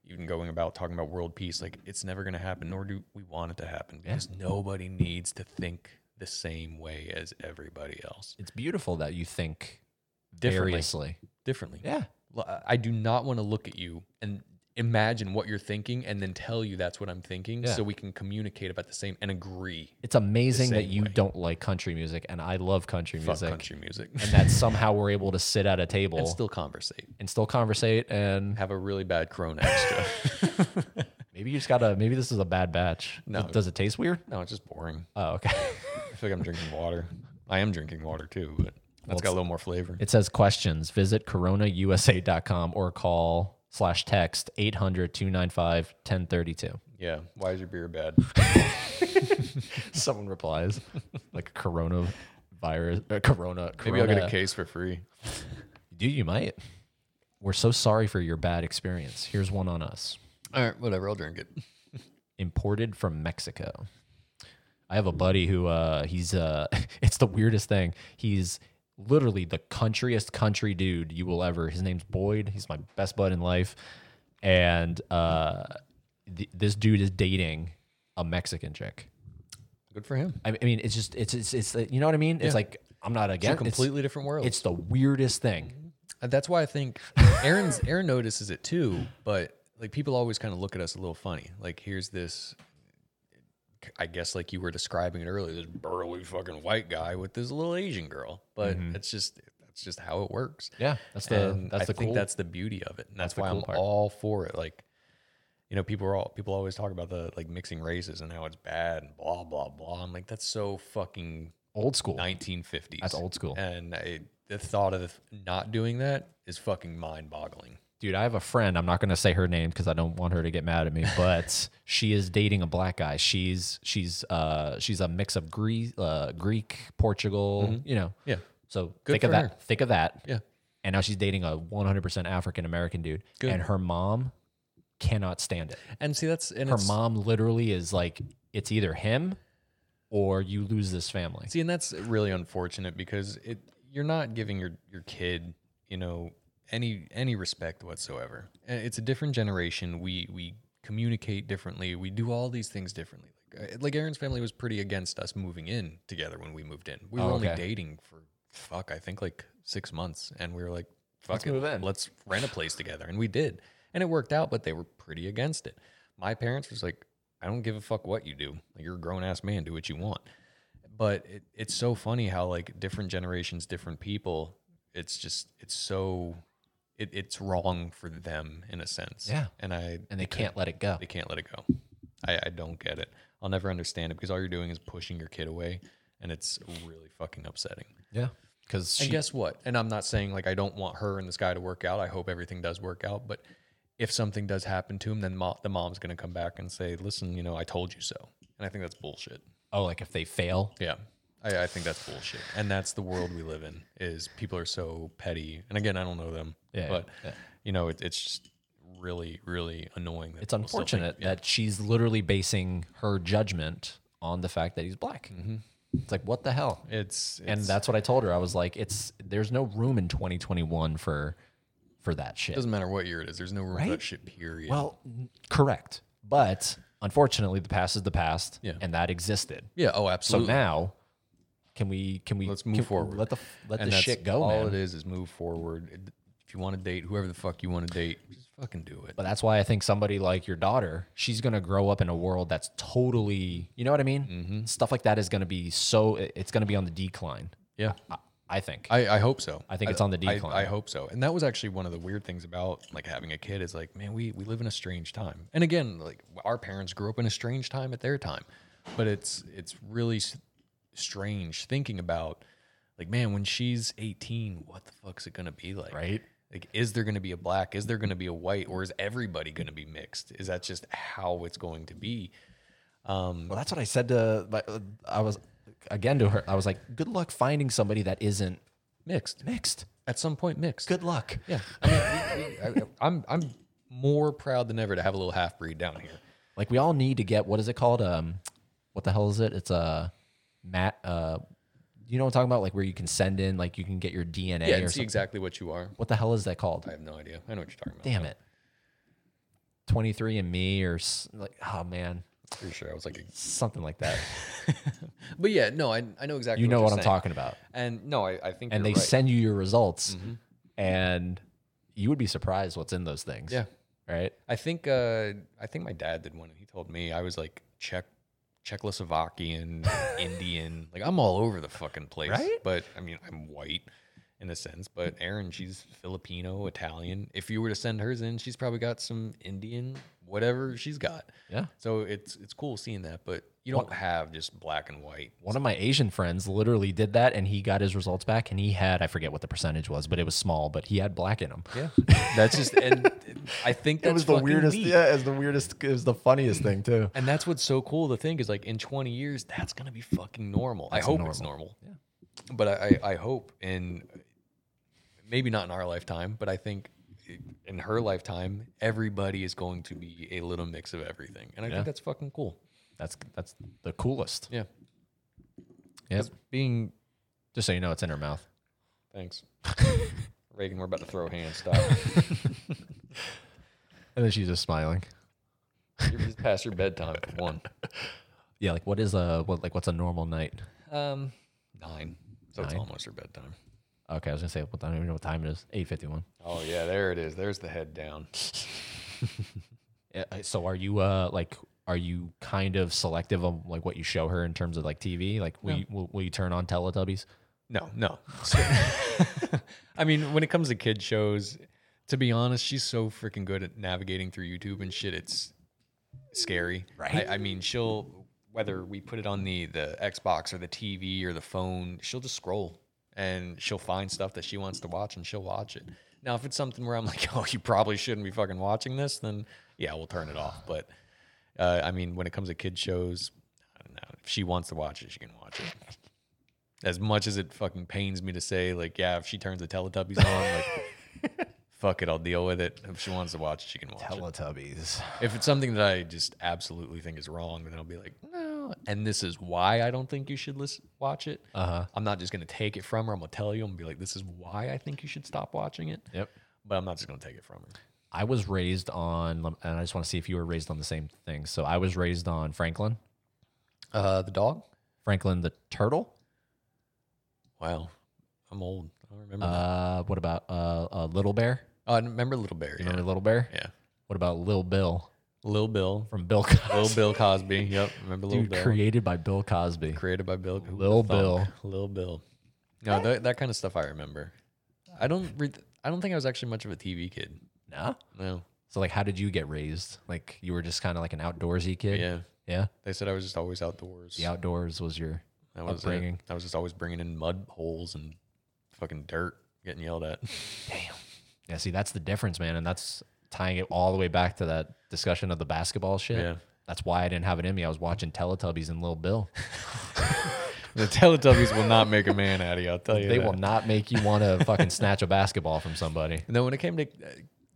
even going about talking about world peace, like it's never going to happen, nor do we want it to happen because nobody needs to think the same way as everybody else.
It's beautiful that you think
Differently.
variously.
Differently.
Yeah.
L- I do not want to look at you and imagine what you're thinking and then tell you that's what I'm thinking
Yeah.
so we can communicate about the same and agree.
It's amazing that
same
you
way.
don't like country music, and I love country
Fuck
music.
country music.
And that somehow we're able to sit at a table
and still conversate.
and still conversate. And
Have a really bad Corona extra.
maybe you just gotta. Maybe this is a bad batch.
No.
Does it taste weird?
no, it's just boring.
Oh, okay.
I feel like I'm drinking water. I am drinking water too, but that's got a little more flavor.
It says questions. Visit coronausa.com or call slash text 800 295 1032.
Yeah. Why is your beer bad?
Someone replies like a coronavirus, uh, corona,
Maybe I'll get
corona.
a case for free.
Dude, you might. We're so sorry for your bad experience. Here's one on us.
All right, whatever. I'll drink it.
imported from Mexico. I have a buddy who uh he's uh it's the weirdest thing. He's literally the countryest country dude you will ever. His name's Boyd. He's my best bud in life. And uh th- this dude is dating a Mexican chick.
Good for him.
I I mean, it's just it's it's, it's you know what I mean? It's like I'm not
It's
against
a completely different world.
It's, the weirdest thing.
Uh, That's why I think Aaron's Aaron notices it too, but like people always kind of look at us a little funny. Like here's this I guess like you were describing it earlier, this burly fucking white guy with this little Asian girl. But it's just that's just how it works.
Yeah, that's the
And
that's
I
the
think
cool.
that's the beauty of it. And that's,
the
why
cool
I'm
part.
all for it. Like you know, people are all people always talk about the like mixing races and how it's bad and blah blah blah. I'm like, that's so fucking
old school.
1950s.
That's old school.
And I, the thought of not doing that is fucking mind boggling.
dude, I have a friend. I'm not going to say her name because I don't want her to get mad at me. But she is dating a black guy. She's she's uh she's a mix of Greek, uh, Greek, Portugal. You know.
Yeah.
So
Mm-hmm. Good
think of
for
that.
her.
Think of that.
Yeah.
And now she's dating a 100% African American dude.
Good.
And her mom cannot stand it.
And see, that's and
Her
it's-
mom literally is like, it's either him or you lose this family.
See, and that's really unfortunate because it you're not giving your your kid, you know, any any respect whatsoever. And It's a different generation. We we communicate differently. We do all these things differently. Like, uh, like Aaron's family was pretty against us moving in together when we moved in. We were
Oh,
only
okay.
dating for fuck, I think like six months, and we were like, fuck it,
move in.
let's rent a place together, and we did, and it worked out. But they were pretty against it. My parents was like, I don't give a fuck what you do. Like, you're a grown ass man. Do what you want but it, it's so funny how like different generations different people it's just it's so it, it's wrong for them in a sense
Yeah.
and i
And they can't let it go.
they can't let it go I, I don't get it i'll never understand it because all you're doing is pushing your kid away and it's really fucking upsetting
Yeah. Because
and
she,
guess what and i'm not saying like i don't want her and this guy to work out i hope everything does work out but if something does happen to him then mo- the mom's going to come back and say listen you know i told you so and i think that's bullshit
oh, like if they fail,
yeah. I, I think that's bullshit. And that's the world we live in is people are so petty. And again, I don't know them.
Yeah,
But
yeah.
you know, it, it's just really, really annoying. That
it's
people still think-
unfortunate that she's literally basing her judgment on the fact that he's black.
Mm-hmm.
It's like, what the hell?
It's,
and
it's-
that's what I told her. I was like, it's there's no room in 2021 for for that
it
shit.
doesn't matter what year it is. There's no room for
Right?
that shit. Period.
Well, n- correct, but unfortunately, the past is the past,
Yeah.
and that existed.
yeah. Oh,
So
absolutely.
now, can we can we
Let's move
can-
forward.
Let the let
and
the
that's
shit go,
All
man.
it is is move forward. It- If you want to date whoever the fuck you want to date, just fucking do it.
But that's why I think somebody like your daughter, she's gonna grow up in a world that's totally, you know what I mean? Stuff like that is gonna be so, it- it's gonna be on the decline.
yeah.
I, I think.
I, I hope so.
I think it's on the decline.
I, I hope so. And that was actually one of the weird things about like having a kid is like, man, we we live in a strange time. And again, like our parents grew up in a strange time at their time, but it's it's really s- strange thinking about like, man, when she's eighteen, what the fuck's it gonna be like,
Right?
Like, is there going to be a black? Is there going to be a white? Or is everybody going to be mixed? Is that just how it's going to be?
well, that's what I said to, my, uh, I was again to her, I was like, good luck finding somebody that isn't
Mixed
mixed.
at some point, mixed.
Good luck.
Yeah, I mean, we- we- I- I'm I'm more proud than ever to have a little half breed down here.
Like we all need to get, what is it called? Um, What the hell is it? It's a mat, uh, you know what I'm talking about? Like where you can send in, like you can get your DNA or
Yeah, and see
something.
exactly what you are.
what the hell is that called?
I have no idea. I know what you're talking about.
damn it 23 and me or s- like oh man
Pretty sure I was like,
something like that
But yeah, no, I, I know exactly.
You know
you're
what I'm
saying.
talking about.
And no, I, I think
And
you're
they
right. Mm-hmm.
send you your results, and you would be surprised what's in those things.
Yeah,
Right.
I think uh, I think my dad did one, and he told me I was like Czech, Czechoslovakian, Indian. Like I'm all over the fucking place.
Right?
But I mean, I'm white in a sense. But Erin, she's Filipino, Italian. If you were to send hers in, she's probably got some Indian, whatever she's got.
Yeah.
So it's it's cool seeing that, but you don't have just black and white.
One of my Asian friends literally did that, and he got his results back, and he had I forget what the percentage was, but it was small, but he had black in him.
Yeah, that's just and I think that's
It was the
fucking
weirdest.
neat.
Yeah, it was the weirdest. It was the funniest thing too.
And that's what's so cool to think is like in 20 years, that's going to be fucking normal. I hope it's normal. Yeah. But I, I, I hope in maybe not in our lifetime, but I think in her lifetime, everybody is going to be a little mix of everything. And I think that's fucking cool.
That's that's the coolest.
Yeah.
Yep.
Being,
Just so you know, it's in her mouth.
thanks. Reagan, we're about to throw hands. Stop.
And then she's just smiling.
You're just past your bedtime for one.
Yeah, like what is a what like what's a normal night?
Um, nine. So it's
Nine?
almost her bedtime.
Okay, I was gonna say what I don't even know what time it is. Eight fifty one.
Oh, yeah. There it is. There's the head down.
So are you uh like are you kind of selective on like what you show her in terms of like TV? Like will you, will, will you turn on Teletubbies?
No, no. I mean, when it comes to kid shows, to be honest, she's so freaking good at navigating through YouTube and shit. It's scary. Right. I, I mean, she'll whether we put it on the the Xbox or the TV or the phone, she'll just scroll and she'll find stuff that she wants to watch and she'll watch it. Now, if it's something where I'm like, oh, you probably shouldn't be fucking watching this, then yeah, we'll turn it off. But uh, I mean, when it comes to kid shows, I don't know. If she wants to watch it, she can watch it as much as it fucking pains me to say, like, yeah, if she turns the Teletubbies on, like, fuck it, I'll deal with it. If she wants to watch it, she can watch it.
Teletubbies.
If it's something that I just absolutely think is wrong, then I'll be like, no. And this is why I don't think you should listen, watch it. Uh-huh. I'm not just gonna take it from her. I'm gonna tell you. I'm gonna be like, this is why I think you should stop watching it.
Yep.
But I'm not just gonna take it from her.
I was raised on, and I just want to see if you were raised on the same thing. So I was raised on Franklin,
Uh, the dog.
Franklin the turtle.
Wow, I'm old. I don't remember. that.
Uh, what about uh, uh Little Bear?
Oh, I remember Little Bear.
You
Yeah.
remember Little Bear?
yeah.
What about Lil Bill
Lil Bill.
from Bill Cosby?
Lil Bill Cosby. Yep. Remember Lil
Dude,
Bill.
created by Bill Cosby.
created by Bill. who
Lil
the fuck?
Bill.
Lil Bill. No, that, that kind of stuff I remember. I don't. Re- I don't think I was actually much of a TV kid.
No.
No.
So like, how did you get raised? Like, you were just kind of like an outdoorsy kid.
Yeah.
Yeah.
They said I was just always outdoors.
The outdoors was your.
That was it.
upbringing.
I was just always bringing in mud holes and fucking dirt, getting yelled at.
Yeah. See, that's the difference, man, and that's tying it all the way back to that discussion of the basketball shit.
Yeah.
That's why I didn't have it in me. I was watching Teletubbies and Lil Bill.
the Teletubbies will not make a man out of you. I'll tell you.
They
that.
will not make you want to fucking snatch a basketball from somebody.
And then when it came to, uh,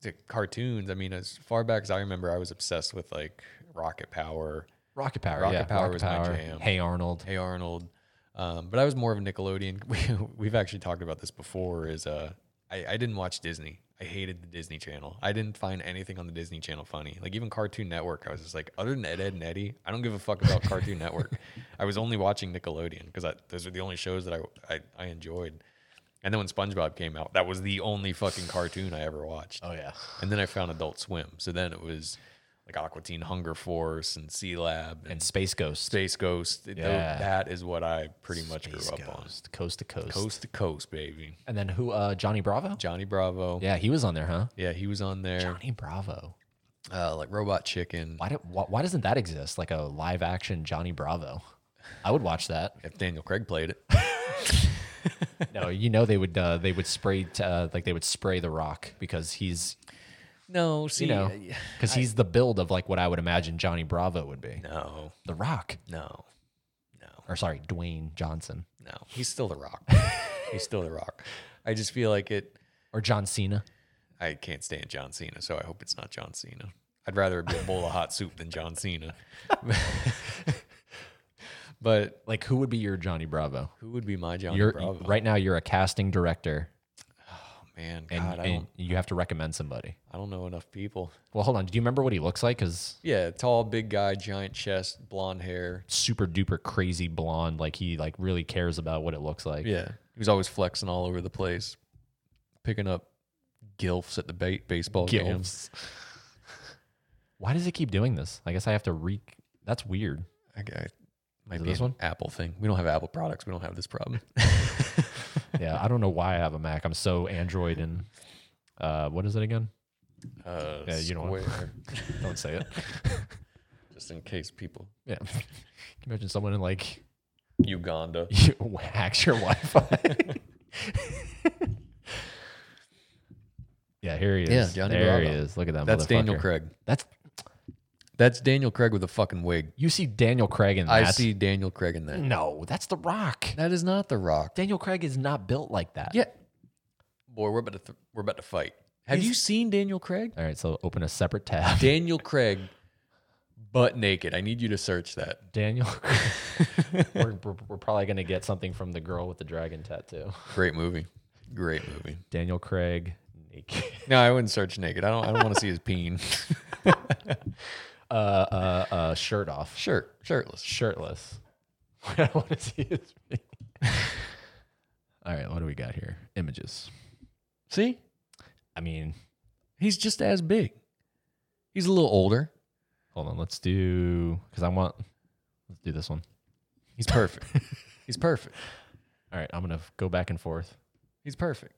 to cartoons, I mean, as far back as I remember, I was obsessed with like Rocket Power,
Rocket Power.
Rocket
yeah.
Power was my jam.
Hey Arnold.
Hey Arnold. Um, but I was more of a Nickelodeon. We, we've actually talked about this before. Is uh, I, I didn't watch Disney. I hated the Disney Channel. I didn't find anything on the Disney Channel funny. Like even Cartoon Network, I was just like, other than Ed, Ed and Eddie, I don't give a fuck about Cartoon Network. I was only watching Nickelodeon because those are the only shows that I, I I enjoyed. And then when SpongeBob came out, that was the only fucking cartoon I ever watched.
Oh yeah.
And then I found Adult Swim. So then it was like Aqua Teen Hunger Force and Sea Lab
And Space Ghost.
Space Ghost. th-
Yeah.
that is what I pretty much
Space
grew up
Ghost, coast to coast.
on. Coast to coast, baby.
And then who? Uh, Johnny Bravo.
Johnny Bravo.
yeah, he was on there, huh?
Yeah, he was on there.
Johnny Bravo.
Uh, like Robot Chicken.
Why, do, why why doesn't that exist? Like a live action Johnny Bravo. I would watch that.
If Daniel Craig played it.
No, you know they would uh, they would spray t- uh, like they would spray the rock because he's
No, see,
you know
uh,
because he's the build of like what I would imagine Johnny Bravo would be.
no,
The Rock,
no,
or sorry, Dwayne Johnson
no. He's still the Rock. He's still the Rock. I just feel like it.
or John Cena.
I can't stand John Cena, so I hope it's not John Cena. I'd rather it be a bowl of hot soup than John Cena. but
Like who would be your Johnny Bravo?
who would be my Johnny
You're
Bravo?
right now. You're a casting director
Man, God,
and,
I,
and
don't,
you have to recommend somebody.
I don't know enough people.
Well, hold on. Do you remember what he looks like? Because
Yeah, tall, big guy, giant chest, blonde hair.
super duper crazy blonde, like he like really cares about what it looks like.
Yeah, he was always flexing all over the place, picking up gilfs at the ba- baseball games.
Gilfs. Why does it keep doing this? I guess I have to re. That's weird.
I, I might
it
be
this
an
one?
Apple thing. We don't have Apple products. We don't have this problem.
Yeah, I don't know why I have a Mac. I'm so Android and uh, what is it again?
Uh,
Yeah, you don't want-
square,
Don't say it.
just in case people
Yeah, Can you imagine someone in like
Uganda.
you hacks your Wi-Fi. yeah, here he is.
Yeah, Johnny
there he
Bravo.
is. Look at that.
That's Daniel
motherfucker.
Craig.
That's
That's Daniel Craig with a fucking wig.
you see Daniel Craig in that.
I see Daniel Craig in that.
No, that's The Rock.
That is not The Rock.
Daniel Craig is not built like that.
Yeah, boy, we're about to th- we're about to fight. Have you seen Daniel Craig?
All right, so open a separate tab.
Daniel Craig, butt naked. I need you to search that.
Daniel, we're, we're, we're probably gonna get something from the girl with the dragon tattoo.
Great movie. Great movie.
Daniel Craig, naked.
No, I wouldn't search naked. I don't. I don't want to see his peen.
Uh, uh, uh, shirt off,
Shirt, shirtless.
shirtless. I want to see his. All right, what do we got here? Images.
See,
I mean,
he's just as big. He's a little older.
hold on. Let's do because I want. Let's do this one.
He's perfect. he's perfect.
All right, I'm gonna f- go back and forth.
He's perfect.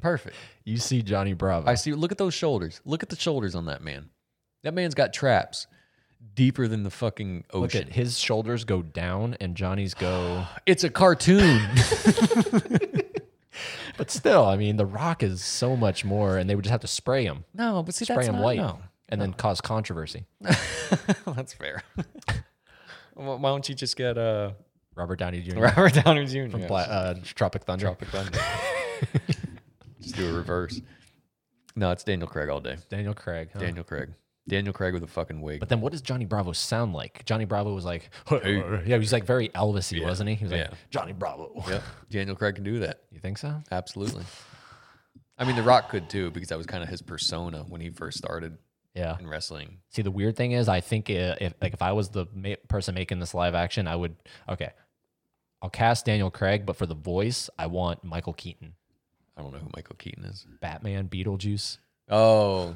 perfect.
You see Johnny Bravo.
I see. Look at those shoulders. Look at the shoulders on that man. That man's got traps deeper than the fucking
Look
ocean.
at his shoulders go down and Johnny's go.
It's a cartoon.
But still, I mean, The Rock is so much more, and they would just have to spray him,
no, but see,
spray
that's
him
not,
white,
no.
and then cause controversy.
that's fair. Why why don't you just get uh,
Robert Downey Jr.
Robert Downey Jr.
from
Yeah,
Bla- uh, Tropic Thunder.
Tropic Thunder. Just do a reverse. No, it's Daniel Craig all day.
Daniel Craig. huh?
Daniel Craig. Daniel Craig with a fucking wig.
But then, what does Johnny Bravo sound like? Johnny Bravo was like, yeah, he was like very Elvisy, wasn't he? He was like
Yeah.
Johnny Bravo.
yep. Daniel Craig can do that.
You think so?
Absolutely. I mean, The Rock could too because that was kind of his persona when he first started
Yeah.
in wrestling.
See, the weird thing is, I think i- if like if I was the ma- person making this live action, I would okay. I'll cast Daniel Craig, but for the voice, I want Michael Keaton,
I don't know who Michael Keaton is.
Batman, Beetlejuice.
Oh,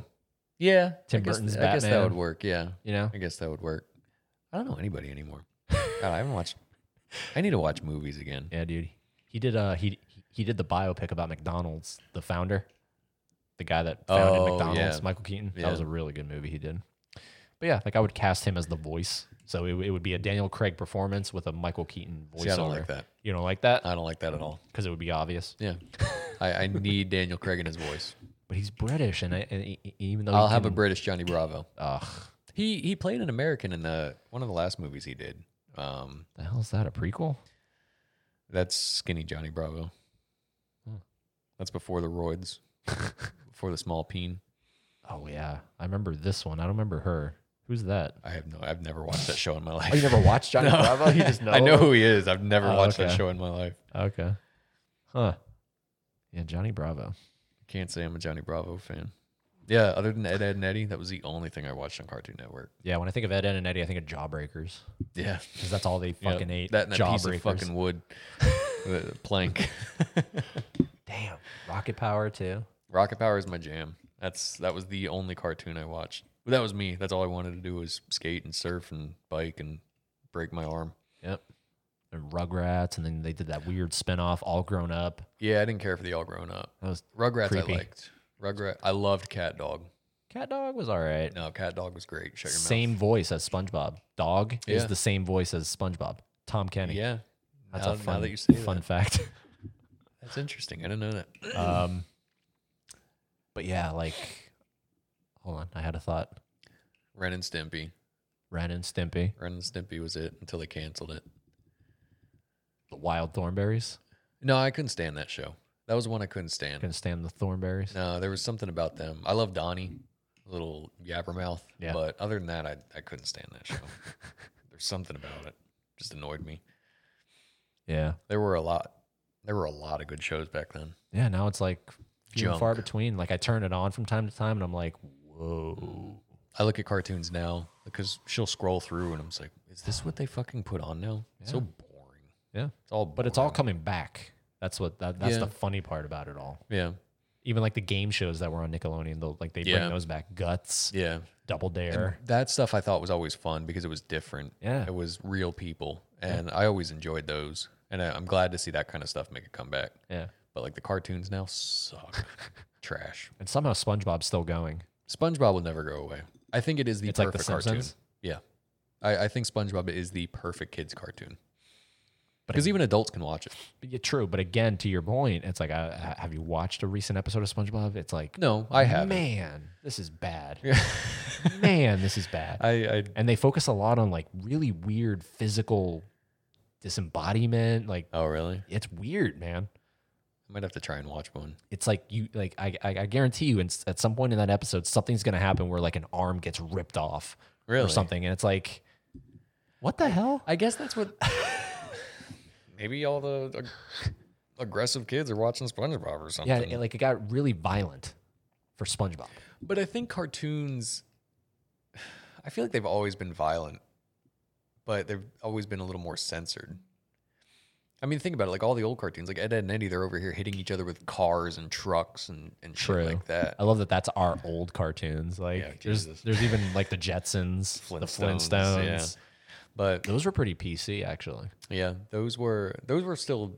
yeah.
Tim
I guess,
Burton's
I guess that
Batman.
would work. Yeah.
You know,
I guess that would work. I don't know anybody anymore. God, I haven't watched. I need to watch movies again.
Yeah, dude. He did uh he he did the biopic about McDonald's, the founder. The guy that founded
Oh,
McDonald's,
yeah.
Michael Keaton.
Yeah.
That was a really good movie he did. But yeah, like I would cast him as the voice. So it, it would be a Daniel Craig performance with a Michael Keaton voiceover.
See, I don't like that. Uh,
You don't like that?
I don't like that at all.
Because it would be obvious.
Yeah. I, I need Daniel Craig in his voice.
But he's British, and, I, and e- e- even though he
I'll have a
can-
British Johnny Bravo.
Ugh,
He he played an American in the one of the last movies he did. Um,
the hell is that? A prequel?
that's Skinny Johnny Bravo.
Hmm.
That's before the roids, before the small peen.
Oh yeah, I remember this one. I don't remember her. Who's that?
I have no. I've never watched that show in my life.
Oh, you never watched Johnny
No.
Bravo? You just know.
I know
him?
who he is. I've never
Oh,
watched
okay.
that show in my life.
Okay. Huh. Yeah, Johnny Bravo.
Can't say I'm a Johnny Bravo fan. Yeah, other than Ed, Ed, and Eddie, that was the only thing I watched on Cartoon Network.
Yeah, when I think of Ed, Ed and Eddie, I think of Jawbreakers
Yeah,
because that's all they
Yeah,
fucking ate.
that and that piece
Jawbreakers.
of fucking wood, the plank.
Damn, Rocket Power too.
Rocket Power is my jam. That's that was the only cartoon I watched. But that was me. That's all I wanted to do was skate and surf and bike and break my arm.
Yep. And Rugrats, and then they did that weird spinoff, All Grown Up.
Yeah, I didn't care for the all grown up.
That was
Rugrats
creepy.
I liked. Rugrat I loved Cat Dog.
Cat Dog was all right.
No, Cat Dog was great. Shut your
Same voice as SpongeBob. Dog is
Yeah.
the same voice as SpongeBob. Tom
mouth.
Kenny.
Yeah.
that's
now,
a
now
fun,
that you say
fun
that.
fact.
That's interesting. I didn't know that.
um, but yeah, like, hold on, I had a thought.
Ren and Stimpy.
Ren and Stimpy,
Ren and Stimpy was it until they canceled it.
the Wild Thornberries.
No, I couldn't stand that show. That was one I couldn't stand.
Couldn't stand the Thornberries.
No, there was something about them. I love Donnie, little yabbermouth.
Yeah.
But other than that, I, I couldn't stand that show. There's something about it. Just annoyed me.
Yeah.
There were a lot. There were a lot of good shows back then.
Yeah, now it's like few and far
Junk.
between. Like I turn it on from time to time, and I'm like, whoa.
I look at cartoons now because she'll scroll through and I'm just like, is this what they fucking put on now? So boring.
Yeah,
It's all
but it's all coming back. That's what that, that's
Yeah.
the funny part about it all.
Yeah.
Even like the game shows that were on Nickelodeon, though, like they
Yeah.
bring those back. Guts,
Yeah.
Double Dare.
That stuff I thought was always fun because it was different.
Yeah.
It was real people. And I always enjoyed those. And I, I'm glad to see that kind of stuff make a comeback.
yeah,
But like the cartoons now suck. Trash.
and somehow SpongeBob's still going.
SpongeBob will never go away. I think it is the
It's like The
perfect cartoon.
Simpsons?
Yeah. I, I think SpongeBob is the perfect kids cartoon. Because even adults can watch it.
But yeah, true. But again, to your point, it's like, uh, ha- have you watched a recent episode of SpongeBob? It's like,
No, I haven't.
Man, this is bad. man, this is bad.
I, I
and they focus a lot on like really weird physical disembodiment. Like
oh really?
it's weird, man.
I might have to try and watch one.
It's like you like I I, I guarantee you, in, at some point in that episode, something's gonna happen where like an arm gets ripped off or
Really?
something, and it's like, what the hell?
I guess that's what. Maybe all the ag- aggressive kids are watching SpongeBob or
yeah,
something.
it, like it got really violent for SpongeBob.
but I think cartoons. I feel like they've always been violent, but they've always been a little more censored. I mean, think about it. Like all the old cartoons, like Ed, Ed and Eddie, they're over here hitting each other with cars and trucks and and shit like that.
I love that that's our old cartoons. Like
Yeah,
there's
Jesus.
there's even like the Jetsons,
Flintstones,
the Flintstones.
yeah. But
Those were pretty PC actually.
yeah, those were those were still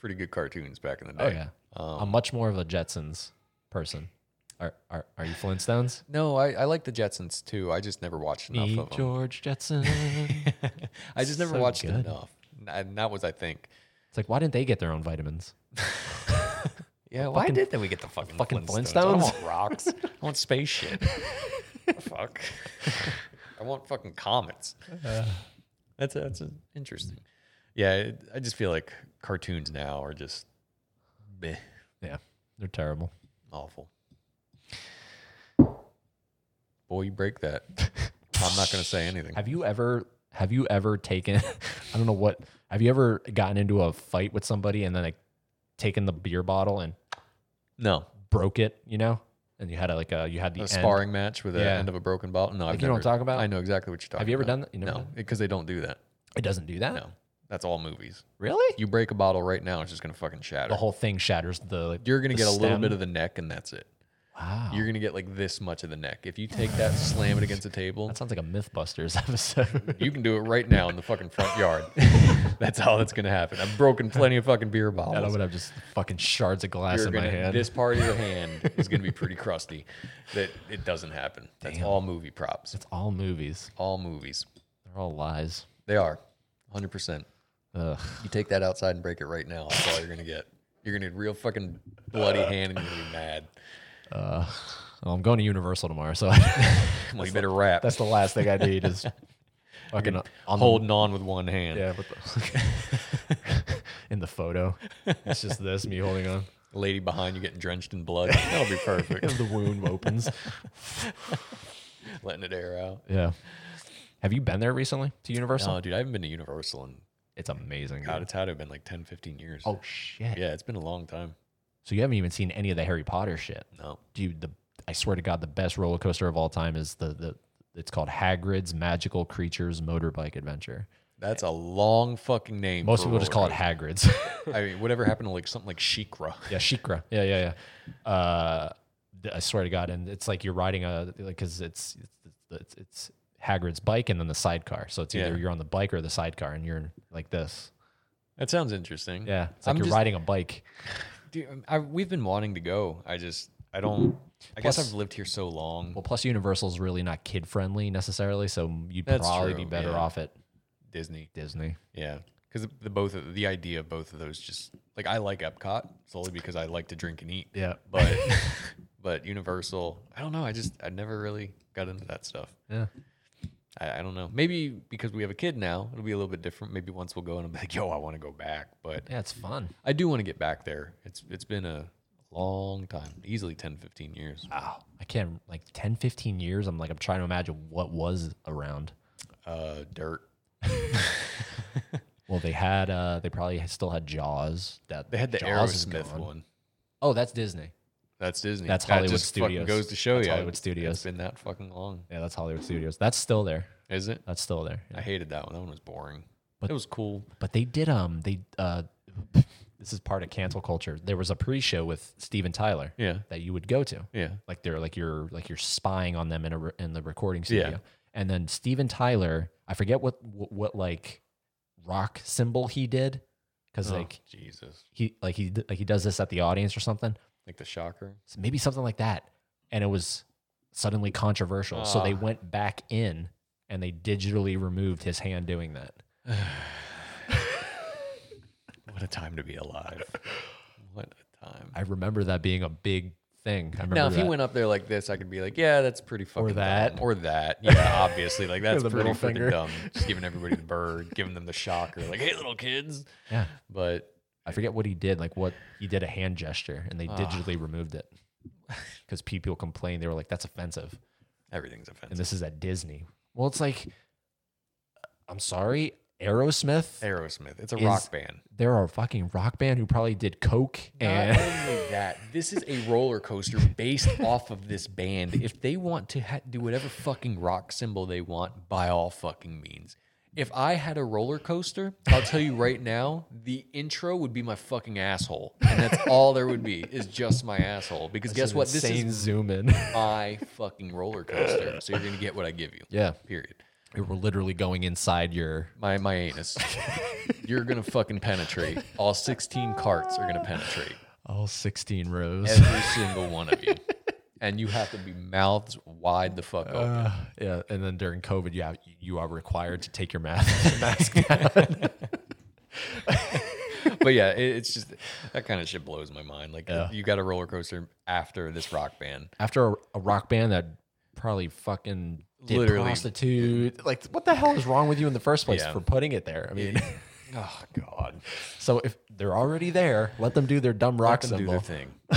pretty good cartoons back in the day.
Oh yeah.
Um,
I'm much more of a Jetsons person. Are are, are you Flintstones?
No, I, I like the Jetsons too. I just never watched enough
Me,
of them.
George Jetson. it's
I just never
so
watched
good.
enough. And that was, I think.
like why didn't they get their own vitamins?
Yeah, why did then we get the fucking,
fucking
I
Flintstones?
want rocks. I want space shit. Fuck. I want fucking comets.
Uh,
that's that's uh, interesting. Yeah, it, I just feel like cartoons now are just meh,
Yeah, they're terrible.
awful. Boy, you break that. I'm not gonna say anything.
Have you ever have you ever taken I don't know what have you ever gotten into a fight with somebody and then like taken the beer bottle and
No,
broke it, you know? And you had a, like a you had the
a
end.
sparring match with the
Yeah.
end of a broken bottle. No, I've
you know what
never,
I'm talking about?
I know exactly what you're talking.
Have you ever
about.
done that? You never
no,
done
because they don't do that.
It doesn't do that.
No, that's all movies.
Really?
You break a bottle right now, it's just gonna fucking shatter.
the whole thing shatters the like,
You're gonna
the
get a little
stem.
bit of the neck, and that's it.
wow.
You're gonna get like this much of the neck. If you take that, slam it against a table,
that sounds like a Mythbusters episode.
you can do it right now in the fucking front yard. that's all that's gonna happen. I've broken plenty of fucking beer bottles.
and I would have just fucking shards of glass
You're
in
gonna,
my hand.
This part of your hand is gonna be pretty crusty. That it doesn't happen. That's all movie props.
it's all movies.
All movies.
They're all lies.
They are, hundred percent.
Ugh.
You take that outside and break it right now. That's all you're gonna get. You're gonna get a real fucking bloody hand, and you're gonna be mad.
Well, I'm going to Universal tomorrow, so
Well, you better wrap.
that's the last thing I need is fucking on the-
holding on with one hand.
yeah, with the- in the photo. It's just this me holding on.
Lady behind you getting drenched in blood. That'll be perfect.
The wound opens.
Letting it air out.
Yeah. Have you been there recently to Universal?
No, dude, I haven't been to Universal in
It's amazing.
God,
dude.
it's had to have been like 10, 15 years.
Oh shit.
yeah, it's been a long time.
So you haven't even seen any of the Harry Potter shit.
No,
Dude, the I swear to God, the best roller coaster of all time is the the it's called Hagrid's Magical Creatures Motorbike Adventure.
that's a long fucking name.
Most
for
people
a
just call
roller
it Hagrid's.
coaster. I mean, whatever happened to like something like Shikra?
yeah, Shikra. Yeah, yeah, yeah. Uh, th- I swear to God, and it's like you're riding a like because it's it's, it's it's Hagrid's bike and then the sidecar. So it's either
Yeah.
you're on the bike or the sidecar, and you're like this.
That sounds interesting.
Yeah, it's like
I'm
you're
just-
riding a bike.
Dude, I, um, we've been wanting to go. I just, I don't. I guess
Plus-
I've lived here so long.
Well, plus Universal's really not kid friendly necessarily, so you'd
That's
probably be
true,
better
yeah.
off at
Disney.
Disney.
Yeah, because the, the both of, the idea of both of those just like I like Epcot solely because I like to drink and eat.
Yeah.
but but Universal, I don't know. I just I never really got into that stuff.
Yeah.
I, I don't know. Maybe because we have a kid now, it'll be a little bit different. Maybe once we'll go and I'll be like, yo, I want to go back. But
Yeah, it's fun.
I do want to get back there. It's it's been a long time, easily 10, 15 years.
Wow. I can't like 10, 15 years. I'm like, I'm trying to imagine what was around.
Uh, dirt.
Well, they had uh they probably still had Jaws. That
They had the
Jaws is
Aerosmith
gone.
one.
Oh, that's Disney.
That's Disney.
That's
That
Hollywood
just fucking
Studios.
Goes to show
That's
you,
Hollywood
It's
Studios.
been that fucking long,
Yeah, that's Hollywood Studios. That's still there.
is it?
That's still there.
I hated that one. That one was boring.
But-
it was cool.
But they did um they uh this is part of cancel culture. There was a pre-show with Steven Tyler
Yeah.
that you would go to.
Yeah.
Like they're like you're like you're spying on them in a re- in the recording studio. And then Steven Tyler, I forget what what, what like rock symbol he did cuz
Oh,
like
Jesus,
he like he d- like he does this at the audience or something.
like the shocker.
So maybe something like that. And it was suddenly controversial. so they
Ah.
went back in and they digitally removed his hand doing that.
What a time to be alive. What a time.
I remember that being a big thing. I remember
now, if
that.
he went up there like this, I could be like, "Yeah, that's pretty fucking
that.
dumb. or that, yeah, obviously, like that's
the
pretty
middle
fucking
finger.
dumb." Just giving everybody the bird, giving them the shocker, like, "Hey, little kids."
Yeah.
But
I forget what he did, like what he did a hand gesture and they digitally removed it. Because people complained, they were like, that's offensive.
everything's offensive.
And this is at Disney. Well, it's like, uh, I'm sorry, Aerosmith.
Aerosmith, it's a
is-
rock band.
They're a fucking rock band who probably did Coke
Not
and
only that, this is a roller coaster based off of this band. If they want to ha- do whatever fucking rock symbol they want, by all fucking means. If I had a roller coaster, I'll tell you right now, the intro would be my fucking asshole, and that's all there would be is just my asshole. Because guess what? This
insane
is
zoom in.
my fucking roller coaster. So you're gonna get what I give you.
yeah.
Period.
We were literally going inside your
My my anus. you're gonna fucking penetrate. All 16 carts are gonna penetrate.
all 16 rows.
every single one of you. And you have to be mouths wide the fuck open.
Uh. yeah, and then during COVID, yeah, you are required to take your mask mask down.
but yeah, it, it's just that kind of shit blows my mind. Like you got a roller coaster after this rock band.
After a, a rock band that probably fucking did
Literally.
prostitute, like what the hell is wrong with you in the first place
Yeah.
for putting it there? I mean,
Oh God.
so if they're already there, let them do their dumb rock
Let them do
symbol.
their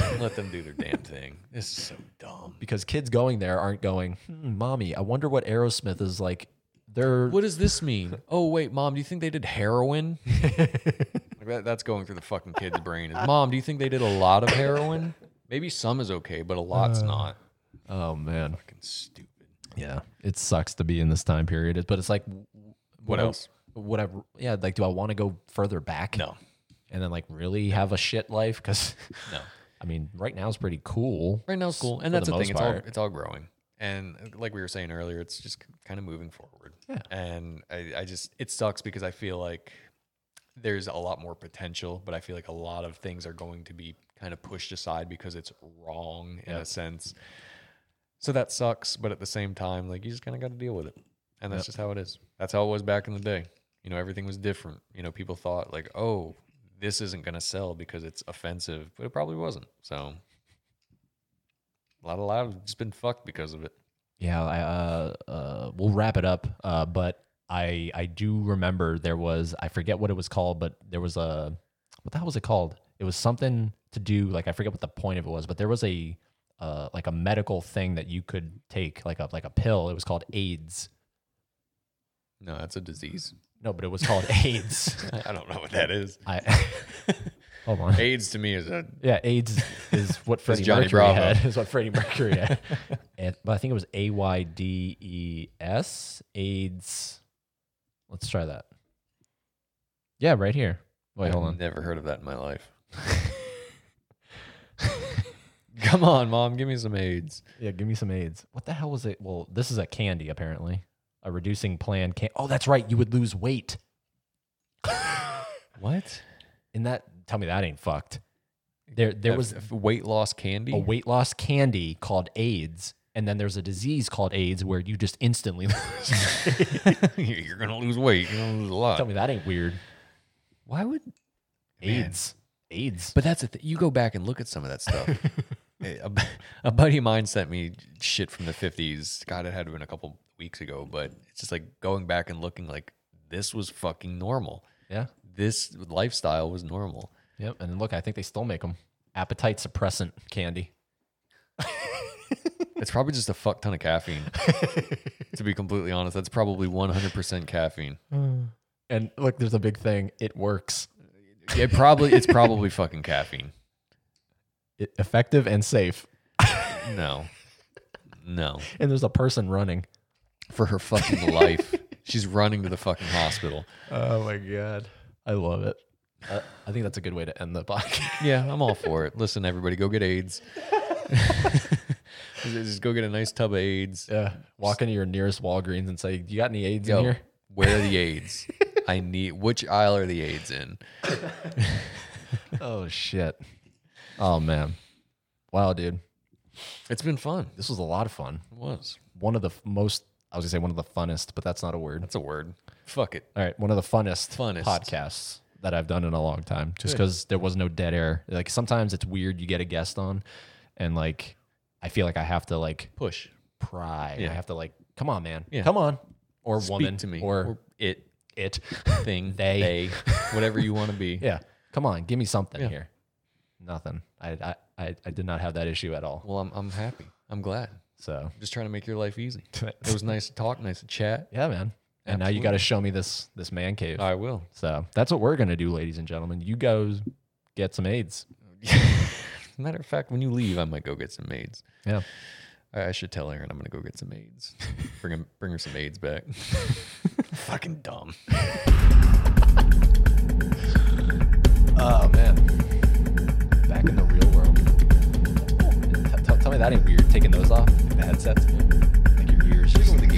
thing. Let them do their damn thing. This is so dumb.
Because kids going there aren't going, hmm, mommy, I wonder what Aerosmith is like. They're
What does this mean? Oh wait, mom, do you think they did heroin? like that, that's going through the fucking kid's brain. Is, mom, do you think they did a lot of heroin? Maybe some is okay, but a
Uh.
lot's not.
oh man,
Fucking stupid.
yeah, it sucks to be in this time period. But it's like,
What else?
whatever, yeah, like, do I want to go further back?
No.
and then like really have a shit life because
No.
I mean right now is pretty cool.
right now it's cool, and
for
that's
the
the,
most
thing. It's all
part.
it's all growing, and uh, like we were saying earlier, it's just kind of moving forward.
Yeah.
And I, I just it sucks because I feel like there's a lot more potential, but I feel like a lot of things are going to be kind of pushed aside because it's wrong in a sense. So that sucks, but at the same time, like you just kind of got to deal with it, and that's just how it is. That's how it was back in the day. You know, everything was different. You know, people thought like, oh. This isn't going to sell because it's offensive, but it probably wasn't. So a lot of lives just been fucked because of it.
Yeah, I, uh, uh, we'll wrap it up. Uh, but I I do remember there was I forget what it was called, but there was a what the hell was it called? It was something to do like I forget what the point of it was, but there was a uh, like a medical thing that you could take like a like a pill. It was called AIDS.
No, that's a disease.
No, but it was called AIDS.
I don't know what that is.
I hold on.
AIDS to me is a
Yeah, AIDS is what Freddie
Johnny
Mercury
Bravo.
had. Is what Freddie Mercury had. and, but I think it was A Y D E S AIDS. Let's try that. Yeah, right here. Wait, hold
I've
on.
Never heard of that in my life. Come on, mom, give me some AIDS.
Yeah, give me some AIDS. What the hell was it? Well, this is a candy apparently. A reducing plan can. Oh, that's right. You would lose weight.
What?
And that tell me that ain't fucked. There, there
That
was
f- weight loss candy.
a weight loss candy called AIDS, and then there's a disease called AIDS where you just instantly lose.
You're gonna lose weight. You're gonna lose a lot.
tell me that ain't weird.
Why would? Man.
AIDS. AIDS.
But that's the thing. You go back and look at some of that stuff. Hey, a, bu- a buddy of mine sent me shit from the 50s. God, it had to have been a couple weeks ago, but it's just like going back and looking like this was fucking normal.
yeah.
This lifestyle was normal.
Yep. And then look, I think they still make them appetite suppressant candy.
It's probably just a fuck ton of caffeine. to be completely honest, that's probably 100% caffeine.
And look, there's a big thing. It works.
It probably it's probably fucking caffeine.
It, effective and safe.
No, no,
And there's a person running.
for her fucking life, she's running to the fucking hospital.
Oh my god, I love it. Uh, I think that's a good way to end the podcast.
Yeah, I'm all for it. Listen, everybody, go get AIDS. Just go get a nice tub of AIDS.
yeah, walk into your nearest Walgreens and say, "You got any AIDS
Yo,
in here?"
where are the AIDS? I need which aisle are the AIDS in?
Oh shit. Oh man. Wow, dude,
It's been fun.
this was a lot of fun.
It was.
One of the f- most. I was gonna say one of the funnest, but that's not a word.
That's a word. Fuck it.
All right, one of the funnest,
Funnest.
podcasts that I've done in a long time, just because there was no dead air. Like sometimes it's weird you get a guest on, and like I feel like I have to like
Push.
pry.
Yeah.
I have to like, come on, man,
Yeah.
come on, or
Speak
woman
to me
or,
it
it,
thing
They.
they whatever you want to be.
yeah, come on, give me something
Yeah.
here. Nothing. I, I I I did not have that issue at all.
Well, I'm I'm happy. I'm glad.
So
Just trying to make your life easy. It was nice to talk, nice to chat.
yeah, man. And now you
Absolutely.
got to show me this this man cave.
I will.
So that's what we're gonna do, ladies and gentlemen. You go get some AIDS.
Matter of fact, when you leave, I might go get some maids.
Yeah.
I, I should tell Aaron I'm gonna go get some AIDS. bring him, bring her some AIDS back. Fucking dumb.
Oh man. Back in the real world. T- t- tell me that ain't weird. Taking those off, the headsets, like your ears. Oh,